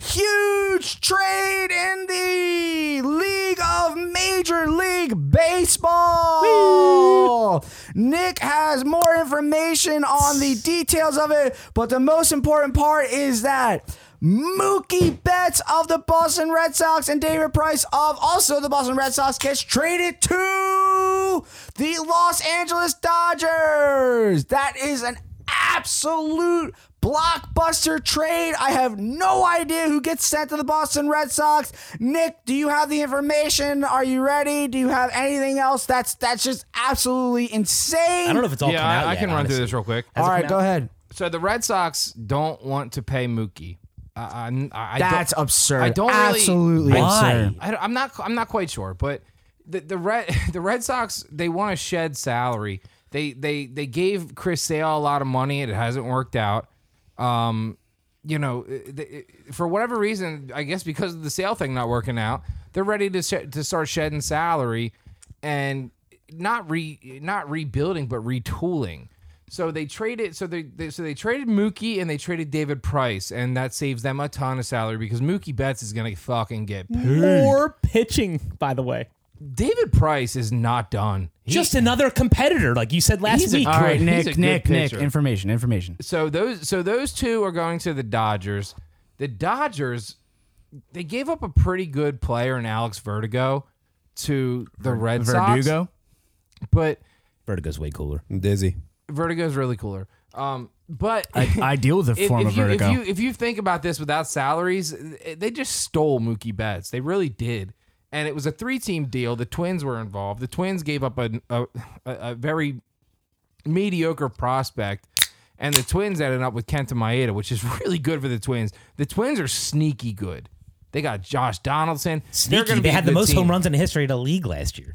Speaker 2: Huge trade in the League of Major League Baseball. Nick has more information on the details of it, but the most important part is that Mookie Betts of the Boston Red Sox and David Price of also the Boston Red Sox gets traded to the Los Angeles Dodgers. That is an absolute blockbuster trade. I have no idea who gets sent to the Boston Red Sox. Nick, do you have the information? Are you ready? Do you have anything else? That's that's just absolutely insane.
Speaker 7: I don't know if it's all
Speaker 5: yeah,
Speaker 7: come out
Speaker 5: I, I
Speaker 7: yet,
Speaker 5: can run
Speaker 7: honestly.
Speaker 5: through this real quick.
Speaker 2: All right, go ahead.
Speaker 5: So the Red Sox don't want to pay Mookie. I, I, I don't-
Speaker 2: That's absurd.
Speaker 5: I don't really-
Speaker 2: absolutely
Speaker 7: Why?
Speaker 2: absurd.
Speaker 5: I, don't- I'm not. I'm not quite sure, but the the Red the Red Sox they want to shed salary. They they they gave Chris Sale a lot of money. It hasn't worked out. Um, you know, it- it- for whatever reason, I guess because of the Sale thing not working out, they're ready to sh- to start shedding salary and not re not rebuilding but retooling. So they traded. So they, they so they traded Mookie and they traded David Price, and that saves them a ton of salary because Mookie Betts is gonna fucking get paid.
Speaker 4: Or pitching, by the way.
Speaker 5: David Price is not done. He-
Speaker 7: Just another competitor, like you said last
Speaker 5: He's a-
Speaker 7: week.
Speaker 5: All right, he's a good pitcher.
Speaker 2: Information, information.
Speaker 5: so those so those two are going to the Dodgers. The Dodgers they gave up a pretty good player in Alex Vertigo to the Red Sox,
Speaker 2: Verdugo.
Speaker 5: but
Speaker 7: Vertigo's way cooler.
Speaker 1: I'm dizzy.
Speaker 5: Vertigo is really cooler. Um, but
Speaker 2: I deal with the
Speaker 5: if, if you, If you if you think about this without salaries, they just stole Mookie Betts. They really did. And it was a three-team deal. The Twins were involved. The Twins gave up a a, a- a very mediocre prospect, and the Twins ended up with Kenta Maeda, which is really good for the Twins. The Twins are sneaky good. They got Josh Donaldson. They're
Speaker 7: Sneaky.
Speaker 5: gonna be
Speaker 7: They
Speaker 5: a
Speaker 7: had the
Speaker 5: good
Speaker 7: most
Speaker 5: team.
Speaker 7: home runs in the history of the league last year.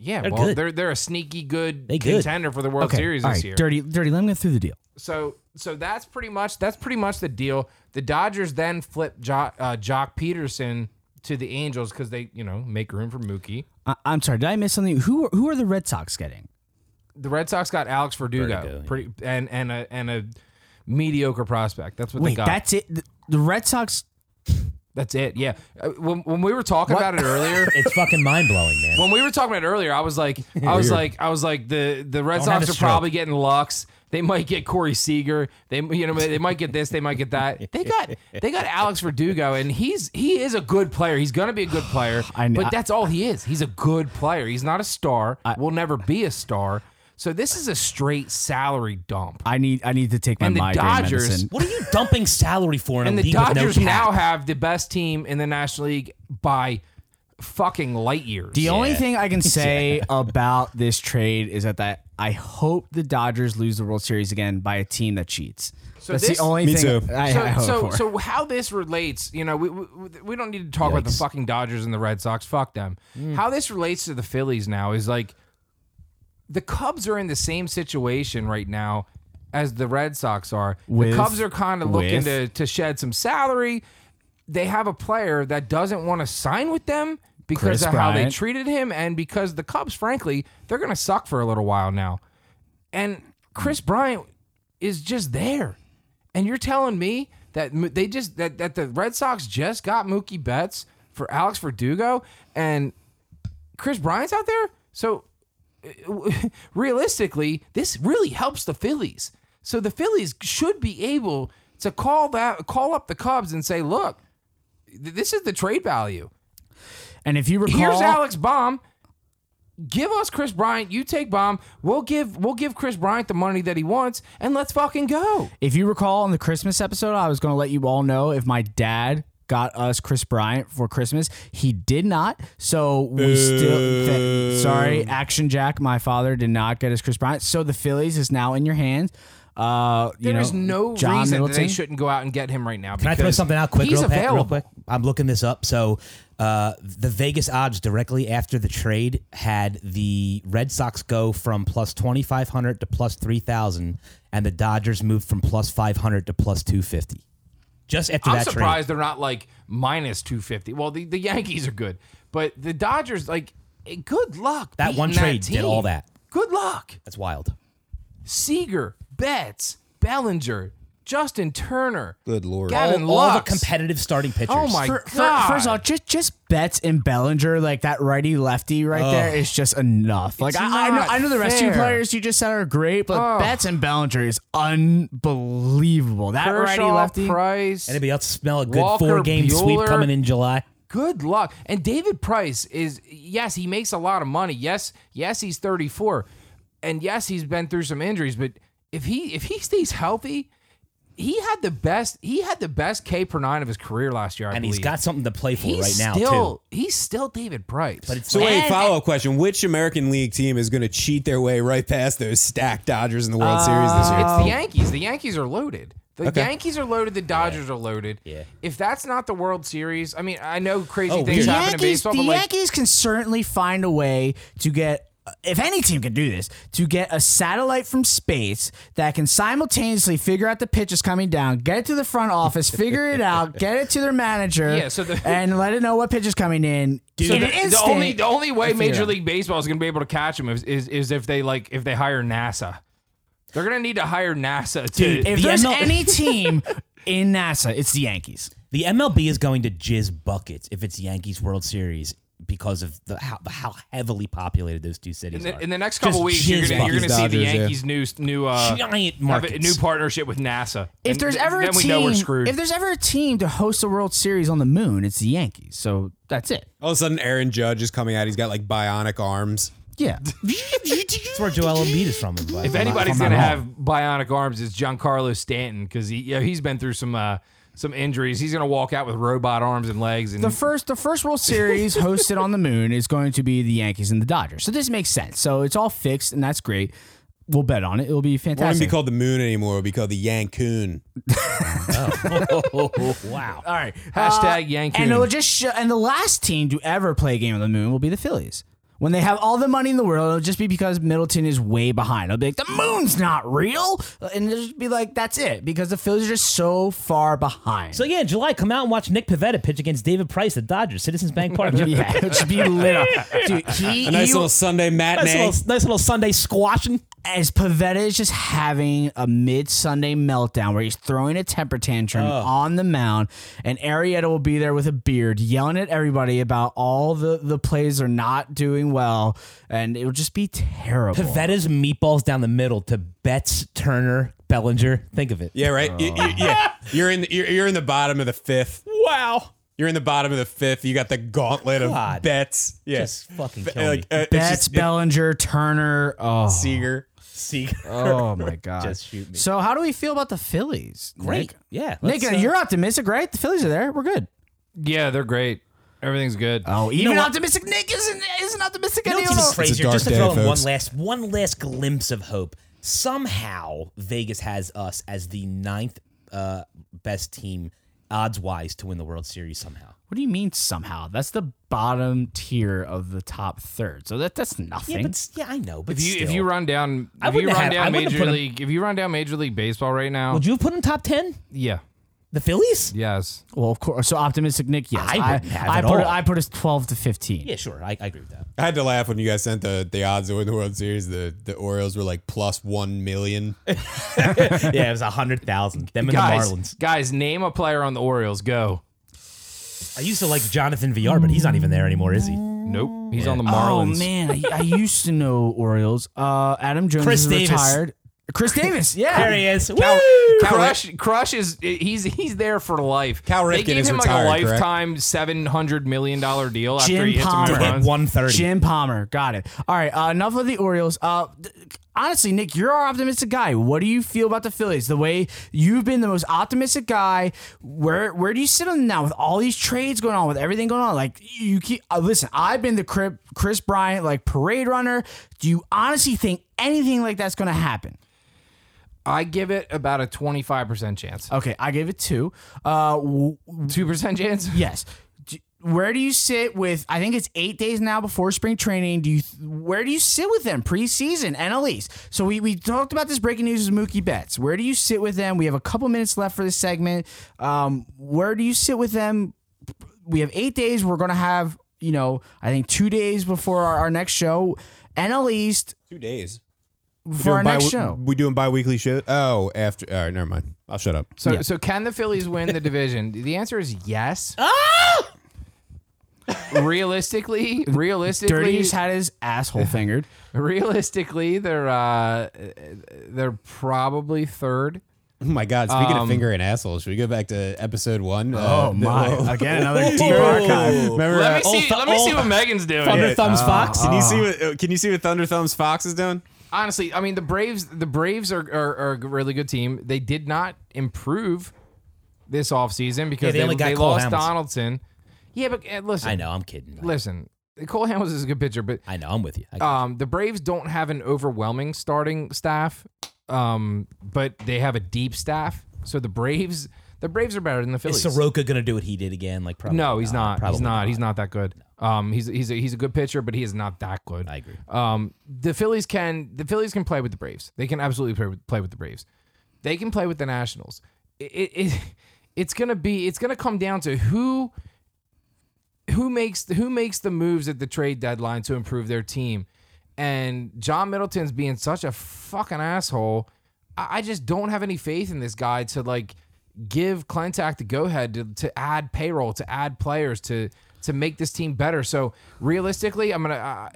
Speaker 5: Yeah,
Speaker 7: They're
Speaker 5: well,
Speaker 7: good.
Speaker 5: they're they're a sneaky good
Speaker 7: They good.
Speaker 5: contender for the World Series
Speaker 2: all
Speaker 5: this
Speaker 2: right,
Speaker 5: year.
Speaker 2: dirty, dirty. Let me get through the deal.
Speaker 5: So so that's pretty much that's pretty much the deal. The Dodgers then flip jo- uh, Jock Peterson to the Angels because they you know make room for Mookie.
Speaker 2: I, I'm sorry, did I miss something? Who are, who are the Red Sox getting?
Speaker 5: The Red Sox got Alex Verdugo,
Speaker 7: Verdugo, yeah.
Speaker 5: pretty and and a and a mediocre prospect. That's what they
Speaker 2: Wait,
Speaker 5: got.
Speaker 2: that's it. The, the Red Sox.
Speaker 5: That's it. Yeah. Uh, When, when we were talking about it earlier,
Speaker 7: It's fucking mind blowing, man.
Speaker 5: when we were talking about it earlier, I was like, I was like, I was like, the the Red
Speaker 7: have
Speaker 5: Sox
Speaker 7: a
Speaker 5: are
Speaker 7: stroke.
Speaker 5: probably getting Lux. They might get Corey Seager. They you know they might get this. They might get that. They got they got Alex Verdugo, and he's he is a good player. He's gonna be a good player.
Speaker 2: I know-
Speaker 5: but that's all he is. He's a good player. He's not a star. will never be a star. So this is a straight salary dump.
Speaker 2: I need I need to take my
Speaker 5: And the
Speaker 2: migraine
Speaker 5: Dodgers-
Speaker 2: medicine.
Speaker 7: What are you dumping salary for in
Speaker 5: And
Speaker 7: a
Speaker 5: the
Speaker 7: league with no
Speaker 5: Dodgers
Speaker 7: cap?
Speaker 5: now have the best team in the National League by fucking light years.
Speaker 2: The only thing I can say about this trade is that, that I hope the Dodgers lose the World Series again by a team that cheats. That's
Speaker 5: this-
Speaker 2: the only
Speaker 1: Me
Speaker 2: thing
Speaker 1: too.
Speaker 2: I,
Speaker 5: so,
Speaker 2: I hope
Speaker 5: so,
Speaker 2: for.
Speaker 5: so how this relates, you know, we, we, we don't need to talk about the
Speaker 7: Yikes.
Speaker 5: fucking Dodgers and the Red Sox. Fuck them.
Speaker 2: Mm.
Speaker 5: How this relates to the Phillies now is like the Cubs are in the same situation right now as the Red Sox are.
Speaker 2: With-
Speaker 5: the Cubs are kind of
Speaker 2: with-
Speaker 5: looking to, to shed some salary. They have a player that doesn't want to sign with them
Speaker 2: Chris
Speaker 5: because of how they
Speaker 2: Bryant.
Speaker 5: treated him and because the Cubs, frankly, they're going to suck for a little while now. And Chris Bryant is just there. And you're telling me that Mo- they just that, that the Red Sox just got Mookie Betts for Alex Verdugo and Chris Bryant's out there? So realistically, this really helps the Phillies. So the Phillies should be able to call that call up the Cubs and say, "Look, th- this is the trade value.
Speaker 2: and if you recall,
Speaker 5: Here's Alex Baum. Give us Chris Bryant. You take Baum. We'll give we'll give Chris Bryant the money that he wants, and let's fucking go."
Speaker 2: if you recall on the Christmas episode, I was going to let you all know if my dad got us Chris Bryant for Christmas. He did not. So we still. th- sorry, Action Jack, my father did not get us Chris Bryant. So the Phillies is now in your hands. Uh, you
Speaker 5: There's
Speaker 2: know,
Speaker 5: no
Speaker 2: John
Speaker 5: reason that
Speaker 2: Middleton.
Speaker 5: they shouldn't go out and get him right now.
Speaker 7: Can I throw
Speaker 5: because
Speaker 7: something out quick?
Speaker 5: He's
Speaker 7: real, pa-
Speaker 5: available.
Speaker 7: real quick. I'm looking this up. So, uh, the Vegas odds directly after the trade had the Red Sox go from plus 2,500 to plus 3,000, and the Dodgers moved from plus 500 to plus 250. Just after
Speaker 5: I'm
Speaker 7: that
Speaker 5: surprised they're not like minus 250. Well, the, the Yankees are good, but the Dodgers, like, eh, good luck.
Speaker 7: That one
Speaker 5: beating
Speaker 7: trade did
Speaker 5: team.
Speaker 7: all that.
Speaker 5: Good luck.
Speaker 7: trade. That's wild.
Speaker 5: Seager, Betts, Bellinger, Justin Turner,
Speaker 1: Good lord.
Speaker 5: Gavin
Speaker 7: all, all the
Speaker 5: Lux.
Speaker 7: competitive starting pitchers.
Speaker 5: Oh my
Speaker 2: For, for,
Speaker 5: god!
Speaker 2: first of all, just just Betts and Bellinger, like that righty lefty right there is just enough. Like
Speaker 5: It's
Speaker 2: I, I know,
Speaker 5: not
Speaker 2: I know the rest of you
Speaker 5: fair.
Speaker 2: players you just said are great, but Betts and Bellinger is unbelievable. That righty
Speaker 5: Kershaw,
Speaker 2: lefty.
Speaker 5: Price.
Speaker 7: Anybody else smell a good
Speaker 5: Walker,
Speaker 7: four game sweep
Speaker 5: Bueller.
Speaker 7: coming in July?
Speaker 5: good luck. And David Price is yes, he makes a lot of money. Yes, yes, he's 34. And yes, he's been through some injuries, but if he if he stays healthy, he had the best he had the best K per 9 of his career last year, I
Speaker 7: And
Speaker 5: believe.
Speaker 7: he's got something to play for
Speaker 5: he's
Speaker 7: right now, too.
Speaker 5: still, He's still David Price.
Speaker 7: But it's
Speaker 1: So wait,
Speaker 7: And-
Speaker 1: follow up question: Which American League team is going to cheat their way right past those stacked Dodgers in the World Series this year?
Speaker 5: It's
Speaker 7: Oh.
Speaker 5: the Yankees. The Yankees are loaded. The
Speaker 1: Okay.
Speaker 5: Yankees are loaded. The Dodgers are loaded.
Speaker 7: Yeah.
Speaker 5: If that's not the World Series, I mean, I know crazy
Speaker 7: Oh,
Speaker 5: things
Speaker 7: weird.
Speaker 5: happen in baseball,
Speaker 2: the
Speaker 5: but like,
Speaker 2: Yankees can certainly find a way to get, if any team can do this, to get a satellite from space that can simultaneously figure out the pitches coming down, get it to the front office, figure it out, get it to their manager,
Speaker 5: Yeah, so the-
Speaker 2: and let it know what pitch is coming in.
Speaker 5: So
Speaker 2: in
Speaker 5: the,
Speaker 2: an
Speaker 5: the
Speaker 2: instant.
Speaker 5: only the only way Major
Speaker 2: out.
Speaker 5: League Baseball is going to be able to catch him is, is is if they like if they hire NASA. They're going to need to hire NASA to.
Speaker 2: if
Speaker 7: The
Speaker 2: there's
Speaker 7: ML
Speaker 2: any team in NASA, it's the Yankees.
Speaker 7: The MLB is going to jizz buckets if it's Yankees World Series because of the how, how heavily populated those two cities
Speaker 5: in the,
Speaker 7: are.
Speaker 5: in the next
Speaker 7: Just
Speaker 5: couple weeks, you're
Speaker 7: jizz
Speaker 5: gonna, you're gonna
Speaker 7: buckets.
Speaker 5: see the
Speaker 1: Dodgers, yeah.
Speaker 5: Yankees' new new uh,
Speaker 7: Giant
Speaker 5: have a
Speaker 7: markets.
Speaker 5: new partnership with NASA.
Speaker 2: If
Speaker 5: And
Speaker 2: there's
Speaker 5: th-
Speaker 2: ever a
Speaker 5: then we
Speaker 2: team,
Speaker 5: know we're screwed.
Speaker 2: if there's ever a team to host a World Series on the moon, it's the Yankees. So that's it.
Speaker 1: All of a sudden, Aaron Judge is coming out. He's got like bionic arms.
Speaker 2: Yeah.
Speaker 7: That's where Joel Embiid is from. If,
Speaker 5: If anybody's going to have bionic arms, it's Giancarlo Stanton because he yeah, he's been through some uh, some injuries. He's going to walk out with robot arms and legs. And
Speaker 1: Mm.
Speaker 2: The first, the first World Series hosted on the moon is going to be the Yankees and the Dodgers. So this makes sense. So it's all fixed, and that's great. We'll bet on it. It'll be
Speaker 1: It won't even be
Speaker 2: fantastic.
Speaker 1: called the Moon anymore. It'll be called the Yankoon.
Speaker 7: wow,
Speaker 2: all right.
Speaker 5: hashtag Yankee.
Speaker 2: uh, And it'll just show, and the last team to ever play a game on the moon will be the Phillies. When they have all the money in the world, it'll just be because Middleton is way behind. I'll be like, the moon's not real. And it'll just be like, that's it, because the Phillies are just so far behind.
Speaker 7: So yeah, in July, come out and watch Nick Pavetta pitch against David Price at Dodgers, Citizens Bank Park. nice,
Speaker 2: yeah, it'll just be lit up. Dude, he,
Speaker 1: A nice
Speaker 2: he-
Speaker 1: little Sunday matinee.
Speaker 7: little, nice little Sunday squashing.
Speaker 2: as Pavetta is just having a mid Sunday meltdown where he's throwing a temper tantrum on the mound, and Arietta will be there with a beard yelling at everybody about all the, the plays are not doing well, and it'll just be terrible.
Speaker 7: Pavetta's meatballs down the middle to Betts, Turner, Bellinger. Think of it.
Speaker 1: yeah, right. You- you- yeah, you're in. The, you're, you're in the bottom of the fifth.
Speaker 7: Wow.
Speaker 1: You're in the bottom of the fifth. You got the gauntlet
Speaker 7: God.
Speaker 1: of bets. Yeah.
Speaker 7: Just fucking
Speaker 1: F-
Speaker 7: kill me.
Speaker 1: uh, it's
Speaker 2: Betts,
Speaker 1: just-
Speaker 2: Bellinger, Turner. Oh,
Speaker 1: Seager. Seager.
Speaker 2: oh my God.
Speaker 7: Just shoot me.
Speaker 2: So, how do we feel about the Phillies?
Speaker 7: Great.
Speaker 2: Nick?
Speaker 7: Yeah.
Speaker 2: Nick,
Speaker 7: let's, uh,
Speaker 2: you're optimistic, right? The Phillies are there. We're good.
Speaker 5: Yeah, they're great. Everything's good.
Speaker 2: Oh, even
Speaker 7: what?
Speaker 2: optimistic Nick isn't isn't optimistic
Speaker 7: You know what's
Speaker 2: anymore.
Speaker 7: even crazier?
Speaker 1: dark
Speaker 7: Just to
Speaker 1: day,
Speaker 7: throw in one
Speaker 1: folks.
Speaker 7: last, one last glimpse of hope. Somehow, Vegas has us as the ninth uh, best team, odds-wise, to win the World Series. Somehow,
Speaker 2: What do you mean somehow? That's the bottom tier of the top third. So that that's
Speaker 7: yeah,
Speaker 2: nothing.
Speaker 7: but s- yeah, I know. But
Speaker 5: if you if
Speaker 7: still.
Speaker 5: you run down
Speaker 7: I
Speaker 5: if you
Speaker 7: wouldn't
Speaker 5: run
Speaker 7: have- I
Speaker 5: down
Speaker 7: wouldn't
Speaker 5: major
Speaker 7: put 'em-
Speaker 5: league if you run down major league baseball right now,
Speaker 7: would you have put them top ten?
Speaker 5: yeah,
Speaker 7: The Phillies?
Speaker 5: yes,
Speaker 2: well, of course. So optimistic Nick, yes.
Speaker 7: I wouldn't have
Speaker 2: I
Speaker 7: at
Speaker 2: put
Speaker 7: all.
Speaker 2: I put us twelve to fifteen.
Speaker 7: Yeah, sure. I, I agree with that.
Speaker 1: I had to laugh when you guys sent the, the odds to win the World Series. The the Orioles were like plus one million.
Speaker 7: yeah, it was a hundred thousand. Them and
Speaker 5: guys,
Speaker 7: the Marlins.
Speaker 5: guys, name a player on the Orioles. Go.
Speaker 7: I used to like Jonathan VR, but he's not even there anymore, is he?
Speaker 5: Nope, he's on the
Speaker 2: Oh
Speaker 5: Marlins.
Speaker 2: man, I, I used to know Orioles. Uh, Adam Jones
Speaker 7: Chris
Speaker 2: is
Speaker 7: Davis.
Speaker 2: retired. Chris Davis, yeah.
Speaker 7: There he is. Woo!
Speaker 5: Crush, Crush is he's he's there for life.
Speaker 1: Cal
Speaker 5: they
Speaker 1: Ripken
Speaker 5: gave
Speaker 1: is
Speaker 5: him like
Speaker 1: retired,
Speaker 5: a
Speaker 1: correct?
Speaker 5: lifetime seven hundred million dollar deal after
Speaker 2: Jim
Speaker 5: he hits
Speaker 2: Palmer.
Speaker 5: him
Speaker 7: At
Speaker 5: home runs.
Speaker 7: one thirty.
Speaker 2: Jim Palmer, got it. All right, uh, enough of the Orioles. Uh, th- honestly, Nick, you're our optimistic guy. What do you feel about the Phillies? The way you've been the most optimistic guy. Where where do you sit on them now with all these trades going on, with everything going on? Like you keep uh, listen. I've been the Cri- Chris Bryant like parade runner. Do you honestly think anything like that's going to happen?
Speaker 5: I give it about a twenty five percent chance.
Speaker 2: Okay, I gave it two. Uh, w-
Speaker 5: Two percent chance.
Speaker 2: Yes. Do- Where do you sit with? I think it's eight days now before spring training. Do you? Where do you sit with them preseason NL East? So we, we talked about this breaking news with Mookie Betts. Where do you sit with them? We have a couple minutes left for this segment. Um, where do you sit with them? We have eight days. We're gonna have you know I think two days before our, our next show. NL East
Speaker 1: Two days.
Speaker 2: for our next show.
Speaker 1: We doing bi-weekly show? Oh, after. All right, never mind. I'll shut up.
Speaker 5: So so can the Phillies win the division? the answer is yes. realistically, realistically,
Speaker 2: Dirty's had his asshole fingered.
Speaker 5: realistically, they're uh, they're probably third.
Speaker 1: Oh my God! Speaking of finger and asshole, should we go back to episode one? Oh
Speaker 2: Again, another deep archive.
Speaker 1: Remember?
Speaker 5: Let me
Speaker 1: uh,
Speaker 5: see.
Speaker 7: th-
Speaker 5: let me see
Speaker 7: old-
Speaker 5: what Megan's doing.
Speaker 7: Thunder Thumbs Fox.
Speaker 1: can you see what? uh, Can you see what Thunder Thumbs Fox is doing?
Speaker 5: Honestly, I mean the Braves. The Braves are, are, are a really good team. They did not improve this offseason because
Speaker 7: Yeah, they
Speaker 5: they,
Speaker 7: only got
Speaker 5: they
Speaker 7: Cole
Speaker 5: lost
Speaker 7: Hamels.
Speaker 5: Donaldson. Yeah, but uh, listen,
Speaker 7: I know. I'm kidding.
Speaker 5: Listen, Cole Hamels is a good pitcher, but
Speaker 7: I know. I'm with you. I-
Speaker 5: um, the Braves don't have an overwhelming starting staff, um, but they have a deep staff. So the Braves, the Braves are better than the
Speaker 7: is
Speaker 5: Phillies.
Speaker 7: Soroka gonna do what he did again? Like probably.
Speaker 5: no, he's not.
Speaker 7: Probably
Speaker 5: He's not. He's not that good. Um, he's he's a, he's a good pitcher, but he is not that good.
Speaker 7: I agree.
Speaker 5: Um, the Phillies can the Phillies can play with the Braves. They can absolutely play with, play with the Braves. They can play with the Nationals. It, it, it it's gonna be it's gonna come down to who who makes who makes the moves at the trade deadline to improve their team. And John Middleton's being such a fucking asshole. I, I just don't have any faith in this guy to like give Clentac the go ahead to, to add payroll, to add players, to to make this team better. So realistically, I'm gonna I,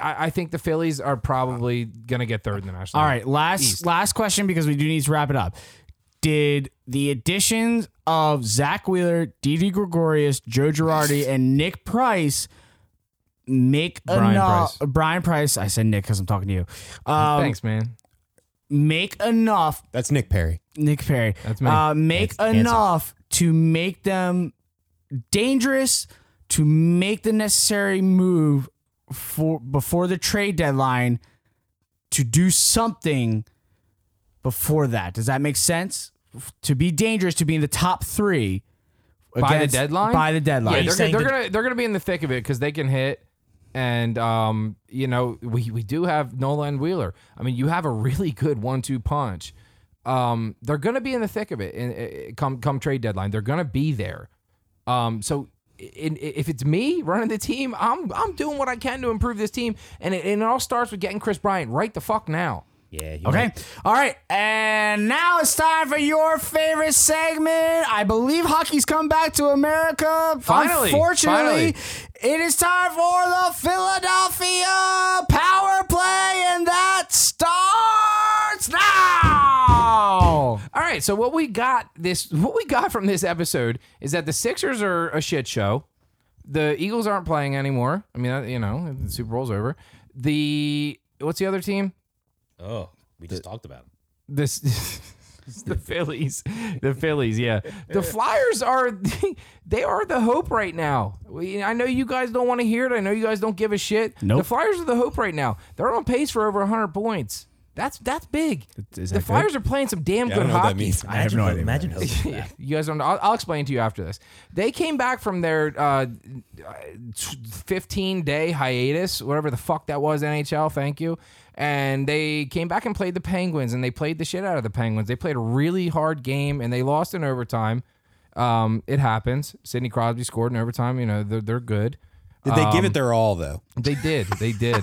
Speaker 5: I I think the Phillies are probably gonna get third in the National.
Speaker 2: All
Speaker 5: League.
Speaker 2: right, last last question because we do need to wrap it up. Did the additions of Zach Wheeler, Didi Gregorius, Joe Girardi, and Nick Price make
Speaker 5: Brian
Speaker 2: enough?
Speaker 5: Price.
Speaker 2: Brian Price. I said Nick because I'm talking to you. Um,
Speaker 5: Thanks, man.
Speaker 2: Make enough,
Speaker 1: That's Nick Perry.
Speaker 2: Nick Perry.
Speaker 5: That's me.
Speaker 2: Uh, make
Speaker 7: Hands- hands
Speaker 2: enough to make them dangerous. To make the necessary move for before the trade deadline to do something before that. Does that make sense? F- To be dangerous, to be in the top three
Speaker 5: By the
Speaker 2: against-
Speaker 5: deadline?
Speaker 2: By the
Speaker 5: Yeah,
Speaker 2: deadline.
Speaker 5: they're,
Speaker 7: saying
Speaker 5: they're
Speaker 7: that-
Speaker 5: gonna they're gonna be in the thick of it because they can hit. And um, you know, we we do have Nola and Wheeler. I mean, you have a really good one-two punch. Um, they're going to be in the thick of it. In, in- come come trade deadline, they're going to be there. Um, so in, if it's me running the team, I'm I'm doing what I can to improve this team, and it, and it all starts with getting Chris Bryant right the fuck now.
Speaker 7: Yeah. you
Speaker 2: Okay.
Speaker 7: might-
Speaker 2: All right. And now it's time for your favorite segment. I believe hockey's come back to America.
Speaker 5: Finally,
Speaker 2: Unfortunately, it is time for the Philadelphia power play, and that starts now.
Speaker 5: All right, so what we got this what we got from this episode is that the Sixers are a shit show. The Eagles aren't playing anymore. I mean, you know, the Super Bowl's over. The what's the other team?
Speaker 7: Oh, we just talked about him.
Speaker 5: This the Phillies. The Phillies, yeah. The Flyers are they are the hope right now. We, I know you guys don't want to hear it. I know you guys don't give a shit.
Speaker 2: Nope.
Speaker 5: The Flyers are the hope right now. They're on pace for over 100 points. That's that's big.
Speaker 2: Is that
Speaker 5: the
Speaker 2: good?
Speaker 5: Flyers are playing some damn
Speaker 1: I
Speaker 5: good
Speaker 1: don't know
Speaker 5: hockey.
Speaker 1: what that means.
Speaker 2: I have no idea.
Speaker 7: Imagine hoping for
Speaker 5: Yeah,
Speaker 7: that.
Speaker 5: you guys don't. I'll, I'll explain to you after this. They came back from their uh, fifteen day hiatus, whatever the fuck that was. NHL, thank you. And they came back and played the Penguins, and they played the shit out of the Penguins. They played a really hard game, and they lost in overtime. Um, it happens. Sidney Crosby scored in overtime. You know they're they're good.
Speaker 1: Did they give it their all though?
Speaker 5: They did. They did.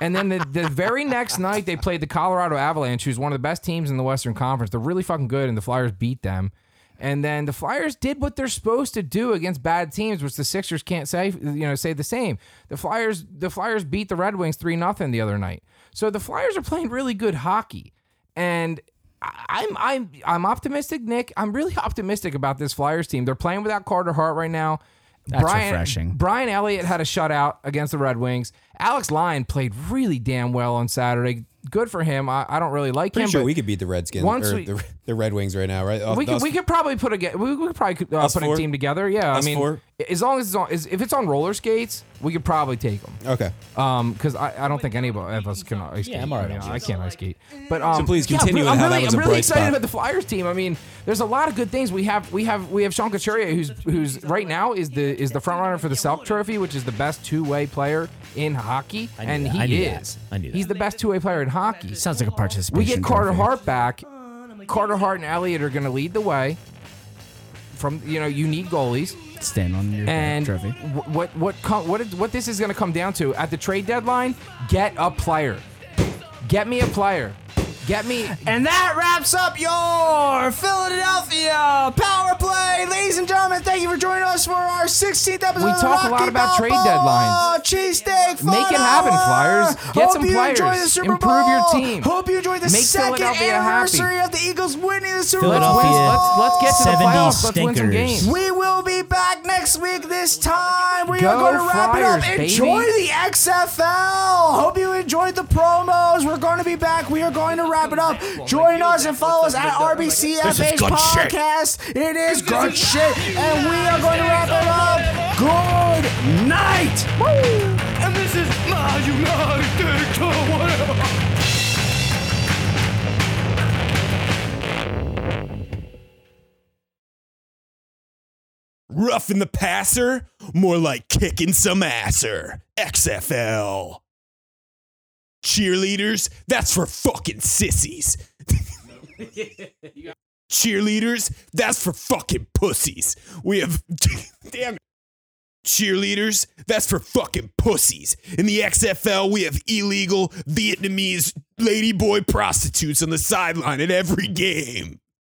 Speaker 5: and then the, the very next night, they played the Colorado Avalanche, who's one of the best teams in the Western Conference. They're really fucking good, and the Flyers beat them. And then the Flyers did what they're supposed to do against bad teams, which the Sixers can't say. You know, say the same. The Flyers, the Flyers beat the Red Wings three 0 the other night. So the Flyers are playing really good hockey, and I- I'm I'm I'm optimistic, Nick. I'm really optimistic about this Flyers team. They're playing without Carter Hart right now. That's
Speaker 2: refreshing.
Speaker 5: Brian Elliott had a shutout against the Red Wings. Alex Lyon played really damn well on Saturday. Good for him. I, I don't really like
Speaker 1: Pretty
Speaker 5: him,
Speaker 1: sure
Speaker 5: but
Speaker 1: we could beat the Redskins
Speaker 5: Once
Speaker 1: or
Speaker 5: we-
Speaker 1: the, the Red Wings right now, right?
Speaker 5: we could, we could probably put a ge- we, we could probably could, uh,
Speaker 1: Us
Speaker 5: put a
Speaker 1: four?
Speaker 5: team together. Yeah,
Speaker 1: Us
Speaker 5: I mean,
Speaker 1: four?
Speaker 5: as long as it's on, is, if it's on roller skates, we could probably take them.
Speaker 1: okay.
Speaker 5: Um, because I, I don't think any of us can ice skate.
Speaker 7: Yeah, I'm all right
Speaker 5: You
Speaker 7: on
Speaker 5: know,
Speaker 7: skates.
Speaker 5: I can't ice skate. But um,
Speaker 1: So please continue
Speaker 5: I'm
Speaker 1: on how that
Speaker 5: really,
Speaker 1: was
Speaker 5: I'm
Speaker 1: a
Speaker 5: really
Speaker 1: bright
Speaker 5: excited
Speaker 1: spot.
Speaker 5: about the Flyers team. I mean, there's a lot of good things. We have we have we have Sean Couturier, who's who's right now is the is the front runner for the Selk Trophy, which is the best two way player in hockey,
Speaker 7: knew
Speaker 5: and
Speaker 7: that.
Speaker 5: he
Speaker 7: I knew that.
Speaker 5: is.
Speaker 7: I knew
Speaker 5: He's
Speaker 7: that.
Speaker 5: the best two way player in hockey.
Speaker 2: Sounds like a participation.
Speaker 5: We get Carter
Speaker 2: trophy.
Speaker 5: Hart back. Carter Hart and Elliott are going to lead the way. From you know, you need goalies.
Speaker 2: Stand on your
Speaker 5: And
Speaker 2: trophy.
Speaker 5: wh- what what co- what it- what this is going to come down to at the trade deadline? Get a player. Get me a player. Get me.
Speaker 2: And that wraps up your Philadelphia Power Play. Ladies and gentlemen, thank you for joining us for our 16th episode.
Speaker 5: We talk a lot about trade deadlines.
Speaker 2: Cheesesteak
Speaker 5: Make it happen, Flyers. Get
Speaker 2: Hope
Speaker 5: some
Speaker 2: you
Speaker 5: players.
Speaker 2: enjoy the Super
Speaker 5: Improve your
Speaker 2: Bowl.
Speaker 5: team.
Speaker 2: Hope you enjoy the
Speaker 5: Make
Speaker 2: second
Speaker 5: Philadelphia happy.
Speaker 2: anniversary of the Eagles winning the uh, Super
Speaker 5: Let's,
Speaker 2: Bowl.
Speaker 5: win,
Speaker 7: Philadelphia
Speaker 5: let's let's get to the
Speaker 7: 70
Speaker 5: playoffs. Let's win some
Speaker 7: stinkers.
Speaker 5: games.
Speaker 2: We will be back next week this time. We
Speaker 5: Go
Speaker 2: are going to wrap
Speaker 5: Flyers,
Speaker 2: it up.
Speaker 5: baby.
Speaker 2: Enjoy the XFL. Hope you enjoyed the promos. We're going to be back. We are going to wrap it up. Join us and follow us at RBCFH
Speaker 10: good shit.
Speaker 2: Podcast. It is good shit. And we are going to wrap it up. Good night.
Speaker 10: And this is my United to whatever.
Speaker 1: Rough in the passer, more like kicking some asser. XFL. Cheerleaders, that's for fucking sissies. Cheerleaders, that's for fucking pussies. We have damn it. Cheerleaders, that's for fucking pussies. In the XFL, we have illegal Vietnamese ladyboy prostitutes on the sideline at every game.